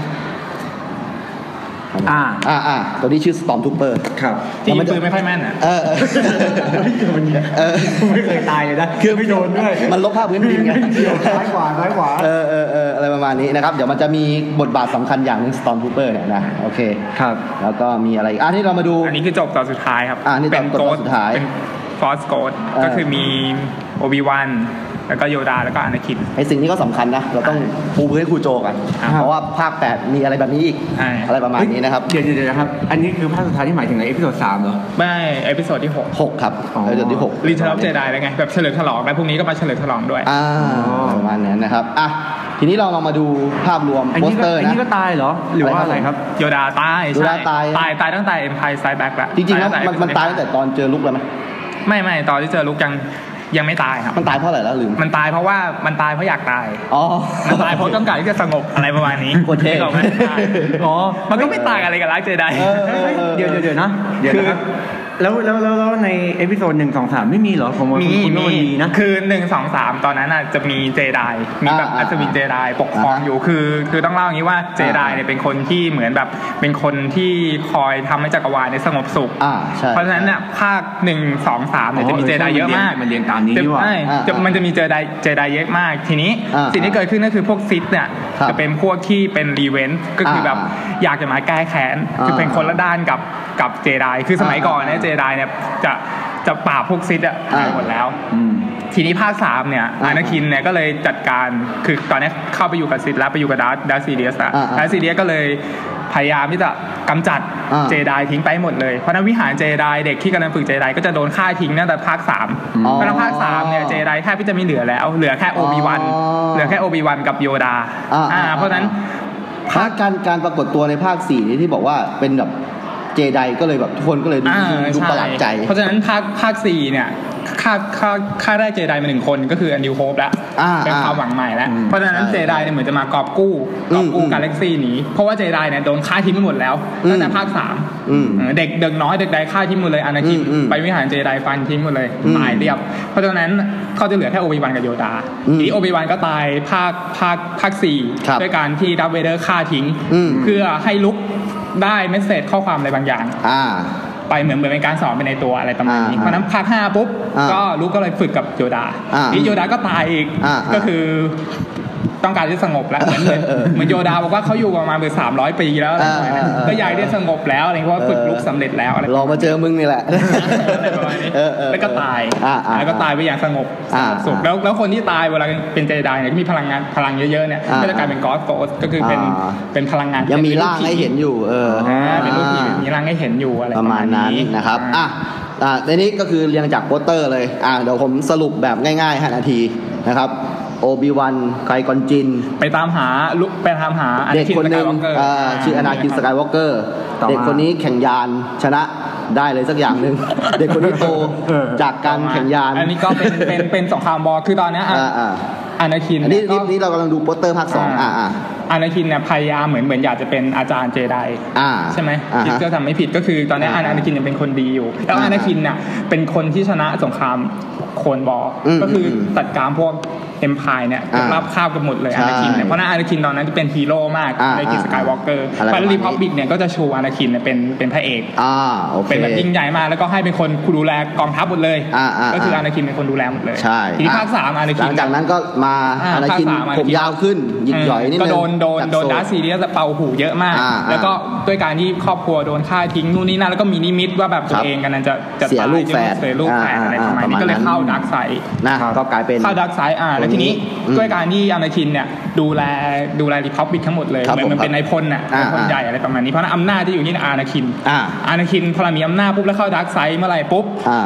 อ่า
อ่าอ่าตัวนี้ชื่อ Stormtrooper
ครับ
ที่ยิงปืนไม่ค่อยแม่นอ่ะ
เอ อเออ เออ
ไม่เคยตายเลยนะคือไม่โดนด้วย
มันลบภาพพื้นดิน ไง
เกี่ยวซ้ายขวาซ้ายขวา
เออเออเอออะไรประมาณนี้นะครับ เดี๋ยวมันจะมีบทบาทสำคัญอย่างหนึง Stormtrooper เนี่ยนะ โอเค
ครับ
แล้วก็มีอะไรอีกอ่ะนี่เรามาดู
อันนี้คือจบตอนสุดท้ายครับ
อ่ะนี่
เป็น
จบตอนสุดท้าย
เป็นฟอสโกด
เออ
ก็คือมีโอบิวันแล้วก็โยดาแล้วก็อานาคิน
ไอสิ่งนี้ก็สำคัญนะ เราต้องปูพื้นให้ครูโจกัน
อ่ะ
เพราะว่าภาค 8 มีอะไรแบบนี้อีก
ใช่
อะไรประมาณนี้นะครับ
เดี๋ยวเดี๋ยวเดี๋ยวนะครับ อันนี้คือภาคสุดท้ายที่หมายถึงในเอพิโซดสามเหรอ
ไม่เอพิโซดที่6
หกครับ
อ๋อ
เดือนที่หก
รีเทอร์นออฟเจไดแล้วไง แบบเฉลิมฉลองแล้วพรุ่งนี้ก็มาเฉลิมฉลองด้วย
อ่าประมาณนั้นนะครับ อ่ะ ทีนี้เราลองมาดูภาพรวม
อัน
โป
นี้
ส
ก็
เตอร์
อัน
นะ
นี้ก็ตายเหรอ หรือว่าอะไรครับ
โยดาตาย
โย
ใช่
ดาตาย
ตายตายตั้งแต่เอ็มพายไซแบ็กแล้ว
จริงๆแล้ว
ตั้งแต่
มันมันตายตั้งแต่ตอนเจอลุกแล้วไหม
ไม่ไม่ตอนที่เจอลุกยัง ยังไม่ตายครับ
มันตายเพราะอะไรแล้วลืม
มันตายเพราะว่ามันตายเพราะอยากตาย
อ๋อ
มันตายเพราะต้องการที่จะสงบอะไรประมาณนี้
โคตรเท่
นึกออกไหมใช่อ๋อ มันก็ไม่ต่างอะไรกับรักเจได
เออออ
เดี๋ยวเดี๋ยวเดี๋ยวนะ
เดี๋ยว
คือ
นะครับ
แล้วแล้วแล้วแล้วในเอพิโซดหนึ่งสองสามไม่มีเหรอผมว่า
มี
คุณว่ามันมีนะ
คือหนึ่งสองสามตอนนั้นน่ะจะมีเจไดมีแบบ
อ่า
อัศวินเจไดปกครอง
อ่าฮะ
อยู่คือ คือต้องเล่าอย่างนี้ว่าเจไดเนี่ยเป็นคนที่เหมือนแบบเป็นคนที่คอยทำให้จักรวาลเนี่ยสงบสุข
่าใช่
เพราะฉะนั้นเนี่ยภาคหนึ่งสองสามเนี่ย
อ๋อ
จะมีเจไดเยอะมาก
มันเรียงตามนี้
จะ
นี่หว่า
ใช่
อ่า
จะมันจะมีเจไดเจไดเยอะมาก ทีนี้
อ่า
สิ่งที่เกิดขึ้นก็คือพวกซิดเนี่ย
ครับ
จะเป็นพวกที่เป็นรีเวนต์ก็คือแบบ
อ่า
อยากจะมาแก้แค้น
อ่า
คือเป็นคนละด้านกับกับเจไดคือสมัยก่อนเนี่ย
อ่า
เจไดเนี่ยจะจะปราบพวกซิดอะ
อ่า
หายหมดแล้ว
อืม
ทีนี้ภาคสามเนี่ย
อ่า
อานาคินเนี่ยก็เลยจัดการคือตอนนี้เข้าไปอยู่กับซิดแล้วไปอยู่กับดาร์ธดาร์ธซีเดียสอะ
อ่าอ่า
ดาร์ธซีเดียสก็เลยพยายามที่จะกำจัด
อ่า
เจไดทิ้งไปให้หมดเลยเพราะฉะนั้นวิหารเจไดเด็กที่กำลังฝึกเจไดก็จะโดนฆ่าทิ้งตั้งแต่ภาคสาม
อืม
เพราะฉะนั้นภาคสามเนี่ยเจไดแทบที่จะไม่เหลือแล้ว เหลือแค่โอบิวัน
อ๋อ
เหลือแค่โอบิวันกับโยดา
อ่า
อ่า
อ่า
เพราะฉะนั้น
ภาคการการปรากฏตัวในภาคสี่นี้ที่บอกว่าเป็นแบบเจไดก็เลยแบบทุกคนก็เลยดู
อ่า
ดู
ใช่
ประหลาดใจ
เพราะฉะนั้นภาคภาคสี่เนี่ยค่าค่าค่าได้เจไดมาหนึ่งคนก็คืออันดิวโฮปแล้ว
อ่า
เป็นความหวังฝั่ง
อ่า
ใหม่แล้ว
อืม
เพราะฉะนั้น
ใช่
เจไดเนี่ยเหมือนจะมากอบกู้กอบกู้
อืม
กาแล็กซี่นี้ เพราะว่าเจไดเนี่ยโดนฆ่าทิ้งไปหมดแล้วตั้งแต่
อืม
ภาคสาม
อืม
เออเด็กเด็กน้อยเด็กใดฆ่าทิ้งหมดเลยอนาคิน
อืมอืม
ไปวิหารเจไดฟันทิ้งหมดเลย
อืม
ตายเรียบ เพราะฉะนั้นเขาจะเหลือแค่โอบิวันกับโยดา
อืม
ทีนี้โอบิวันก็ตายภาคภาคภาคสี่
ครับ
ด้วยการที่ดับเวเดอร์ฆ่าทิ้ง
อืม
เพื่อให้ลุกได้เมสเซจข้อความอะไรบางอย่าง
อ่า
ไปเหมือนเหมือนเป็นการสอนไปในตัวอะไรประมาณนี้
อ่า
เพราะฉะนั้นภาคห้าปุ๊บ
อ่า
ก็ลูกก็เลยฝึกกับโยดา
อ่า
ทีโยดาก็ตายอีก
อ่า
ก็คือต้องการที่สงบแล้ว เหมือนเหมือน
เออ
เหมือนโยดาบอกว่าเขาอยู่ประมาณเบอร์สามร้อยปีแล้วอะไรประมาณนั้น
อ่าอ่าอ่า
ก็อยากได้สงบแล้วอะไรเพราะว่าฝึกลุกสำเร็จแล้วอะไร
รอมาเจอมึงนี่แหละ
อะไรประมาณนี้
เออเออ
แล้วก็ตาย
อ่าอ่า
แล้วก็ตายไปอย่างสงบส
อ่าง
บสุข
อ่า
แล้วแล้วคนที่ตายเวลาเป็นเจไดเนี่ยที่มีพลังงานพลังเยอะๆเนี่ย
อ่า
ก็จะกลายเป็นกอสโกสก็คือเป็น
อ่า
เป็นพลังงาน
ยังมีร่างให้เห็นอยู่ เออ
อ่าเป็นลูกผี
อ่า
มีร่างให้เห็นอยู่อะไร
ประมาณนั้นนะครับ
อ่า
อ่ะ อ่าในนี้ก็คือเรียงจากโปสเตอร์เลย อ่าเดี๋ยวผมสรุปแบบง่ายๆ 5 นาทีนะครับ โอบิวันไกกอนจิน
ไปตามหาลุกไปตามหา
เด็กคนหนึ่ง
อ Sky Walker
เอ่อชื่ออนาคินสกายวอล์กเกอร์
ต่อมา
เด็กคนนี้แข่งยานชนะได้เลยสักอย่างหนึ่ง เด็กคนนี้โต
เออ
จากการแข่งยาน
อันนี้ก็เป็นเป็นเป็นสงครามบอลคือตอนเนี้ยอ่ะ
อ่าอ่า
อานาคิน
อันนี้
ก็
นี่นี่เรากำลังดูโปสเตอร์ภาคสองอ่าอ่า
อานาคินเนี่ยพยายามเหมือนเหมือนอยากจะเป็นอาจารย์เจได
อ่า
ใช่ไหม
อ่า
คิด
ฮะ
ก็ทำไม่ผิดก็คือตอนเนี้ยอา
อ่า
นาคินยังเป็นคนดีอยู่ แล้ว
อ่า
อานาคินน่ะเป็นคนที่ชนะสงครามโคนบอล
อืม
ก็คืออ
ม
จัดการพวกเอ็มพายเนี่ย
อ่า
ราบคาบกันหมดเลย
ใช่
อานาคินเนี่ยเพราะนั้นอานาคินตอนนั้นจะเป็นฮีโร่มาก
อ่า
ในกิจสกายวอล์กเกอร์
อะไรประ
ฟั
มาณ
น
นี้
รีพับบิกเนี่ยก็จะชูอานาคินเนี่ยเป็นเป็นพระเอก
อ่าโอเค
เป็นแบบยิ่งใหญ่มากแล้วก็ให้เป็นคนดูแลกองทัพหมดเลย
อ่าอ่า
ก็คืออา อานาคินเป็นคนดูแลหมดเลย
ใช่
ทีนี้ภาคสามอานา
ห
คิ
ลั
น
งจากนั้นก็มา
อ่า
อานาคิน
ภาคสามอานาคิน
ผมยาวขึ้นหยิกหย่อยนิดนึง
ก็โดนโดน
จาก
โดน
โซ
ดาร์ธซีเรียสเป่าหูเยอะมาก
อ่าอ่า
แล้วก็ด้วยการที่ครอบครัวโดนฆ่าทิ้งนู่นนี่นั่นแล้วก็มีนิมิตว่าแบบตั
ครั
ว
บ
เองกันนั้นจะจะ
เสีย
ตา
ลูกแฝด
เสียลูกแฝด
อ่า
อะไร
อ่า
ประมาณนี้
ประมาณ
ก็เลย
นั้น
เข้าดาร์กไซด์
นะก็กลายเป็น
เข้าดาร์กไซด์อ่า แล้วทีนี้
อืม
ด้วยการที่อานาคินเนี่ยดูแลดูแลรีพับบิกทั้งหมดเลย
ครับ
เหมือน
ผม
มันเป็นนายพลน่ะ
อ่าน
ายพล
อ่า
ใหญ่อะไรประมาณนี้เพราะฉะนั้นอำนาจที่อยู่ที่อานาคิน
อ่า
อานาคินพอมีอำนาจปุ๊บแล้วเข้าดาร์กไซด์เมื่อไหร่ปุ๊บ
อ่า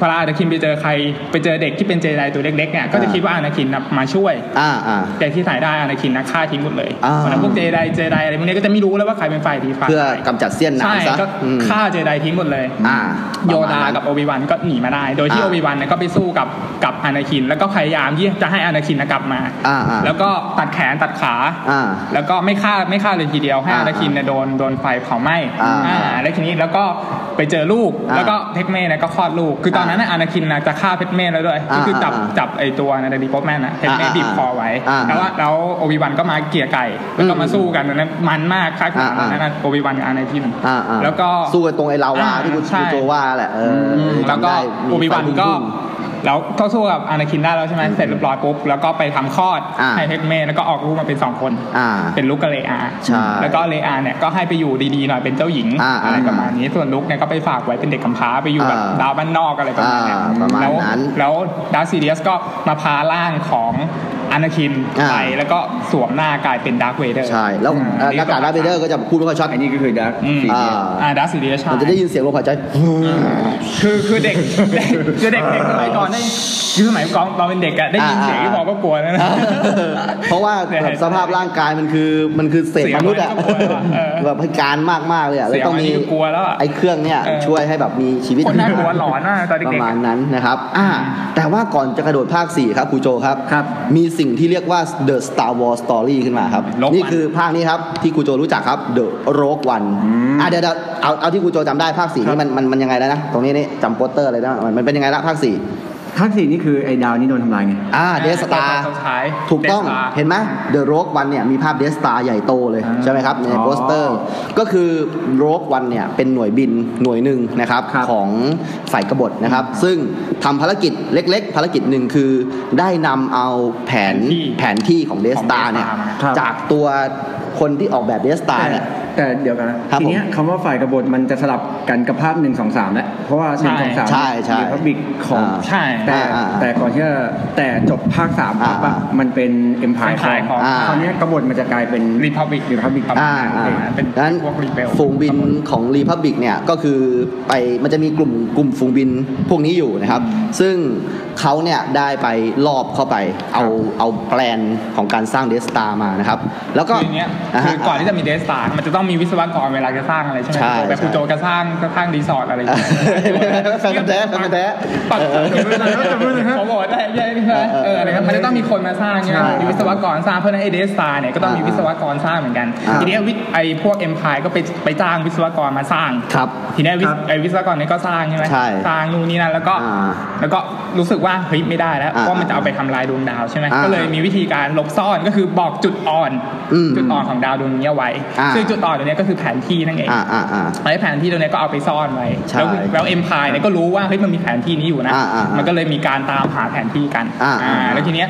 พออานาคินไปเจอใครไปเจอเด็กที่เป็นเจไดตัวเล็กๆเนี่ยก็จะ
อ่า
คิดว่าอานาคินน่ะมาช่วย
อ่าอ่า
แต่ที่ถ่ายได้อานาคินนะฆ่าทิ้งหมดเลย
อ่า
เพราะฉะนั้นพวกเจไดเจไดอะไรพวกเนี้ยก็จะไม่รู้แล้วว่าใครเป็นฝ่ายดีฝ่าย
เพื่อ
ร้าย
กำจัดเสี้ยนหนาม
ใช่
ซะ
ก็
อืม
ฆ่าเจไดทิ้งหมดเลย
อ่า
โย
ป
ดา
ระมณนั้น
กับโอบิวันก็หนีมาได้ โดยที่
อ่า
โอบิวันเนี่ยก็ไปสู้กับกับอานาคิน แล้วก็พยายามที่จะให้อานาคินนะกลับมา
อ่าอ่า
แล้วก็ตัดแขนตัดขา
อ่า
แล้วก็ไม่ฆ่าไม่ฆ่าเลยทีเดียวให้
อ่า
อานาคินเนี่ยโดนโดนไฟเผาไหม้
อ่า
อ่าแล้วทีนี้แล้วก็ไปเจอลูก
อ่า
แล้วก็เทคเมนนะก็คลอดลูก คือตอนนั้นน่ะอานาคินนะจะฆ่าเพชรเมนแล้วด้วย
อ่า
ก็คือจับ
อ่า
จับไอตัวนาดาดีโป๊แมนนะเพชรเมน
อ่าอ่า
บีบคอไว้
อ่า
แล้วว่าแล้วโอบิวันก็มาเกลี่ยไก่แล้วก็มาสู้กันนะมันมากครับ
อ่าอ่า
นั้นนะโอบิวันกับอานาคิน
อ่าอ่า
แล้วก็
สู้กันตรงไอ้ลาวา
อ่า
ที่คุณ
ใช่
คุณโจว่าแหละเอออ
อืมแล้วก็
ได้มี
โอบิวัน
ไฟ
ก็
พุ่ง
แล้วก็สู้กับอานาคินได้แล้วใช่ไหมเสร็จเรียบร้อยปุ๊บแล้วก็ไปทำคลอด
อ่า
ให้เพชรเมนแล้วก็ออกลูกมาเป็นสองคน
ๆอ่า
เป็นลุกกับเลอา
ใช่
แล้วก็เลอาเนี่ยก็ให้ไปอยู่ดีๆหน่อยเป็นเจ้าหญิง
อ่า
ไรประมาณนี้ ส่วนลุกเนี่ยก็ไปฝากไว้เป็นเด็กกำพร้าไปอยู่แบบ
อ่า
ดาวบ้านนอกอะไรประมาณเนี้ย
อ่าประมาณ
แล้ว
นั้น
แล้วดาร์ธซีเรียสก็มาพาร่างของ อานาคิน
อ่า
ไปแล้วก็สวมหน้ากลายเป็นดาร์คเวเดอร์
ใช่ แล้ว
อืม
เอ่อหน้ากากดาร์ธเวเดอร์ก็จะพูดไม่ค่อยชัด
อันนี้ก็คือดัก
อืม
สี
อ่า
เดียว
อ่าดาร์คซีเรียสใช่
มันจะได้ยินเสียงลมหายใจ
คือคือเด็กเด็กคือเด็กเด็กสมัยก่อนได้คือสมัยก่อนตอนเป็นเด็กอะได้ยินเสียงที่บอกก็กลัวแล้วนะ
เพราะว่าแบบสภาพร่างกายมันคือมันคือเศษมนุษย์อะ
เสียงมนุษย์อะเออ
แบบพิการมากมากๆเลยอะ
เสียง
ต้องมี
มนุษย์ก็กลัวแล้วอะ
ไอ้เครื่องเนี่ย
เออ
ช่วยให้แบบมีชีวิต
คนน่ากลัวหลอนมากตอน
ป
เด็ก
ระมาณ
ๆ
นั้นนะครับอ่าแต่ว่าก่อนจะกระโดดภาค 4 ครับครูโจครับ
ครับ
มีสิ่งที่เรียกว่า The Star Wars Story ขึ้นมาครับ
โลกวัน
นี่คือภาคนี้ครับ ที่ครูโจรู้จักครับ The Rogue One อ่ะเดี๋ยวเดี๋ยวเอาเอาที่ครูโจจำได้ภาค4นี่มันมันมันยังไงแล้วนะ ตรงนี้นี่จำโปสเตอร์อะไรนะมันมันเป็นยังไงละภาค 4
ภาคสี่นี่คือไอ้ดาวนี่โดนทำลายไง
อ่า Death
ตา
Star
สุดท้าย
ถูกต้อง
Death Star
เห็นไหมเดอะโรกวันเนี่ยมีภาพเดสตาใหญ่โตเลยใช่ไหมครับใน
อ๋อ
โปสเตอร์ ก็คือโรกวันเนี่ยเป็นหน่วยบินหน่วยหนึ่งนะครับ
ครับ
ของฝ่ายกบฏนะครับ ซึ่งทำภารกิจเล็กๆ ภารกิจหนึ่งคือได้นำเอาแผน
แผนที่
แผนที่ของเดสตา
ของ Death Star
เนี่ย
มา
ครับ
จากตัวคนที่ออกแบบเดสตา
แต่
เนี่ย
แต่เดี๋ยวกันนะครับทีเนี้ยคำว่าฝ่ายกบฏมันจะสลับกันกับภาพหนึ่งสองสามแล้วเพราะว่าห
ใช่
นึ่งสองสาม
ใช่ใช่
มีพับบิกของ
อ่า
ใช่
แต่
อ่าอ่า
แต่ก่อนที่จะแต่จบภาคสาม
อ่า
ปั๊บอะมันเป็นเอ็มพาย
Empire
ของ
อ่า
คราวเนี้ยกบฏมันจะกลายเป็น
รีพับบิก
Republic
อ่าอ่า
เป็น
ดังนั้น
พวกรีเบล
ฝูงบินของรีพับบิกเนี่ยก็คือไปมันจะมีกลุ่มกลุ่มฝูงบินพวกนี้อยู่นะครับ ซึ่งเขาเนี่ยได้ไปลอบเข้าไปเอาเอาแปลนของการสร้างเดสตามานะครับ แล้วก็
คืออย่างเงี้ยคื
ฮะ
อก่อนที่จะมีเดสตาร์มันจะต้องมีวิศวกรเวลาจะสร้างอะไรใช่ไหม
ใช่
แบบคุณโจจะสร้างจะสร้างรีสอร์ทอะไรอย่างเงี้ย
แฟนกันแท้แฟนกันแท้
ปักปักขอบอกได้ใช่ไหมเอออะไรครับมันจะต้องมีคนมาสร้างใช่ไหม
ใช่
มีวิศวกรสร้างเพราะฉะนั้นไอเดสตาร์เนี่ยก็ต้องมีวิศวกรสร้างเหมือนกัน
อ่า
ทีเนี้ยวิไอพวกเอ็มพายก็ไปไปจ้างวิศวกรมาสร้าง
ครับ
ทีเนี้ยวิศ
ครับ
ไอวิศวกรเนี่ยก็สร้างใช่ไหม
ใช่
สร้างนู่นนี่นั่นแล้วก็
อ่า
แล้วก็รู้สึกว่าเฮ้ยไม่ได้แล้ว
อ่า
เพราะมันจะเอาไปทำลายดวงดาวใช่ไหม
อ่า
ก็เลยมีวิธีการหลบซ่อนก็คือบอกจุดอ่อน
อืม
จุดอ่อนของดาวดวงนี้เอาไว้
อ่า
ซึ่งจุด ต่อเดี๋ยวนี้ก็คือแผนที่นั่นเอง
อ่าอ่าอ่า
ไอ้แผนที่ตัวเนี้ยก็เอาไปซ่อนไว้
ใช่
แล้วแล้วเอ็มพายเนี่ยก็รู้ว่าเฮ้ยมันมีแผนที่นี้อยู่นะ
อ่าอ่าอ่ามั
มันก็เลยมีการตามหาแผนที่กัน
อ่าอ่า
อ่าแล้วทีเนี้ย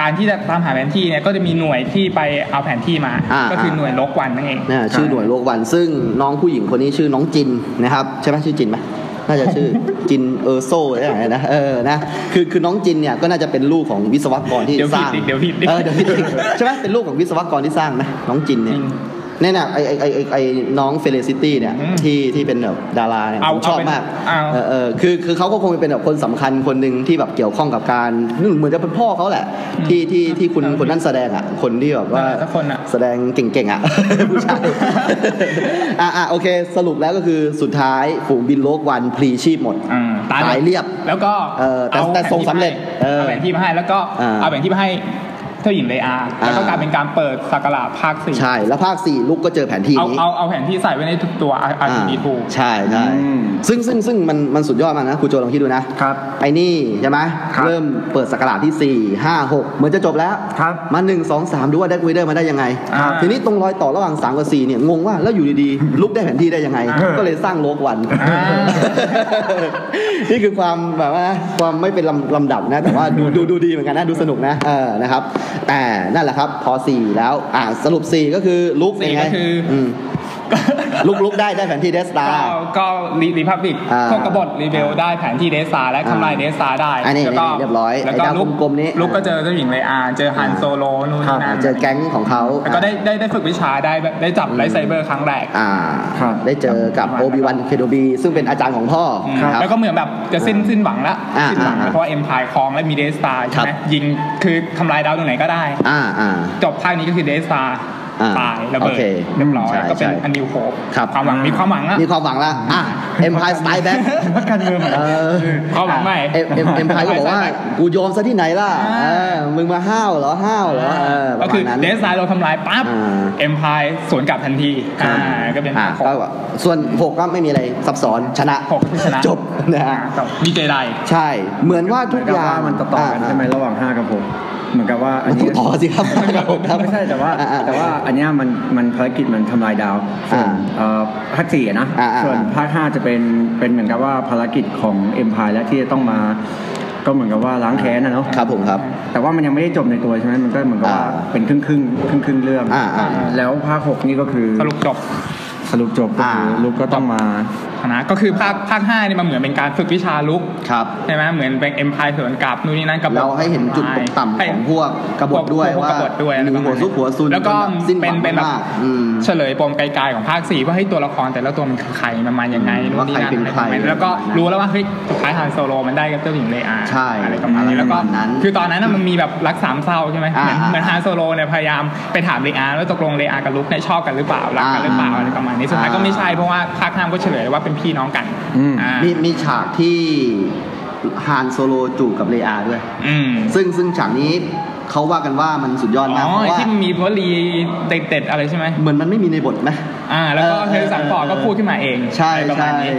การที่จะตามหาแผนที่เนี่ยก็จะมีหน่วยที่ไปเอาแผนที่มา
อ่า
ก็คืออา หน่วยลกวันนั่นเอง
เนี่ยชื่อหน่วยโลกวันซึ่งน้องผู้หญิงคนนี้ชื่อน้องจินนะครับ ใช่ไหมชื่อจินไหมน่าจะ ชื่อ จินเออร์โซ่อะไรอย่างเงี้ยนะเออนะคือคือน้องจินเนี่ยก็น่าจะเป็นลูกของวิศวกรที่
เดี๋ยว
ส
ผิด
ร้าง
อีกเดี๋ยวผิดอีก
เออเดี๋ยวผิดอีกใช่ไหมเป็นลูกของวิศวกรที่สร้างนะน้องจินเนี่ย
จิน
เนี่ยนะไอไอไอไอ้ไอน้องเฟเลซิตี้เนี่ย
อืม
ที่ที่เป็นแบบดาราเนี่ย
เอา
ผมชอ
เอา
บ
เป็น
มาก
เอา
เออเออคือคือเขาก็คงเป็นแบบคนสำคัญคนหนึ่งที่แบบเกี่ยวข้องกับการเหมือนจะเป็นพ่อเขาแหละ
อืม
ที่ที่ที่คุณ
เอา
คนนั้นแสดงอ่ะคนที่แบบว่า
เออสักคนอะ
แสดงเก่งๆอ่ะ ผู้ชาย อ่ะอ่ะโอเค สรุปแล้วก็คือสุดท้ายฝูงบินโลกวันพลีชีพหมด
อ่า
ตายเรียบ
แล้วก็
เออแต่แต่ส่งสำเร็จเออ
เอาแผนที่มาให้แล้วก็
อ่า
เอาแผนที่มาให้เจ้าหญิงเลอาแล้วก็ก
อ่า
ลารเป็นการเปิดสักการะภาคสี่
ใช่ แล้วภาค 4 ลูกก็เจอแผนที่
เอา
นี้
เอาเอาแผนที่ใส่ไว้ในทุกตัวอาร์ดีทู
ใช่ใช่
อืม
ซึ่งซึ่งซึ่งมันมันสุดยอดมากนะครูโจลองคิดดูนะ
ครับ
ไอ้นี่ใช่ไหม
ครับ
เริ่มเปิดสักราชที่ 4 5 6 เหมือนจะจบแล้ว
ครับ
มา 1 2 3 ดูว่าแดกวีเดอร์มาได้ยังไง
อ่า
ทีนี้ตรงรอยต่อระหว่าง 3 กับ 4 เนี่ย งงว่าแล้วอยู่ดีๆ ลุกได้แผนที่ได้ยังไง
อ่า
ก็เลยสร้างโลกวัน
อ่า
นี่คือความแบบว่าความไม่เป็นลำลำดับนะ แต่ว่าดูดูดูดีเหมือนกันนะ ดูสนุกนะเออนะครับ แต่นั่นแหละครับพอ 4 แล้วอ่าสรุป 4 ก็คือลุก
สี่
ยังไง
ก็คืออื
มลุกลุกได้ได้แผนที่เดสตา
ก็ก็รีพับบิก
อ่า
พวกกบฏรีเบลได้แผนที่เดสซาและทำลายเดสซาได้
อันนี้
แล้วก็
นี่เรียบร้อย
แล้วก็
ไอ้ดาว
ลุก
กลมๆนี้
ลุกก็เจอเจ้าหญิงเลอาเจอฮัน
อ่า
โซโลนู่นนี่นั่น
เจอแก๊งของเขา
แล้วก็ได้ได้ได้ฝึกวิชาได้แบบได้จับไลท์ไซเบอร์ครั้งแรก
อ่า
ครับ
ได้เจอกับ
ครับ
โอบิวันเคโดบีซึ่งเป็นอาจารย์ของพ่อ
อืม
ครับ
แล้วก็เหมือนแบบจะสิ้นสิ้นหวังละ
อ่า
สิ้นหวัง
อ่า
ละเพราะว่าเอ็มพายครองและมีเดสซาใช่ไหม
ครับ
ยิงคือทำลายดาวตรงไหนก็ได้
อ่าอ่า
จบภาคนี้ก็คือเดสซา
อ่า
ตายระเบิ
โอ
ด
เค
เรียบร้อย
ใช่
ก็เป็น
ใช่
อันนิวโค
ครับ
ความหวังมีความหวังละ
มีความหวังละอ่ะเอ็มพายสไตล์แบ็ค
พักการเมือง
เออ
ความหวังใหม่
เอ็มเอ็มเอ็มพายก็บอกว่า กูยอมซะที่ไหนล่ะ
อ่า
เออมึงมาห้าวเหรอห้าวเหรอเออป
ก็
ระมา
คือ
ณนั้น
เดสไซน์เราทำลายปั๊บ
อ่า
เอ็มพายสวนกลับทันทีอ่าก็เป็น
อ่า
ของ
ก็แบบส่วนหกก็ไม่มีอะไรซับซ้อนชนะ
หกที่ชนะ
จบนะฮะ
จบมีเจได
ใช่เหมือนว่า
เห
ทุ
มื
ก
น
อ
กับ
ย่าง
ว่ามันต่อๆกันใช่ไหมระหว่างห้ากับหกเหมือนกับว่าอั
มันนต้
นี้
องต่อสิครับครับ
ไม่ใช่แต่ ว่า
อ่
แต่ว่าอันเนี้ยมันมันภารกิจมันทำลายดาวส่วน
อ่า
เอ่อภาคสี่อะนะ
อ่าอ่า
ส่วน
อ่า
ภาคห้าจะเป็นเป็นเหมือนกับว่าภารกิจของเอ็มพายและที่จะต้องมา ก็เหมือนกับว่าล้างแค้นนะเนาะ
ครับผมครับ
แต่ว่ามันยังไม่ได้จบในตัวใช่ไหมมันก็เหมือนกับว่า
อ่า
เป็นครึ่งครึ่งครึ่งครึ่งๆเรื่อง
อ่าอ่า
แล้วภาคหกนี่ก็คือ
สรุปจบ
สรุปจบก็คืออา ลูกก็ต้องมา
คณะก็คือภาคภาคห้าเนี่ยมันเหมือนเป็นการฝึกวิชาลุก
ครับ
ใช่ไหมเหมือนเป็นเอ็มพายส่วนกลับนู่นนี่นั่นกับ
เราให้เห็นจุดตกต่ำของพวกกบฏด้วย
พก
ว่าก
บฏด้วยอะไร
มี
ประมาณ
หัวซุกหัวซุน
แล้วก็
จแบบสิ้นห
เป็
วัน ง
เป็นแบบ
มากๆอืม
เฉลยปมไกลๆของภาคสี่ว่าเฮ้ยตัวละครแต่ละตัวมันคือใครมันมายังไงนู่นนี่นั่น
ว่าใครเป็น
อะไร
ใคร
ประมาณนั้นแล้วก็รู้แล้วว่าเฮ้ยสุดท้ายฮันโซโลมันได้กับเจ้าหญิงเลอา
ใช่
อะไรประมาณนี้แล้วก็
ประมาณนั้น
คือตอนนั้นน่ะมันมีแบบรักสามเศร้าใช่ไหม
อ่า
เหมือนฮันโซโลเนี่ยพยายามไปถามเลอาว่าตกลงเลอากับลุกเนี่ยชอบกันหรือเปล่ารักกันหรือเปล่า
อ่า
อะไรประมาณนี้สุดท้ายก็ไม่ใช่เพราะว่าภาคห้ามก็เฉลยว่าเป็นพี่น้องกัน
อืม
อ่า
ีมีฉากที่ฮานโซโลจูบกับเลอาด้วย
อืม
ซึ่งซึ่งฉากนี้เขาว่ากันว่ามันสุดยอดมาก
อ๋อ
เพราะว่า
ที่มันมีวลีเต็ดๆอะไรใช่ไหม
เหมือนมันไม่มีในบทไหม
อ่า แล้วก็
เออ
เฮ
เอ
ล
อ
สันฟอร์ด
เออ
ก็พูดขึ้นมาเอง
ใช่
อะไรประมาณ
ใช่
นี้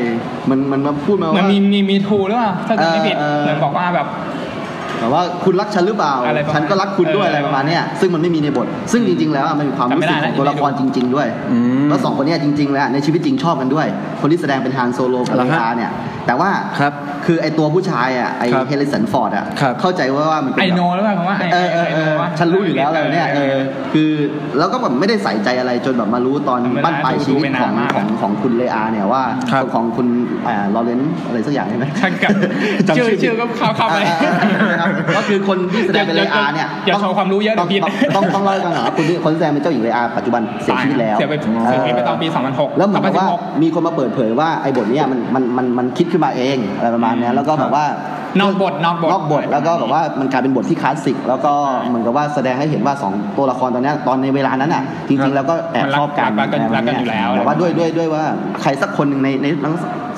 มันมันมาพูดมา
มัน
ว่า
มีมีมีทูหรือเปล่าถ้าจำไม่ผิด
เออเออ
เหมือนบอกว่าแบบ
แต่ว่าคุณรักฉันหรือเปล่า
อะไรประมาณ
ฉันก็รักคุณด้วยอะไรประมาณเนี้ยซึ่งมันไม่มีในบท ซึ่งจริง ๆ แล้วอะมันมีความรู้
จำ
สึก
ไม่ได้
ข
นะ
องตัวละครจริง ๆ ด้วย
อืม
แล้วสองคนเนี้ยจริง ๆ แล้วในชีวิตจริงชอบกันด้วย คนที่แสดงเป็นฮานโซโลกับ
เหร
เล
อฮะ
อาเนี่ย แต่ว่า
ครับ
คือไอตัวผู้ชายอ่ะไอ
ครับ
เฮเลสันฟอร์ดอ่ะ
ครับ
เข้าใจว่าว่ามันเป็น
ไอ
แบบ
โนหรือเปล่าผมว่าไอ
เออเออ
ไอ
เอ
โน
อ
วะ
ฉันรู้อยู่แล้วอะไรเนี่ยเออคือแล้วก็แบบไม่ได้ใส่ใจอะไรจนแบบมารู้ตอนบ้านปลายชีวิตของของของคุณเลอาเนี่ยว่า
ครับ
ของคุณอ่าลอเรนซ์อะไรสักอย่างใช่ไหม
ช่างกับ
จำชื่
ชื่อ
อ
ชื่อก็เข้าเข้าไป
อ่าอ่าอ่าครับก็คือคนที่แสดงเป็นเลอาเนี่ย
อย่าโชว์ความรู้เยอะเดี๋
ต้
ย
อ
ว
ง
ผิด
ต้องต้องเล่าให้ฟังหน่อยว่าคนที่คนแสดงเป็นเจ้าหญิงเลอาปัจจุบันเสียชีวิตแล้ว
เสียไปเสียชีวิตไปตอนปี 2006
แล้วเหมือนกับว่า
2016
มีคนมาเปิดเผยว่าไอ้บทเนี้ยมันมันมันมันคิดขึ้นมาเองอะไรประมาณเนี้ยแล้วก็แบบว่าน น
อกบทนอกบท
นอกบทแล้วก็แบบว่ามันกลายเป็นบทที่คลาสสิก แล้วก็เหมือนกับว่าแสดงให้เห็นว่าสองตัวละครตอนเนี้ยตอนในเวลานั้นอ่ะจริงๆแล้วก็แอบชอบกัน
มันรักกัน
อะไรประมาณ
รักกัน
เย
อยู่แล้ว
แต่ว่าด้วยด้วยด้วยว่าใครสักคนหนึ่งในในทั้ง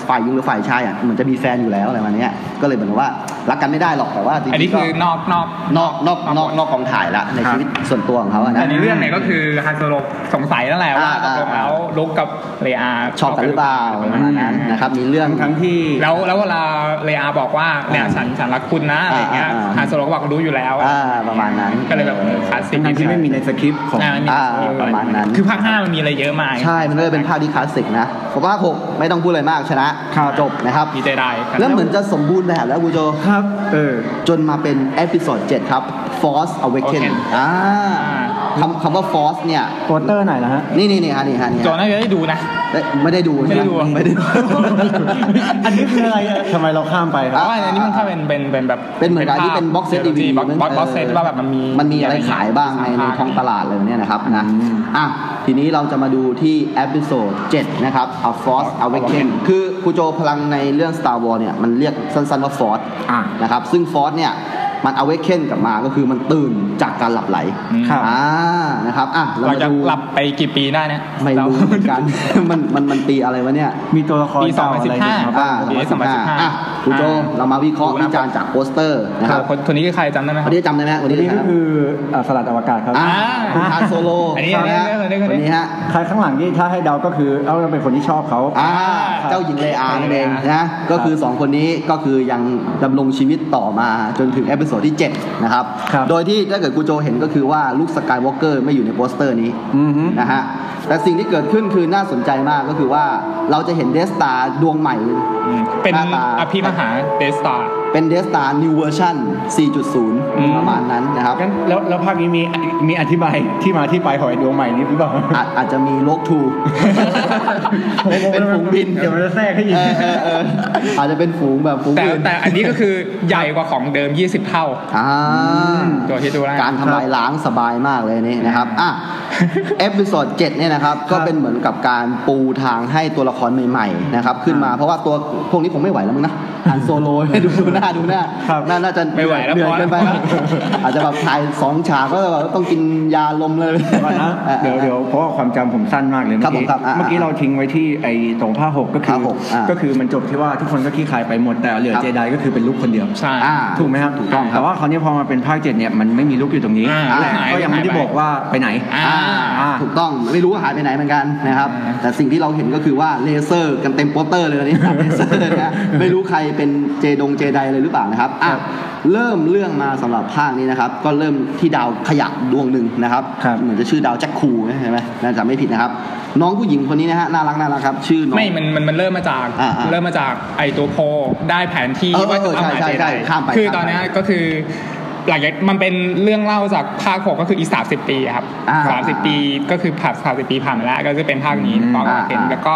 ฝ่ายหญิงหรือฝ่ายชายอ่ะเหมือนจะมีแฟนอยู่แล้วอะไรประมาณเนี้ยก็เลยเหมือนกับว่ารักกันไม่ได้หรอกแต่ว่าจริงๆ
อันนี้คือนอกนอก
นอกนอกนอกนอกกองถ่ายละใน
ครับ
ชีวิตส่วนตัวของเขาอะนะ
แต่ในเรื่องเนี่ยก็คือฮันโซโลสงสัยนั่นแหละว่าต
อ่า
กลงแล้วลุกกับเลอา
ชอบกันหรือเปล่า
ป
ประ ระ
มาณ
มาณ
นั้
นั้น นนะครับมีเรื่อง
ทั้งที่
แล้วแล้วเวลาเลอาบอกว่าเนี่ยฉันฉันรักคุณนะอะไรอย่างเงี้ย
อ่าอ่า
ฮานโซโลก็บอกรู้อยู่แล้ว
อ่าประมาณนั้น
ก็เลยแบบเออคลาสสิก
ทั้งๆที่ไม่มีในสคริปต์ของ
อ่ามันมี
อ่า
เออ
ประมาณนั้น
คือภาคห้ามันมีอะไรเยอะมาก
ใช่ มันก็เลยเป็นภาพที่คลาสสิกนะผมว่าหกไม่ต้องพูดอะไรมากชนะครับ จบนะครับ
มีเจได
แล้วเหมือนจะสมบูรณ์แบบแล้วกูโจ
ครับ เออ
จนมาเป็นเอพิ o d ด7ครับ Force Awaken อ่าคำคำว่า Force เนี่ย
โปสเตอร์ไหนนะฮะ
นี่นี่นี่ฮะนี่ฮะนี่
โจ
ฮะ
น่าจะได้ดูนะ
เอ้ยไม่ได้ดู
ไม่ได้ดู
ใช่หไม่ได้ดู
อันนี้คืออะไรอะทำไมเราข้ามไปค
เพ
รับ
ราะว่าอันนี้มันถ้าเป็นเป็นเป็นแบบ
เป็นเหมือนกับที่เป็นบ็อกเซตดีวี
บ็อกบ็อกเซตว่าแบบมันมี
มันมีอะไรขายบ้างในในท้องตลาดเลยเนี่ยนะครับนะอ่ะทีนี้เราจะมาดูที่เอพิโซด7นะครับ A Force Awaken คือครูโจพลังในเรื่อง Star Wars เนี่ยมันเรียกสั้นๆว่า Force
อ่ะ
นะครับซึ่ง Force เนี่ยมัน Awaken กลับมาก็คือมันตื่นจากการหลับไหล
ครับ
อ่านะครับอ่ะเรา
เรา
มา
จะ
ดู
หลับไปกี่ปีได้เนี่ย
ไม่รู้เหมือนกัน มันมันมันตีอะไรวะเนี่ย
มีตัวละคร
ปีสอง
เก่า
พันสิ
อะไร
บ
อ
ห้า
ยู่มาบ้าง
ปี
อ่า
สองพันสิบห้า
อ่ะครูโจเรามาวิเคราะห์วิจารณ์จากโปสเตอร์นะ
ค
ค
รับ
รั
บคนคนนี้คือใครจำได้ไหมครั
วั
บ
นนี้จำได้ไหมวัน
อั
นี้
นนี้
นะครั
ก็
บ
คืออ่าสลัดอวกาศครับ
อ่าคุณฮานโซโล
อันนี้
ใช่ไหมฮะ
อันนี้อันนี้อันนี้
คนนี้ฮะ
ใครข้างหลังที่ถ้าให้เดาก็คือเอาเราเป็นคนที่ชอบเขา
อ่าเจ้าหญิงเลอานั่นเองนะก็คือ 2 คนนี้ก็คือยังดำรงชีวิตต่อมาจนถึงเอพิโซดที่ 7 นะครับ
ครับ
โดยที่ถ้าเกิดกูโจเห็นก็คือว่าลูกสกายวอล์กเกอร์ไม่อยู่ในโปสเตอร์นี้
อือฮึ
นะฮะแต่สิ่งที่เกิดขึ้นคือน่าสนใจมากก็คือว่าเราจะเห็นเดสตาดวงใหม่
อืมเป็น
หน้าตา
อภิมหาเดสตา
เป็นเดสตา New Version
อืม
4.0 ประมาณนั้นนะครับ
งั้นแล้วแล้วภาคนี้มีมีอธิบายที่มาที่ไปของไอ้ดวงใหม่นี้หรือเปล่า
อาจอาจจะมีโลกทู เป็นเป็นฝูงบิน
เดี๋ยวมันจะแทรกให้อีก
เออเออเอออาจจะเป็นฝูงแบบฝูง
แต่
อื่น
แต่อันนี้ก็คือใหญ่กว่าของเดิม 20 เท่า
อ่า
ตัวที่ดูแล้ว
การทำลายล้างสบายมากเลยนี่นะครับ อ่ะ เอพิโซด7เนี่ยนะครับ ก็เป็นเหมือนกับการปูทางให้ตัวละครใหม่ๆนะครับ ขึ้นมาเพราะว่าตัวพวกนี้คงไม่ไหวแล้วมั้งนะอันโซโลดูดูหน้าดูหน้า
ครับ
หน้าน่าจะ
ไม่ไหวแล้ว
เดือด
พอแล้ว
เกิ
น
ไป
พอแล้ว
อาจจะแบบถ่ายสองฉากก็แบบต้องกินยาลมเลย
เดี๋ยวก่อนนะเดี๋ยวเดี๋ยวเพราะว่าความจำผมสั้นมากเลย
ครับ
เมื่
ผ
อกี้
มครับอ่ะ
เมื่อกี้เราทิ้งไว้ที่ไอ้ตรงผ้าหกก็คื
ผ้า
อ
หกอ่ะ
ก็คือมันจบที่ว่าทุกคนก็ขี้ขายไปหมดแต่เหลือ
ครับ
เจไดก็คือเป็นลูกคนเดียว
ใช่
อ่า
ถูกไหมครับ
ถูกต้องครับ
แต่ว่าเขาวเนี่ยพอมาเป็นภาคเจ็ดเนี่ยมันไม่มีลูกอยู่ตรงนี้
อ่า
และ
หายไป
ก็ยังไม่ได้
หายไป
บอกว่าไปไหน
อ่า
อ่า
ถูกต้องไม่รู้ว่าหายไปไหนเหมือนกันนะครับ
อ่า
แต่สิ่งที่เราเห็นก็คือว่าเลเซอร์กันเต็มโปสเตอร์เลยตอนนี้ เลเซอร์นะฮะไม่รู้ใครเป็นเจดงเจไดเลยหรือเปล่านะครับอ่ะเริ่มเรื่องมาสำหรับภาคนี้นะครับ ก็เริ่มที่ดาวขยะดวงหนึ่งนะครับ
ครับ
เหมือนจะชื่อดาวแจ็คคูนะใช่ไหมน่าจะไม่ผิดนะครับ น้องผู้หญิงคนนี้นะฮะน่ารักน่ารักครับ ชื่อน้อง
ไม่มันมันมันเริ่มมาจาก
อ่าอ่า
เริ่มมาจากไอตัวโพลได้แผนที่
เออเออ
ว่าจะ
เออ
ต้องหา
ใช่
เจ
ใช่
ได
ข้ามไป
คือต
ข้ามไป
อนเนี้ยก็คือ หลังจากมันเป็นเรื่องเล่าจากภาคหกก็คืออีสามสิบปีอะครับ
อ่า
สามสิบปีก็คือผ่านสามสิบปีผ่านมาแล้ว ก็จะเป็นภาคนี้
อืม
ตอน
อ่า
เห็น
อ่า
แล้วก็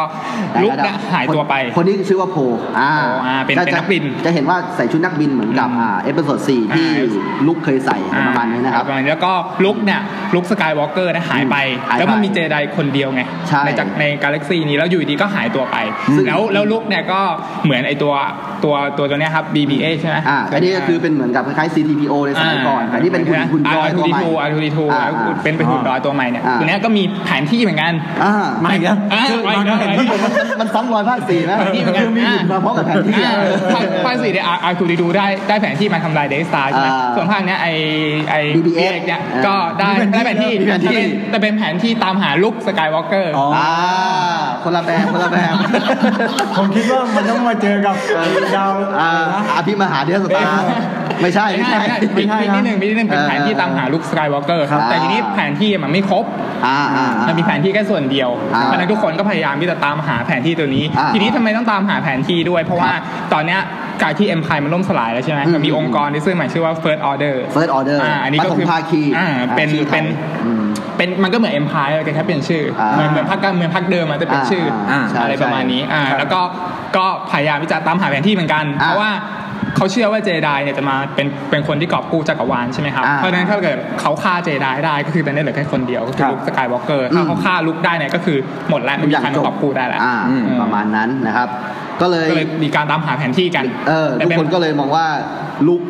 ลุกน่ะหายตัวไป
คนนี้ชื่อว่าโพอ่า
โพอ่าเป็น
จะ
เป็นนักบิน
จะเห็นว่าใส่ชุดนักบินเหมือนกับ
อืม
อ่าเอพิโซดสี่ที่
อ่า
ลุกเคยใส่อะไรประมาณนี้นะครับ
อ่ปมาณแล้วก็ลุกเนี่ยลุกสกายวอล์กเกอร์นะหายไป
หายไป
แล้วมันมีเจไดคนเดียวไง
ใช่
จากในกาแล็กซีนี้แล้วอยู่ดีก็หายตัวไป
ซึ่ง
แล้วแล้วลุกเนี่ยก็เหมือนไอตัวตัวตัวตัวเนี้ยครับ BBA ใช่ไหม
อ่าอันนี้ก็คือเป็นเหมือนกับคล้ายๆ CTPO ในสมัยก่อนแต่นี่เป็นหุ่นหุ่นดอยตัวใหม่
อาร์ทูดีทู
อ่า
เป็นเป็นหุ่นดอยตัวใหม่เนี่ย
อ่า
ตัวเนี้ยก็มีแผนที่เหมือนกัน
อ่า
มาอีกแล้ว
อ่ะ
คือ
มาอีก
ตอน
แล้ว
นั้นเห็นที่ผม
มันมันซ้ำรอยภาคสี่นะ
แผนที่เหมือนกัน
คือมีหุ่นมาพร้อมกับแผนที่อ่ะ
ภาคภาคสี่เนี่ยอาร์ทูดีทูได้ได้แผนที่มาทำลายเดสตาร์ใช่ไหม
อ่า
ส่วนภาคเนี้ยไอไอ
BBX
เนี่ย
อ่า
ก็ได้ได้แผนที่
มีแผนที่
แต่เป็นแต่เป็นแผนที่ตามหาลุกสกายวอล์กเกอร์
อ๋อ
อ่าคนละแบบคนละแบบ
ผมคิดว่ามันต้องมาเจอกับดาว
อ่าอภิมหาเดชสตาร์ไม่ใช่
ไม่
ไม่
ใช่ไม่
ใช่
ใช่นิดนึงนิดนึงเป็นแผนที่ตามหาลุกสกายวอล์กเกอร์
ครับ
แต่ทีนี้แผนที่มันไม่ครบ
อ่าอ่าอ่า
มันมีแผนที่แค่ส่วนเดียว
อ่า
เพราะฉะนั้นทุกคนก็พยายามที่จะตามหาแผนที่ตัวนี้
อ่า
ทีนี้ทำไมต้องตามหาแผนที่ด้วย เพราะว่าตอนเนี้ยการที่เอ็มพายมันล่มสลายแล้วใช่ไหม
อืม
มันมีองค์กรที่ซื้อใหม่ชื่อว่า First Order
First Order
อ่าอันนี้ก็
ปฐม
คือ
ภาคี
อ่าเป็น
ชื่อไทย
เป็น
อืม
เป็นมันก็เหมือนเอ็มพายแต่แค่เปลี่ยนชื่ออาเหมือนเหมือนพรรคการเมืองพรรคเดิมมันจะเป็นชื่ออาอะไร
ใช่
ประมาณนี้อ่า
ใช่
แล้วก็ก็พยายามที่จะตามหาแผนที่เหมือนกัน
อ่า
เพราะว่าเขาเชื่อว่าเจไดเนี่ยจะมาเป็นเป็นคนที่กอบกู้จักรวาลใช่ไหมครับ
อ่า
เพราะฉะนั้นถ้าเกิดเขาฆ่าเจไดได้ก็คือตอนนี้เหลือแค่คนเดียวก็คื
ค
อ
รับ
ลุคสกายวอล์กเกอร์
อืม
ถ้าเขาฆ่าลุคได้เนี่ยก็คือหมดแล้วไม่
ทุก
มี
อย่าง
ใคร
จ
มา
บ
กอบกู้ได้แล้ว
อ่าประมาณนั้นนะครับ ก็เลย
ก็เลยมีการตามหาแผนที่กัน
เออ
แต่
ทุก
เป็น
คนก็เลยมองว่าลุก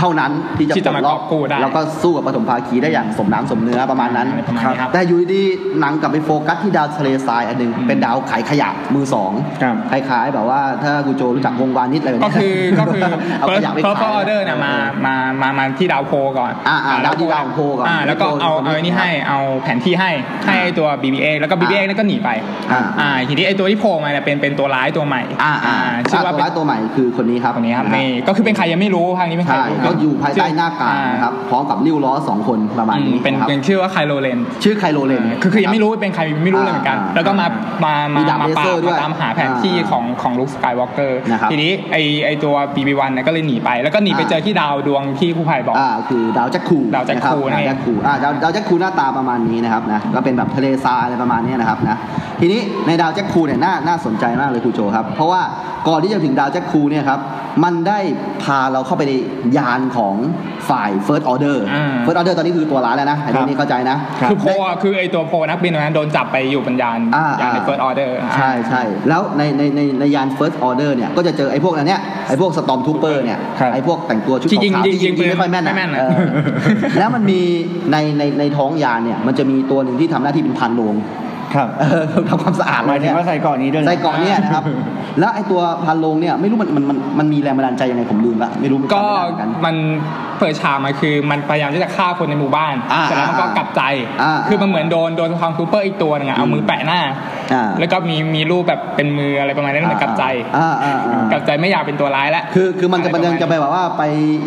เท่านั้นที่จะ
ที่จะมา
ปลดล็อก
กอบกู้ได้
แล้วก็สู้กับปฐมภาคีได้อย่างสมน้ำสมเนื้อประมาณนั้น
อะไรประมาณนี้ครับ
แต่อยู่ดีๆหนังกลับไปโฟกัสที่ดาวทะเลทรายอันหนึ่ง
อืม
เป็นดาวขายขยะมือสอง
ครับ
คล้ายๆแบบว่าถ้ากูโจรู้จักวงวานิชอะไรแบบ
ก็
เนี้ย
คือก็คือ
เอาขยะไป
first
ขาย
first order เนี่ยมามามามาที่ดาวโพก่อน
อ่าอ่า
แล้
ดาวที่ดาวโพก่อน
อ่าแล้วก็
ดาวโพ
เอา
ก่อน
เอาไอ้นี่ให้เอาแผนที่ให้ให้ไอ้ตัว BBA แล้วก็ BBA
อ่า
แล้วก็หนีไป
อ่า
อ่าทีนี้ไอ้ตัวที่โผล่มาเนี่ยเป็นเป็นตัวร้ายตัวใหม่
อ่าอ่า
ชื่อว่า
ตัว
เป็น
ร้ายตัวใหม่คือคนนี้ครับ
คนนี้ครับ
ะ
นี่ก็คือเป็นใครยังไม่รู้ทางนี้เป็นใคร
ใช่
ไม่รู้
ก็อยู่ภายใต้หน้ากากนะครับพร้อมกับนิ้วล้อสองคนประมาณ
อืม
นี้
เป็น
นะครับ
เป็นชื่อว่าไคลโรเลน
ชื่อไคโลเลน
คือคือยังไม่รู้ว่าเป็นใครไม่รู้เลยเหมือนกัน
อ่า
แล้วก็มามามา
ดาบ
มาปรา
เลเซอบ ร์ด้ว
มาย ตามหาแผนที่
อ่า
ของของลุคสกายวอล์กเกอร์
นะครับ
ทีนี้ไอไอตัว BB1 เนี่ยก็เลยหนีไป แล้วก็หนีไป
อ่า
เจอที่ดาวดวงที่ผู้ภัยบอก
อ่าคือดาวแจ็คคู
ดาวแจ็คคู
นะรับดาว
นี่
แจ็คคูอ่าดาวดาวแจ็คคูหน้าตาประมาณนี้นะครับนะก็เป็นแบบทะเลทรายอะไรประมาณเนี้ยนะครับนะทีนี้ในดาวแจ็คคูเนี่ยน่าน่าสนใจมากเลยครูโจครับ เพราะว่าก่อนที่จะถึงดาวแจ็คคูเนี่ยครับมันได้พาเราเข้าไปในยานของฝ่าย First Order
อ่า
First Order ตอนนี้คือตัวร้ายแล้วนะอันนี้เข้าใจนะ
คือโพลอะคือไอตัวโพลนักบินคนนั้นโดนจับไปอยู่บนยาน
อ่าย
านใน
อ่า
เฟิร์สออเดอร์
ใช่ใช่แล้วในในในในยาน First Order เนี่ยก็จะเจอไอ้พวกนั้นเนี่ยไอ้พวกสตอมทูเปอร์เนี่ย
ครับ
ไอ้พวกแต่งตัวชุด
ที่ยิง
ขาวๆ
ยิง
ที่
ยิงปืน
ไม่ค่อยแม่น
ไม่แม่นอะ
เออแล้วมันมีในในในท้องยานเนี่ยมันจะมีตัวหนึ่งที่ทำหน้าที่เป็นพานโรง
ครับ
เออทำความสะอาด
หมายถึ
เนี่
งว่าใส่เก่อนนี้ด้วยนะ
ใส่เกาะเนี่ยนะครับ แล้วไอ้ตัวพานโรงเนี่ยไม่รู้มันมันมันมันมีแรงบันดาลใจยังไงผมลืมละไม่รู้มัน
ก็
จำไม่ได้เหมือนกัน
มันเปิดฉากมาคือมันพยายามที่จะฆ่าคนในหมู่บ้าน
อ่า
เสร็จแล้วมันก็
อ่าก
ลับใจ
อ่า
คือมันเหมือนโดนโดนทองคูเปอร์อีกตัวหนึงอะเอามือแปะหน้า
อ่า
แล้วก็มีมีรูปแบบเป็นมืออะไรประมาณนั้นเหมือนกลับใจ
อ่าอ่าอ่าก
ลับใจไม่อยากเป็นตัวร้ายแล้ว
คือคือมันจะมันยังจะไปแบบว่าไป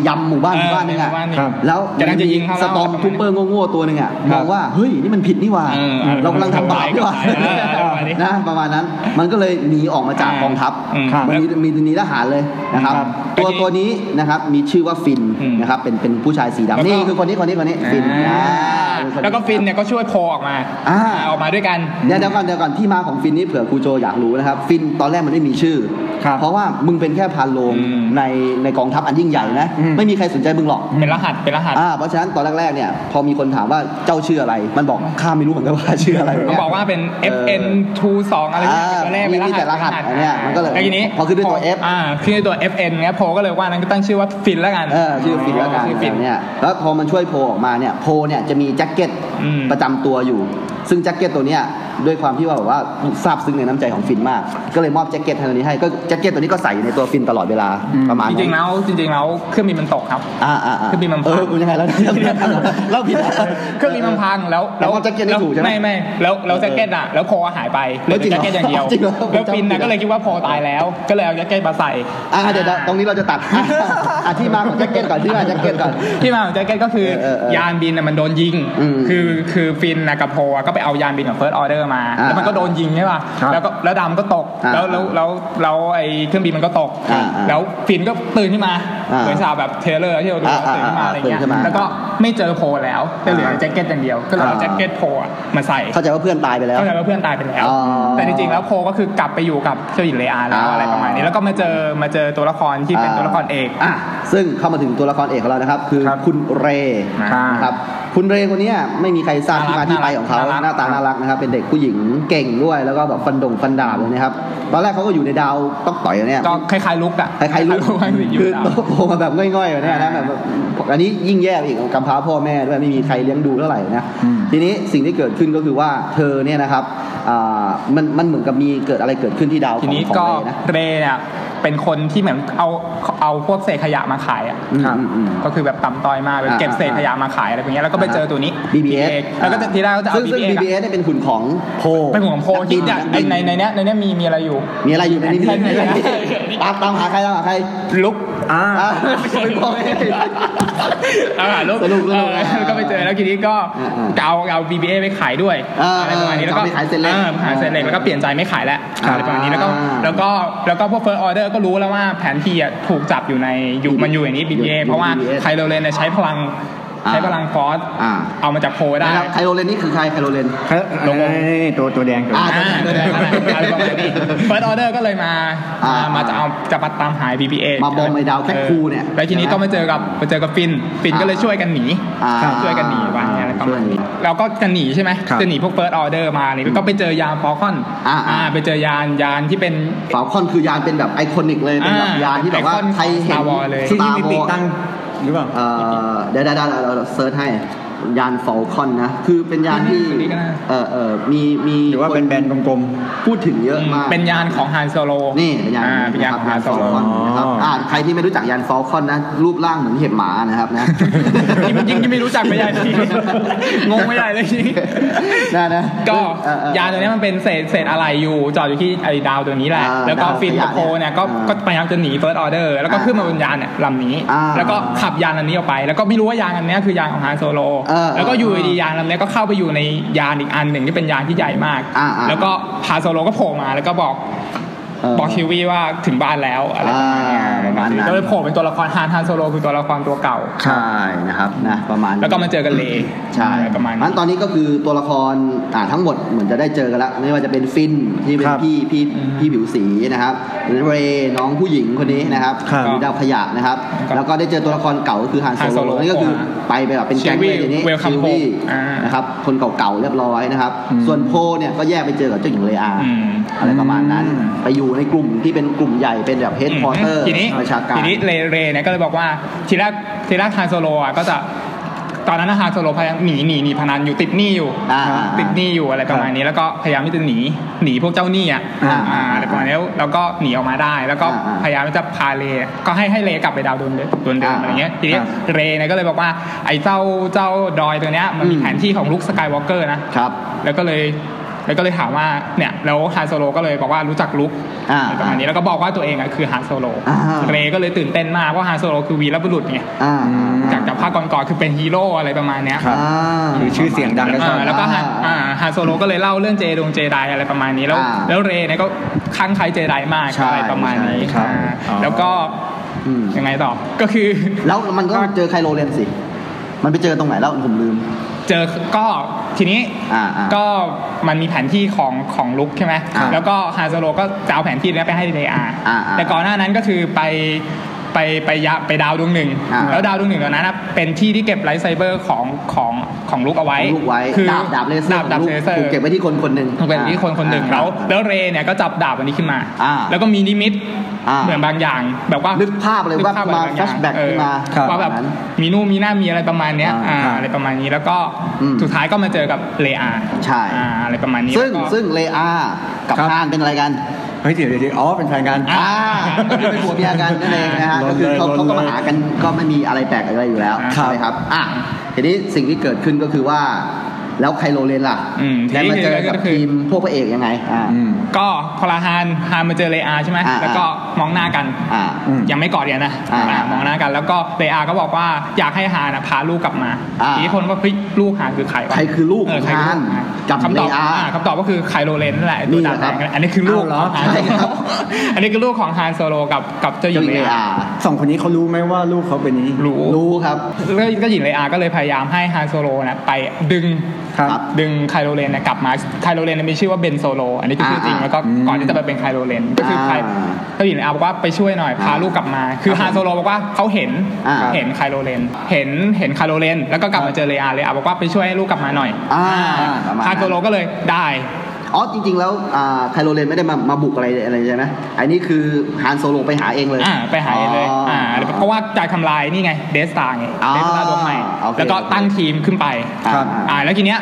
ยำหมู่บ้านหมู่บ้านนึง
เออ
อะ
หมู่บ้านหนึ่ง
ครับ
แล้ว
กำลังจะยิงเข้า
สตอม
แล้ว
ทูเปอร์โง่ๆตัวหนึ่งอ่ะ
ค
ม
รับ
องว่า เฮ้ย นี่มันผิดนี่หว่า
เออเออ
เรากำลังทำบาปนี่หว่า
เออเออประมาณนี้
นะประมาณนั้นมันก็เลยหนีออกมาจากกองทัพ
อืม
มันมีมีหนีทหารเลยนะครับ
ครับ
ตัวตัวนี้นะครับมีชื่อว่าฟิน
อืม
นะครับเป็นเป็นผู้ชายสี
แล้วก็
ดำนี่คือคนนี้คนนี้คนนี้ฟิน
อ่า
อ่าคือค
แล้วก็ฟินเนี่ยก็ช่วยโพลออกมา
อ่า
ออกมาด้วยกัน
เดี๋ยวเดี๋ยวก่อนเดี๋ยวก่อนที่มาของฟินนี่เผื่อครูโจอยากรู้นะครับฟินตอนแรกมันไม่มีชื่อ
ครับ
เพราะว่ามึงเป็นแค่พานโรง
อืม
ในในกองทัพอันยิ่งใหญ่นะ
อืม
ไม่มีใครสนใจมึงหรอก
เป็นรหัสเป็นรหัส
อ่าเพราะฉะนั้นตอนแรกๆเนี่ยพอมีคนถามว่าเจ้าชื่ออะไร มันบอกข้าไม่รู้เหมือนกันว่าชื่ออะไร
มันบอกว่าเป็น
เออ
FN 2 2อะไร
อ่า
เงี้ยตัวแรกเป็นร
มี
หัส
แต่รหัสอันเนี้ยมันก็เลย
แล้วทีนี้
พอขึ้นด้วยตัว F
อ่าขึ้นด้วยตัว FN เงี้ยโพลก็เลยว่านั้นก็ตั้งชื่อว่าฟินแล้วกัน
เออชื่อฟินแล้วกัน
ชื่อฟิน
เนี่ยแล้วพอมันช่วยโพลออกมาเนี่ยโพลเนี่ยจะมีแจ็คเก็ต
อืม
ประจำตัวอยู่ ซึ่งแจ็คเก็ตตัวเนี้ยด้วยความที่ว่าแบบว่าซาบซึ้งในน้ำใจของฟินมาก ก็เลยมอบแจ็คเก็ตให้ตัวนี้ให้ก็แจ็คเก็ตตัวนี้ก็ใส่อยู่ในตัวฟินตลอดเวลา
อืม
ประมาณ
จริ
นั้
งๆ
น
แล้วจริงๆแล้วเครื่องบินมันตกครับ
อ่าอ่าา
เครื่องบินมันพัง
เออกูยังไงแล้ว เนี่ยเราผิดแล้ว
เครื่องบินมันพังแล้ว
แล้วเอาแจ็คเก็ตนี่ถูกใช่ไหม
ไม่ไม่แล้วแล้วแจ็คเก็ตอ่ะแล้วโพลหายไปเหลือ
แล้วจริ
แต่
ง
แจ็คเก็ตอ
เหรอ
ย่างเดียว
จริงเหรอ
แล้วฟินนะก็เลยคิดว่าโพลตายแล้ว ก็เลยเอาแจ็คเก็ตมาใส่
อ่าเดี๋ยวๆตรงนี้เราจะตัดอ่ะอ่ะที่มาของแจ็คเก็ตก่อนที่มาของแจ็คเก็ตก่อน
ที่มาของแจ็คเก็ตก็คือ
เออเออเออย
านบินน่ะมันโดนยิง
อืม
คือคือฟินนะกับโพลอะก็ไปเอายานบินของเฟิร์สออเดอร์ ร์มา
อ่า
แล้วมันก็โดนยิงใช่ป่ะ
ครับ
แล้วก็แล้วดำก็ตก
อ่า
แล้วแล้วแล้วแล้วไอ้เครื่องบินมันก็ตก
อ่าอ่า
แล้วฟินก็ตื่นขึ้นมา
อ่า
เหมือนฉากแบบเทรลเลอร์ที่เราดู
อ่าอ่า
ตื่นขึ้นมาอะไร
ตื่น
เงี้ย
ขึ้นมา
แล้วก็ไม่เจอโพลแล้วก็เหลือ
อ่า
แจ็คเก็ตอย่างเดียวก็เลยเอา
อ่า
แจ็คเก็ตโพลอะมาใส่
เข้าใจว่าเพื่อนตายไปแล้ว
เข้าใจว่าเพื่อนตายไปแล้ว
อ๋อ
แต่จริงๆ แล้วโคก็คือกลับไปอยู่กับเจ้าหญิงเลอาแล้ว
อ่า
อะไรประมาณนี้ แล้วก็มาเจอมาเจอตัวละครที่เป็นตัวละครเอก
อ่ะซึ่งเข้ามาถึงตัวละครเอกของเรานะครับ คือ
ครับ
คุณเร
ครับ
นะครับคุณเรคนเนี้ยไม่มีใครทราบที่
น่ารั
มา
ก
ที่ไปของเขา
น่ารัก
หน้าตาน่ารักนะครับเป็นเด็กผู้หญิงเก่งด้วยแล้วก็แบบฟันดงฟันดาบเลยนะครับตอนแรกเขาก็อยู่ในดาวต้องต่อยเนี่ย
ก็คล้ายๆลุกอะ
คล้ายๆลูก
คล้ายๆลุก
คือ
อยู่แล้ว
โตโตมาแบบง่อยๆแบบเนี้ยนะแบบแบบอันนี้ยิ่งแย่อีกกำพร้าพ่อแม่ด้วยไม่มีใครเลี้ยงดูเท่าไหร่นะ
อืม
ทีนี้สิ่งที่เกิดขึ้นก็คือว่าเธอเนี่ยนะครับอ่ามันมันเหมือนกับมีเกิดอะไรเกิดขึ้นที่ดาวข
ที
อง
นี้
ของ
ก็
เร
เร
ย์นะ
เนี่ยเป็นคนที่เหมือนเอาเอาพวกเศษขยะมาขายอะ
อืม
ครับ
อืมอืม
ก็คือแบบต่ำตอยมาแบบ
อ่า
เก็บเศษ
อ่า
ขยะมาขายอะไรแบบเนี้ยแล้วก็ไปเจอตัวนี้
BBS
แล้วก็จะทีแรกก็จะเอา
ซึ่งซึ่ง
BBS อะ
BBS เนี่ยเป็นหุ่นของโพ
เป็นหัวของโพคิดเนี่ย
ก
ใน
บิ
ในในเนี้ยในเนี้ยมีมีอะไรอยู่
มีอะไรอยู่ในนี้
ในในใน
ตามตามหาใครตามหาใคร
ลุก
อ่า
อ่าไม่ใช่พ่อแม่
เอาล่ะลูก
สรุปสรุป
เออก็ไปเจอแล้วทีนี้ก็
อ่าอ่า
เอาเอา BBA ไปขายด้วย
อ่า
อะไรประมาณนี้
อ่า
แล้วก็
จะเอาไปขายเซนเล็ก
ออขายเซนเล็กแล้วก็เปลี่ยนใจไม่ขายแล้ว
อ่า
อะไรประมาณนี้แล้วก็แล้วก็แล้วก็พวกเฟิร์สออเดอร์ก็รู้แล้วว่าแผนที่อ่ะถูกจับอยู่ในอยู่
BBA
มันอยู่อย่างนี้ BBA เพราะว่า
BBA
ไคโรเลนเนี่ยใช้พลัง
อ่า
ใช้พลังฟอส
อ่า
เอามาจากโพลได้
นะครับไคโรเลนนี่คือใครไคโรเลน
ลง
นี่ตัวตัวแดงตัว
อ่า
แดง
อ่า
เดินได้
อะไรประมาณนี้ First Order ก็เลยมา
อ่า
มามาจะเอาจะมาตามหาย BBA
มาบอมไอ้ดาวแคทคูเนี่ย
ออแล้วทีนี้
ใช่
ก็
ไหม
มาเจอกับมาเจอกับฟินฟินก็เลย
อ่า
ช่วยกันหนี
อ่า
ช่วยกันหนีไปอะไรประมาณนี้
ช่วยหนี
เราก็จะหนีใช่ไหม
ครับ
จะหนีพวก First Order มาเนี่ยก็ไปเจอยานฟอลคอน
อ่าอ่า
ไปเจอยานยานที่เป็น
ฟาคอนคือยานเป็นแบบไอคอนิกเลย เป็นแบบ
อ่าย
ยานที่แบบว่า
Falcon
ใครเห็น
Star Wars เลย
ที่ที่
Star
มีปีก
Wars
ตั้งหรือเปล่า
เอ่อเดี๋ยวเดี๋ยวเดี๋ยวเราเราเซิร์ชให้ยานฟอลคอนนะ คือเป็นยานที่
อันนี้ก็ได้
เออเออมีมี
หรือว่าเป็นแบรนด์กลม
พูดถึงเยอะมาก
เป็นยานของฮันโซโล
นี่เป็นยาน
อ่าเป็นยานของฮันโซโล
คอนนะครับ
อ๋ออ่
อ่าใครที่ไม่รู้จักยานฟอลคอนนะ รูปร่างเหมือนเห็บหมานะครับนะ
ยิ่งยิ่งไม่รู้จักไม่ได้เลยงงไม่ได้เลย
นะนะ
ก็
เออเออ
ยานตัวเนี้ยมันเป็นเศษเศษอะไรอยู่จอดอยู่ที่ไอ้ดาวตัวนี้แหละ
อ่า
แล้วก็
ดาว
ฟินกับ
ขยะ
โคเนี่ยก็
อ่า
ก็พยายามจะหนีเฟิร์สออเดอร์แล้วก็
อ่า
ขึ้นมาบนยานเนี่ยลำนี้
อ่า
แล้วก็ขับยานลำนี้ออกไป แล้วก็ไม่รู้ว่ายานอันเนี้ยคือยานของฮานโซโล
เออ
แล้วก็อยู่ดีๆยานลำเนี้ยก็เข้าไปอยู่ในยานอีกอันหนึ่งที่เป็นยานที่ใหญ่มาก
อ่าอ่า
แล้วก็ฮานโซโลก็โผล่มาแล้วก็บอก
เออ
บอกคิวีว่าถึงบ้านแล้วอะไร
อ่าประมาณนั้น
ก็เลยโผล่เป็นตัวละครฮานฮานโซโลคือตัวละครตัวเก่า
ใช่นะครับนะประมาณนี้
แล้วก็มาเจอกันเลย
ใช่
ประมาณ
นั้นตอนนี้ก็คือตัวละครอ่าทั้งหมดเหมือนจะได้เจอกันละไม่ว่าจะเป็นฟินที่เป็น
ครับ
พี่พี่พี่ผิวสีนะครับหรือเรย์น้องผู้หญิงคนนี้นะครับ
ครับ
หรือดาวขยะนะครับ แล้วก็ได้เจอตัวละครเก่าก็คือฮัน
Han
โซ
Solo
โลนี่ก็คือไปแบบเป็นแก๊ง
Chewie
เลยทีนี้
Welcome
ชิวี่
Home อ่าน
นะครับคนเก่าๆเรียบร้อยนะครับ ส่วนโพเนี่ยก็แยกไปเจอกับเจ้าหญิงเลอา
อืม
อะไรประมาณนั้น
อืม
ไปอยู่ในกลุ่มที่เป็นกลุ่มใหญ่เป็นแบบเฮดพอร์เตอร์
ทีนี้
ประชาการ
ทีนี้เรเรเนี่ยก็เลยบอกว่าทีแรกทีแรกฮานโซโลอ่ะก็จะตอนนั้นนะฮานโซโลพยายามหนีหนีหนีพนันอยู่ติดหนี้อยู่
อ่า
ติดหนี้อยู่อะไรประมาณนี้ แล้วก็พยายามที่จะหนีหนีพวกเจ้าหนี้อ่ะ
อ่า
อ่าอะไรประมาณนี้แล้วแล้วก็หนีออกมาได้ แล้วก็
อ่าอ่า
พยายามที่จะพาเรก็ให้ให้เรกลับไปดาวดวงเดิมดวงเดิม
อ่า
อะไรเงี้ยทีนี้
ครับ
เรเนี่ยก็เลยบอกว่าไอ้เจ้าเจ้าดอยตัวเนี้ยมันมี
อืม
แผนที่ของลุคสกายวอล์กเกอร์นะครับ แล้วก็เลยแล้วก็เลยถามว่าเนี่ยแล้วฮานโซโลก็เลยบอกว่ารู้จักลุค
อ่า
ประมาณนี้แล้วก็บอกว่าตัวเองอะคือฮานโซโล
อ่า
เรย์ก็เลยตื่นเต้นมากว่าฮานโซโลคือวีรบุรุษไง
อ่า
จากจากภาคก่อนๆคือเป็นฮีโร่อะไรประมาณเนี้ย
ครับ
อ่า
ๆหรือชื่อเสียงดังก็ชอบ
อ่าแล้วก็ฮานอ่าฮานโซโลก็เลยเล่าเรื่องเจดงเจไดอะไรประมาณนี้แล้ว
อ่า
แล้วเรย์เนี่ยก็คลั่งไคล้เจไดมาก
ใช่
อะไรประมาณนี้
ใช่ครับ
อ่า
อ๋อ
แล้วก็
อืม
ยังไงต่อก็คือ
แล้วมันก็เจอไคโรเลนสิ มันไปเจอตรงไหนแล้วผมลืม
เจอก็ทีนี้
อ่าอ่า
ก็มันมีแผนที่ของของลุกใช่ไหม
ครับ
แล้วก็ฮาซาโรก็จะเอาแผนที่เนี้ยไปให้เดอา
อ่าอ่า
แต่ก่อนหน้านั้นก็คือไปไปไปยะไปดาวดวงหนึ่ง
อ่า
แล้วดาวดวงหนึ่งตอนนั้นนะเป็นที่ที่เก็บไลท์ไซเบอร์ของของของลุกเอาไว้
ลูกไว้
คือ
ดาบดาบเลเซอร์
ดาบดาบ
ของ
เล
ลูก
เซอร์
ถูกเก็บไว้ที่คนคนหนึ่ง
ถูกเป็นที่คนคนหนึ่งแล้ว
อ่า
แล้วเรเนี่ยก็จับดาบอันนี้ขึ้นมา
อ่า
แล้วก็มีนิมิต
อ่า
เหมือนบางอย่างแบบว่า
นึ
นึ
กภาพเลยว่ามา flashback ขึ้นมา
ครับ
ว่าแบบ
แบบนั้น
มีนู่นมีหน้ามีอะไรประมาณเนี้ย
อ่า
อ่าอะไรประมาณนี้แล้วก็
อืม
สุดท้ายก็มาเจอกับเลอา
ใช่
อ่าอะไรประมาณนี้
ซึ่ง
แล้วก็
ซึ่งเลอากับ
ครับ
ฮานเป็นอะไรกัน
เฮ้ยเดี๋ยวเดี๋ยวเดี๋ยวอ๋อเป็นแฟนกัน
อ่ะ
อ่าเป็นผัวเมียกันนั่นเองนะฮะ
โด
ก็
นเลย
คือเขา
โดน
เขา
เลย
ก็มาหากันก็ไม่มีอะไรแปลกอะไรอยู่แล้ว
ครับ
ใช่ไหมครับ อ่ะ ทีนี้สิ่งที่เกิดขึ้นก็คือว่า แล้วไคโรเลนล่ะ
อืมที
ได้
นี้
มาเจอกับ
ก็คือ
ทีมพวกพระเอกยังไง อ่า
อืม
ก็พอลาฮานฮานมาเจอเลอาใช่ไหม
อ่า
แล้วก็มองหน้ากัน
อ่า
อืม
ยังไม่กอดกันนะ
อ่า
อ่ามองหน้ากัน แล้วก็เลอาก็บอกว่าอยากให้ฮานะพาลูกกลับมา
อ่า
ทีนี้คนก็เฮ้ยลูกฮานคือใครวะ
ใครคือลูก
เออ
ของ
ใครคือลูก
ฮาน
ฮาน
กับ
คำตอบ
เนอา
อ่าคำตอบก็คือไคโรเลนนั่นแหละ
นี่
ตัว
เหร
ดา
อ
บ
ค
แดงนั่
รับ
นแหละอันนี้คือลูก
อ้าวเหรอ
ของฮาน
ใช่ครับ
อันนี้คือลูกของฮานโซโลกับกับเจ้าหญิ
เจ้าง หญิง
เล
เน
อา
อา
สองคนนี้เขารู้ไหมว่าลูกเขาเป็นอย่างนี้
รู้
รู้ครับ
แล้วก็หญิงเลอาก็เลยพยายามให้ฮานโซโลนะไปดึง
ครับ
ครับ
ดึงไคโรเลนนะกลับมาไคโรเลนนะมีชื่อว่าเบนโซโล อันนี้ก็คือจริง
อ่า
แล้วก็
อืม
ก่อนที่จะไปเป็นไคโรเลนก็คือใคร
อ่า
ก็หญิงเลอาบอกว่าไปช่วยหน่อยพาลูกกลับมา คือฮานโซโลบอกว่าเขาเห็น
อ่า
เห็นไคโรเลนเห็นเห็นไคโรเลนแล้วก็กลับมาเจอเลอาเลอาบอกว่าไปช่วยให้ลูกกลับมาหน่อย
อ่าประมา
ฮา
ณนั้น น
โซโลก็เลยได้
อ๋อจริง ๆ แล้วอ่าไคโรเลนไม่ได้มามาบุกอะไรอะไรใช่ไหมไอ้นี่คือฮานโซโลไปหาเองเลย
อ่าไปหาเองเลยอ่า
อ๋อ
เพราะว่าจ่ายทำลายนี่ไงเดสตาไง
อ๋อ
เดสตาดวงใหม่
โอเค
แล้วก็ตั้งทีมขึ้นไป
ครับ
อ่าแล้วทีเนี้ย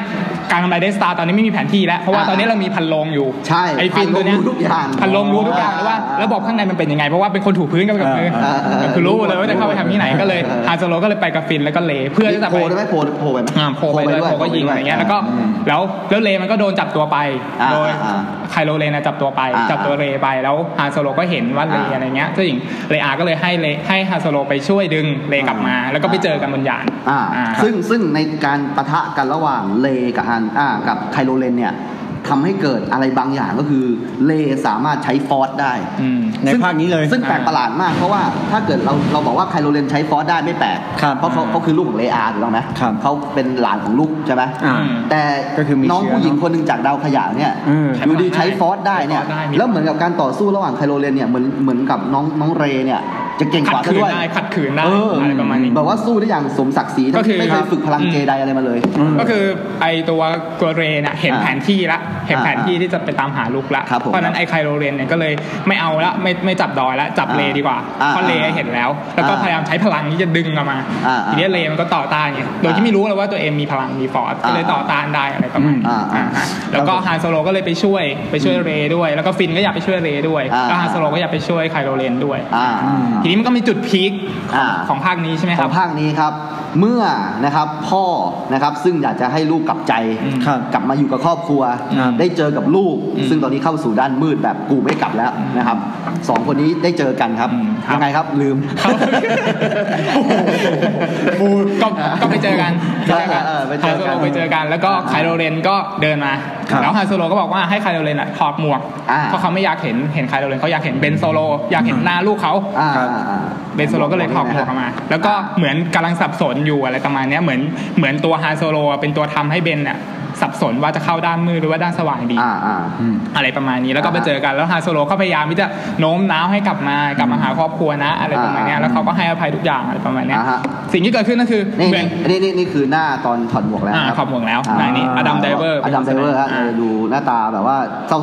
การทำลายเดสตาตอนนี้ไม่มีแผนที่แล้ว เพราะว่า
อ่า
ตอนนี้เรามีพันโลงอยู่
ใช่
ไอ้ฟิน
พันโลง
ตัวเนี้ย
รู้ทุกอย่าง
พันโลงรู้ทุกอย่างแล้วว่า
อ่า
ระบบข้างในมันเป็นยังไง เพราะว่าเป็นคนถูพื้นกันไปกับพื้น
อ่าอ่าอ่า
คือรู้เลยว่าจะเข้าไปทำที่ไหนก็เลย
เออ
ฮาร์โซโลก็เลยไปกับฟินแล้วก็เลเพื่อที่จะ
โผ
ไป
ล่ได้ไหมโผล่โผล่ไปไหม
อ่าโผล่ไปเลยโผล่ก็ยิงอะไรเงี้ยแล้วก็
อืม
แล้วแล้วเลมันก็โดนจับตัวไป
อ่า
โดย
อ่า
ไคโรเลนนะจับตัวไป
อ่า
จับตัวเลไปแล้วฮาร์โซโลก็เห็นว่าเล
อ่า
อะไรเงี้ยซึ่งเลอาก็เลยให้เลให้ฮาร์โซโลไปช่วยดึงเลกลับมา แล้วก็ไปเจอกันบนยาน
อ่า
อ่า
ซึ่งซึ่งในการปะทะกันระหว่างเลกับฮันอ่ากับไคโรเลนเนี่ยทำให้เกิดอะไรบางอย่างก็คือเลสามารถใช้ฟอร์สได้
อืม
ใน
ซึ่ง
ภาคนี้เลย
ซึ่งแปลกประหลาดมากเพราะว่าถ้าเกิดเราเราบอกว่าไคโรเลนใช้ฟอร์สได้ไม่แปลก
ครับ
เพราะเขาเขาคือลูกของเลอาถูกต้องไหม
ครับ
เขาเป็นหลานของลูกใช่ไหม
อ่า
แต่
ก็คือมี
น้องผู้หญิงคนหนึ่งจากดาวขยะเนี่ย
อืม
อยู่ดีใช้ฟอร์สได้เนี่ย
ใช้ฟอร์สได้มี
แล้วเหมือนกับการต่อสู้ระหว่างไคโรเลนเนี่ยเหมือนเหมือนกับน้องน้องเรเนี่ยจะเก่งก
ขัด
ว่าซะ
ขืน
ด้วย
ได้ขัดขืนได้
เอออ
อะไรประมาณนี้
แบบว่าสู้ได้อย่างสมศักดิ์ศรี
ก็คือค
ไม่เค
รั
ย
บ
ฝึกพลัง
อืม
เจไดอะไรมาเลย
อืม
ก็คือไอตัวตัวเรนอะเห็นแผนที่ละเห็นแผนที่ที่จะไปตามหาลูกละ
ครับผม
เพราะฉะนั้นไอไคโรเรนเนี่ยก็เลยไม่เอาละไม่ไม่จับดอยละจับ
อ่า
เลดีกว่า
อ่า
เพราะเลเห็นแล้ว แล้วก็
อ่า
พยายามใช้พลังที่จะดึงออกมา
อ่าอ่า
ทีเนี้ยเลมันก็ต่อต้านไงโดยที่ไม่รู้เลยว่าตัวเองมีพลังมีฟอร์สก็เลย
อ่า
ต่อต้านได้อะไรประมาณนี้
อ่าอ่า
อ่าแล้วก็
ครับผม
ฮานโซโลก็เลยไปช่วยไปช่วยเรด้วย แล้วก็ฟินก็อยากไปช่วยเรด้วย
อ่า
แล้วฮานโซโลก็อยากไปช่วยไคโรเรนด้วย
อ่า
ทีนี้มันก็มีจุดพีคของ
อ่า
ของภาคนี้ใช่ไหม
ข
ค
อ
รับ
งภาคนี้ครับ เมื่อนะครับพ่อนะครับซึ่งอยากจะให้ลูกกลับใจ
อืม
ครับ
กลับมาอยู่กับครอบครัว
ครับ
ได้เจอกับลูก
อืม
ซึ่งตอนนี้เข้าสู่ด้านมืดแบบกูไม่กลับแล้วนะครับสองคนนี้ได้เจอกันครับ
อืมครับ
ยังไงครับลืม
เขาก็ก็ไปเจอกัน
เออเออไปเจ
ฮา
อ
โซ
กั
โล
น
ไปเจอกัน แล้วก็ไคโรเรนก็เดินมา
ครับ
แล้วฮาโซโลก็บอกว่าให้ไคโรเรนอ่ะถอดหมวก
อ่า
เพราะเขาไม่อยากเห็นเห็นไคโรเรนเขาอยากเห็นเบนโซโล อยากเห็นหน้าลูกเขา
อ่า
ครับ
อ่า
เบนโซโลก็เลยถอดหมวกออกมา แล้วก็เหมือนกำลังสับสนอยู่อะไรประมาณเนี้ยเหมือนเหมือนตัวฮาโซโลเป็นตัวทำให้เบนอ่ะสับสนว่าจะเข้าด้านมืดหรือว่าด้านสว่างดี
อ่าอ่า
อืม
อะไรประมาณนี้แล้วก็ไป
อ่าฮะ
เจอกันแล้วฮาโซโลก็พยายามที่จะโน้มน้าวให้กลับมากลับมาหาครอบครัวนะ อะไรประมาณเนี้ย
อ่า
แล้วเขาก็ให้อภัยทุกอย่างอะไรประมาณเนี้ย
อ่าฮะ
สิ่งที่เกิดขึ้นก็คือ
นี่
เหมือน
นี่นี่นี่คือหน้าตอนถอดหมวกแล้วนะครั
อ่าถอดหมวกแล้วหน้านี้ Adam Driver
อดัมไดเวอร์ฮะ
อ่า
เออดูหน้าตาแบบว่า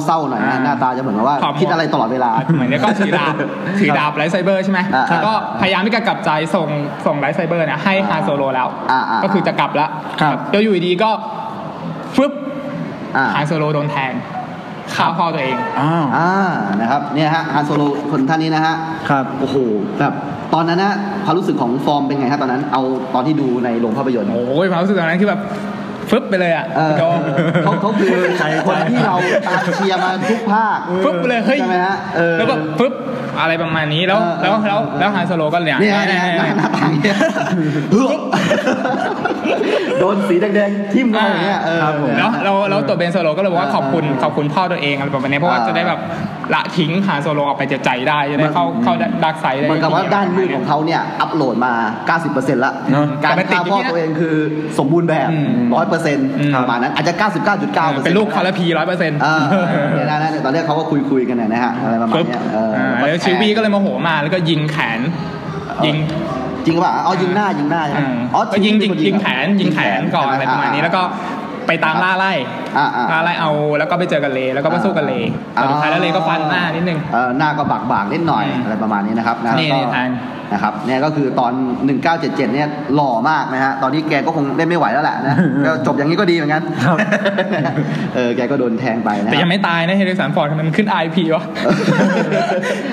เศร้าๆหน่อยนะ
อ่า
หน้าตาจะเหมือนกับว่า
ถอดหมวก
คิดอะไรตลอดเวลา
เหมือนเนี่ยก็ถือดา บถือดาบไลท์ไซเบอร์ใช่ไหม
อ่า
แล้วก็พยายามที่จะกลับใจส่งส่งไลท์ไซเบอร์เนี่ยให้ฮาโซโลแล้ว
อ่าอ่า
ก็คือจะกลับละ
ครับ
แล้วอยู่ดีๆก็ฟึบ
อ่า
ฮาโซโลโดนแทงฆ่าพ่อตัวเอง
อ้าว
อ่านะครับเนี่ยฮะฮันโซโลคนท่านนี้นะฮะ
ครับ
โอ้โหแบบตอนนั้นนะความรู้สึกของฟอร์มเป็นไงฮะตอนนั้นเอาตอนที่ดูในโรงภาพยนตร์
โอ้ยความรู้สึกตอนนั้นคือแบบฟึบไปเลยอ่ะ
เออ
โดน
เขาเขาคือ
ใจ
คนที่เราตามเชียร์มาทุกภาค
ฟึบไปเลยเฮ้ย
ใช่ไหมฮะเออ
แล้วก็ปึ๊บอะไรประมาณนี้แล้ว
เอ
แล้ว
อเออ
แล้ว
เออ
แล้วฮันโซโลก็เนี่ย
เนี่ยฮะเนี่ยฮะหน้าหน้าตาอย่างเงี้ยเฮ้ยโดนสีแดงๆทิ่มเข้าอย่างเงี้ยเออ
ครับผม
แล้วเราเราตัวเบนโซโลก็เลยบอกว่า
เออ
ขอบคุณ
เออ
ขอบคุณพ่อตัวเองอะไรประมาณนี้เพราะว่า
เออ
จะได้แบบละทิ้งฮันโซโลออกไปจากใจได้จะได้เข้าเข้าดาร์กไซด์ได้
เหมือนกับว่าด้านมืดของเขาเนี่ย อัพโหลดมา 90%ละ
เนอะ
การ
แต่มันติดอ
ฆ่า
ยู่ที่
พ่อ
นะ
ตัวเองคือสมบูรณ์แบบ
อืมม
100%ประมาณนั้น อาจจะ 99.9%
เป็นลูกคาราพีร้อยเปอร์เซ็นต์
เออเนี่ยนะเนี่ยตอนแรกเขาก็คุยคุยๆกันเนยนะฮะ อะไรประมาณ
ปึ๊บ
เนี้ยเออ
อ่าแล้วชิวบี้ก็เลยโมโหมาแล้วก็ยิงแขน ยิง
จริงป่ะอ๋อยิงหน้ายิงหน้าใช่ไหมอ๋อ
ก็ยิงยิง
เป็นคน
ยิงแขนยิงแขนก่อนอะไร
ใช่
ประ
ห
มาณนี้แล้วก็ไปตามล่าไล่
อ่าอ่า
ล่าไล่เอาแล้วก็ไปเจอกันเลแล้วก็มาสู้กันเลแต่สุดท้ายแล้วเลก็ฟันหน้านิดนึง
เออหน้าก็บากบากๆนิดหน่อย
อืม
อะไรประมาณนี้นะครับนะ
นี่
ก็
นี่ทาน
นะครับเนี่ยก็คือตอน 1977เนี่ยหล่อมากนะฮะตอนนี้แกก็คงเล่นไม่ไหวแล้วแหละ นะ ก็จบอย่างนี้ก็ดีเหมือนกัน
ครับ
เออแกก็โดนแทงไปนะ
แต่ยังไม่ตายนะเฮลิสันฟอร์ดทำไมมันขึ้น IP วะ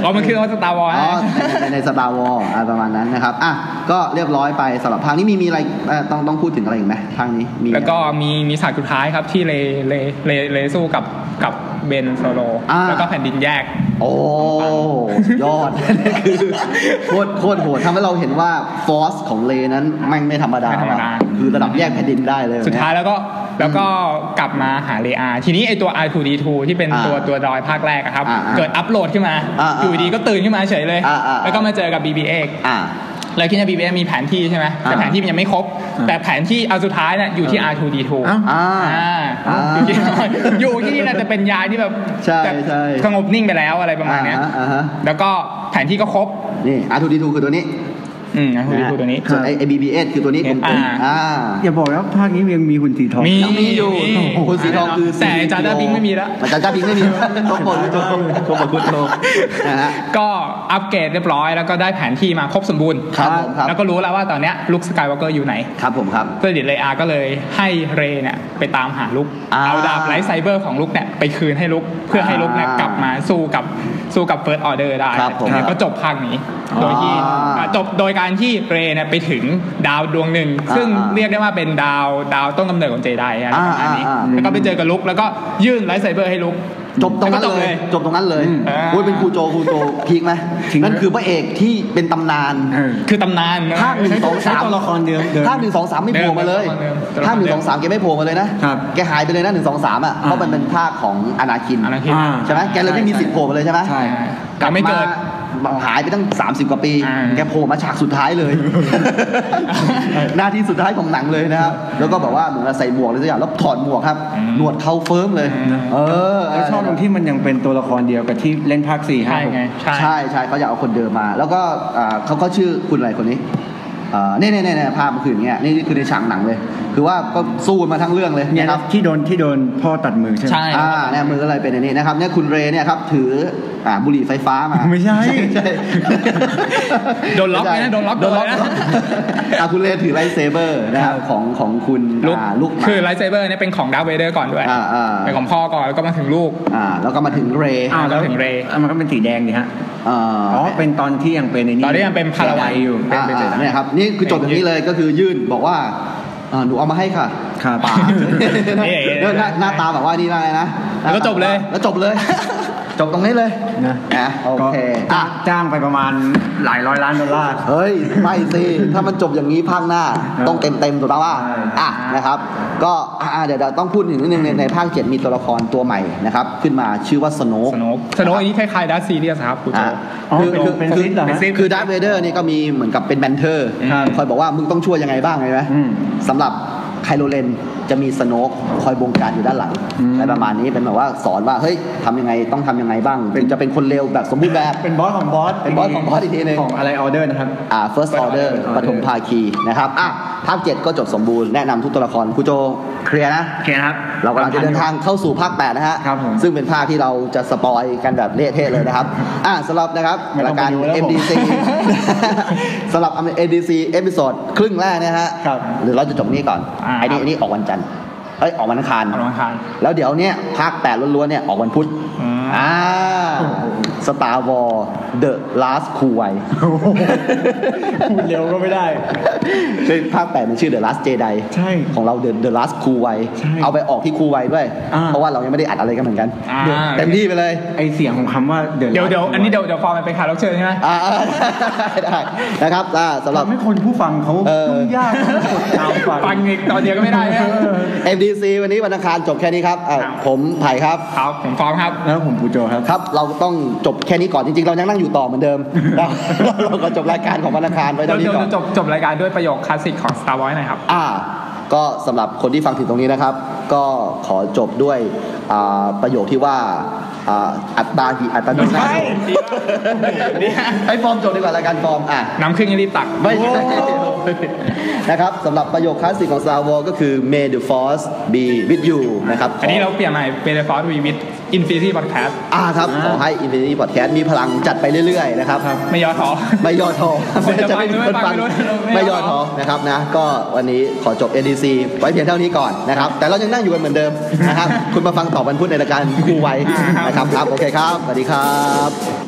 เรามันขึ้นว่าสตาร์วอล
อ๋อในในสตาร์วอลประมาณนั้นนะครับอ่ะก็เรียบร้อยไปสำหรับภาคนี้มีมีอะไรเอ่อต้องต้องพูดถึงอะไรอีกไหมภาคนี้มี
แล้วก็มีมีฉากสุดท้ายครับที่เลเลเลเลสู้กับกับเบนโซโล
อ่า
แล้วก็แผ่นดินแยก
โอ้สุดยอด คือโคตรโคตรโหดทำให้เราเห็นว่าฟอสของเลนั้นแม่งไม่ธรรมดา
ไม่ธรรมดา
คือระดับแยกแผ่นดินได้เลย
สุดท้ายแล้วก็ แล้วก็กลับมาหาเรอาทีนี้ไอตัว R2D2 ที่เป็น
อ่า
ตัวตัวดอยภาคแรกอะครับ
อ่าอ่า
เกิดอัปโหลดขึ้นมา
อ่าอ่า
อยู่ดีก็ตื่นขึ้นมาเฉยเลย
อ่าอ่า
แล้วก็มาเจอกับ BBX
อ่า
แล้วคิดว่า BBX มีแผนที่ใช่ไหมแต่
อ่า
แผนที่มันยังไม่ครบ
อ่า
แต่แผนที่เอาสุดท้ายเนี่ยอยู่ที่ R2D2
อ้าว
อ่า
อ่าอยู่ที่อยู่ที่นี่แหละแต่เป็นยายที่แบบ
ใช่
แบบ
ใช่
สงบนิ่งไปแล้วอะไรประมาณเนี้ย
อ่ฮะอ่าฮะ
แล้วก็แผนที่ก็ครบ
นี่ R2D2 คือตัวนี้
อืมคุณดูตัวนี้
ส่วนไอ้ BBS คือตัวนี้กลม
อ่า
ๆอ่า
อย่าบอกนะภาคนี้ยังมีหุ่นสีทอง
มี
ยังมีอยู่
มี
คุณสีทองคือ
แต่จาด้าบิงไม่มีแล้ว
จาด้าบิงไม่มี โทษโกนโทษโทษคุณโทษนะฮะ
ก็อัปเกรดเรียบร้อยแล้วก็ได้แผนที่มาครบสมบูรณ์
ครับผมครับ
แล้วก็รู้แล้วว่าตอนเนี้ยลุคสกายวอล์กเกอร์อยู่ไหน
ครับผมครับ
เพื่อดิดเลอาก็เลยให้เรย์เนี่ยไปตามหาลุก
อ่า
เอาดาบไลท์ไซเบอร์ของลุกเนี่ยไปคืนให้ลุกเพื่อให้ลุกเนี่ย
อ่าก
กลับมาสู้กับสู้กับเฟิร์สออเดอร์ได้
ครับผม
เนี่ยก็จบภาคนี้
อ๋อ
โดยที่อ่าจบโดยการที่เรย์เนี่ยไปถึงดาวดวงหนึ่ง
อ่า
ซึ่ง
อ่า
เรียกได้ว่าเป็นดาวดาวต้นกำเนิดของเจไดอะไรประมาณนี้
อ่าอ่าอ่า
แล้วก็ไปเจอกับลุกแล้วก็ยื่นไลท์ไซเบอร์ให้ลุก
จบตรงนั้นเลย จบตรงนั้นเลย
อืม
โอ้ยเป็นครูโจครูโจพีคไหม
จริง
นั่นคือพระเอกที่เป็นตำนาน
เออ
คือตำนานนะ
ภาคหนึ่งสองสาม
ใช้ตัวละครเดิมเดิม
ภาคหนึ่งสองสามไม่โผล่มาเลย
เดิมเดิม
ภาคหนึ่งสองสามแกไม่โผล่มาเลยนะ
ครับ
แกหายไปเลยนะหนึ่งสองสามอ่ะ เพราะมันเป็นภาคของอนาคิน
อนาคิน
อ่า
ใช่ไหมแกเลยไม่มีสิทธิ์โผล่มาเลยใช่ไหม
ใช่
กลับไม่เกิด
มาหายไปตั้ง 30 กว่าปี
อ่า
แกโผล่มาฉากสุดท้ายเลย หน้าที่สุดท้ายของหนังเลยนะครับ แล้วก็แบบว่าเหมือนกับใส่หมวกเลยสักอย่างแล้วถอดหมวกครับ หนวดเข้าเฟิร์มเลย
นะ
เออ
แล้วชอบตรงที่มันยังเป็นตัวละครเดียวกับที่เล่นภาคสี่ห้า
ใช่
หก
ไง
ใช่ใช่เขาอยากเอาคนเดิมมา แล้วก็อ่าเขาเขาชื่อคุณอะไรคนนี้อ่าเนี่ยเนี่ยเนี่ยเนี่ยภาพมันคืออย่างเงี้ยนี่นี่คือในฉากหนังเลย คือว่าก็สู้มาทั้งเรื่องเลย
เนี่ย
นะครับ
ที่โดนที่โดนพ่อตัดมือใช่ไหม
ใช่
อ่าเนี่ยมืออะไรเป็นอันนี้นะครับเนี่ยคุณเรเนี่ยครับถืออ่าบุหรี่ไฟฟ้ามา
ไม่ใช่
ใช่
โดนล็อก
ไม่
ไง
ใช่
นะโดนล็อก
โดนล็อก
เลยนะ
อ่าคุณเรถือไลท์เซเบอร์นะครับของของคุณ
ลุก
อ่าลูกหมา
คือไลท์ไซเบอร์เนี่ยเป็นของดาร์เวเดอร์ก่อนด้วย
อ่าอ่า
เป็นของพ่อก่อนแล้วก็มาถึงลูก
อ่าแล้วก็มาถึงเร
อ้าวแล้ว
ถึงเรย์
อ่ะมันก็เป็นสีแดงดิฮะ
อ่า
อ๋อ เป็นตอนที่ยังเป็นในนี้
ตอนนี้ยังเป็นพาราไวอยู่
อ่าอ่าเนี่ยครับนี่คือจดแบบนี้เลยก็คือยื่นบอกว่าอ่าหนูเอามาให้ค่ะ
ครับ
ป๋า
เอ๊ะ
หน้าหน้าตาแบบว่านี่อะไรนะ
แล้วก็จบเลย
แล้วจบเลย จบตรงนี้เลย
นะ
อ่โอเค
ก็
อ่ะ
จ้างไปประมาณหลายร้อยล้านดอลลาร์
เฮ้ย ไม่สิ ถ้ามันจบอย่างนี้ภาคหน้า ต้องเต็มเต็มๆถูกต้องว่า
ใช่
อ่ะนะครับ ก็อ่าเดี๋ยวเราต้องพูดถึงนิดนึงในในภาค 7 มีตัวละครตัวใหม่นะครับ ขึ้นมาชื่อว่าสโนก
สโนกสโนกอันนี้คล้ายๆดัซซีเรียสครับคุณโจ
อ่ะ
อ๋อ
คือ
เป็น
คือคือ
เป็นซิดเหรอฮะ
เป็นซิด
คือดาร์เวเดอร์นี่ก็มีเหมือนกับเป็นแบนเทอร์
ครับ
คอยบอกว่ามึงต้องช่วยยังไงบ้างใช่ไหม
อืม
สำหรับไคลโรเลนจะมีสโนกคอยบงการอยู่ด้านหลัง
อืม
อะไรประมาณนี้เป็นแบบว่าสอนว่าเฮ้ยทำยังไงต้องทำยังไงบ้างถึงจะเป็นคนเลวแบบสมบูรณ์แบบ
เป็นบอสของบอส
เป็นบอสของบอสอีกทีหนึ่ง
ของอะไรออเดอร์นะครับ
อ่า first order ปฐมภาคีนะครับอ่ะภาค 7 ก็จบสมบูรณ์แนะนำทุกตัวละครคุโจเคลียร์นะ
โอเคนะครับ
เรากำลังจะเดินทางเข้าสู่ภาค 8 นะฮะ
ครับผม
ซึ่งเป็นภาคที่เราจะสปอยกันแบบเละเทะเลยนะครับ อ่ะสำหรับนะครับ
ไม่ต้
รา
อย ง
การ
ไปดูแล้วผม
MDC สำหรับ MDC เอพิโซดครึ่งแรกเนี่ยฮะ
ครับ
หรือเราจะจบนี่ก่อน
อ่า
ไอ้นี่ไอ้นี่ออกวันจันทร์เอ้ยออกวันอังคาร
ของอังคาร
แล้วเดี๋ยวเนี่ยภาค 8 ล้วนๆเนี่ยออกวันพุธ
อืม
อ่าสตาร์วอลเดอะลาสคูไว
พูดเร็วก็ไม่ได้
ซึ่งภาคแปดมันชื่อ The Last Jedi
ใช่
ของเรา The The Last ครูไว
ใช่
เอาไปออกที่ครูไวด้วย
อ่า
เพราะว่าเรายังไม่ได้อัดอะไรกันเหมือนกัน
อ่า
เต็มที่ไปเลย
ไอเสียงของคำว่าเดือด
เดี๋ยวเดี๋ยวอันนี้เดี๋ยวเดี๋ยวฟอร์มมันเป็นคาร์ล็อกเชิญใช่ไหม
อ่า ได้นะครับอ่าสำหรับ
ทำให้คนผู้ฟังเขา
เออ
ยุ่งยากเขากดดาวฟัง
ฟังอีกตอนเดียวก็ไม่ได้นะ
MDC วันนี้วันอังคารจบแค่นี้ครับอ่า
ครับ
ผมไผ่ครับ
ครับผมฟอร์มครับ
แล้วผมปูโจครับ
ครับ เราต้องจบแค่นี้ก่อนจริงๆ เรายังนั่งอยู่ต่อเหมือนเดิม เรา เราก็จบรายการของวันอังคารไว้
เดี๋
เท่านี้
ยว
ก่อน
จบจบรายการด้วยประโยคคลาสสิกของ Star Wars หน่อยครับ
อ่าก็สำหรับคนที่ฟังถึงตรงนี้นะครับ ก็ขอจบด้วยอ่าประโยคที่ว่าอ่าอัตตาหิอัตโน
ไม่
นา
ใช่
โถ ให้ฟอร์มจบดีกว่ารายการฟอร์มอ่ะ
น้ำครึ่งยังรีบตัก
ไม่ใช่นะครับสำหรับประโยคคลาสสิกของ Star Wars ก็คือ May the Force be with you นะครับ
อันนี้เราเปลี่ยนใหม่เป็นฟอร์ดวีวิทอินฟินิตี้บอดแคสต์
อ่าครับ ขอให้ Infinity Podcast มีพลังจัดไปเรื่อยๆ นะครับ
ไม่ย่อท้อ
ไม่ย่อท้อ
ไม่จะไป
มี
ไม่รู้ไม่
ไม่
ย่
ย่อ
อท้
ท้อ
อ
นะครับนะ ก็วันนี้ขอจบ NDC ไว้เพียงเท่านี้ก่อนนะครับ แต่เรายังนั่งอยู่กันเหมือนเดิมนะครับ คุณมาฟังต่อวันพุธในรายการครูไว้นะครับครับ โอเคครับ สวัสดีครับ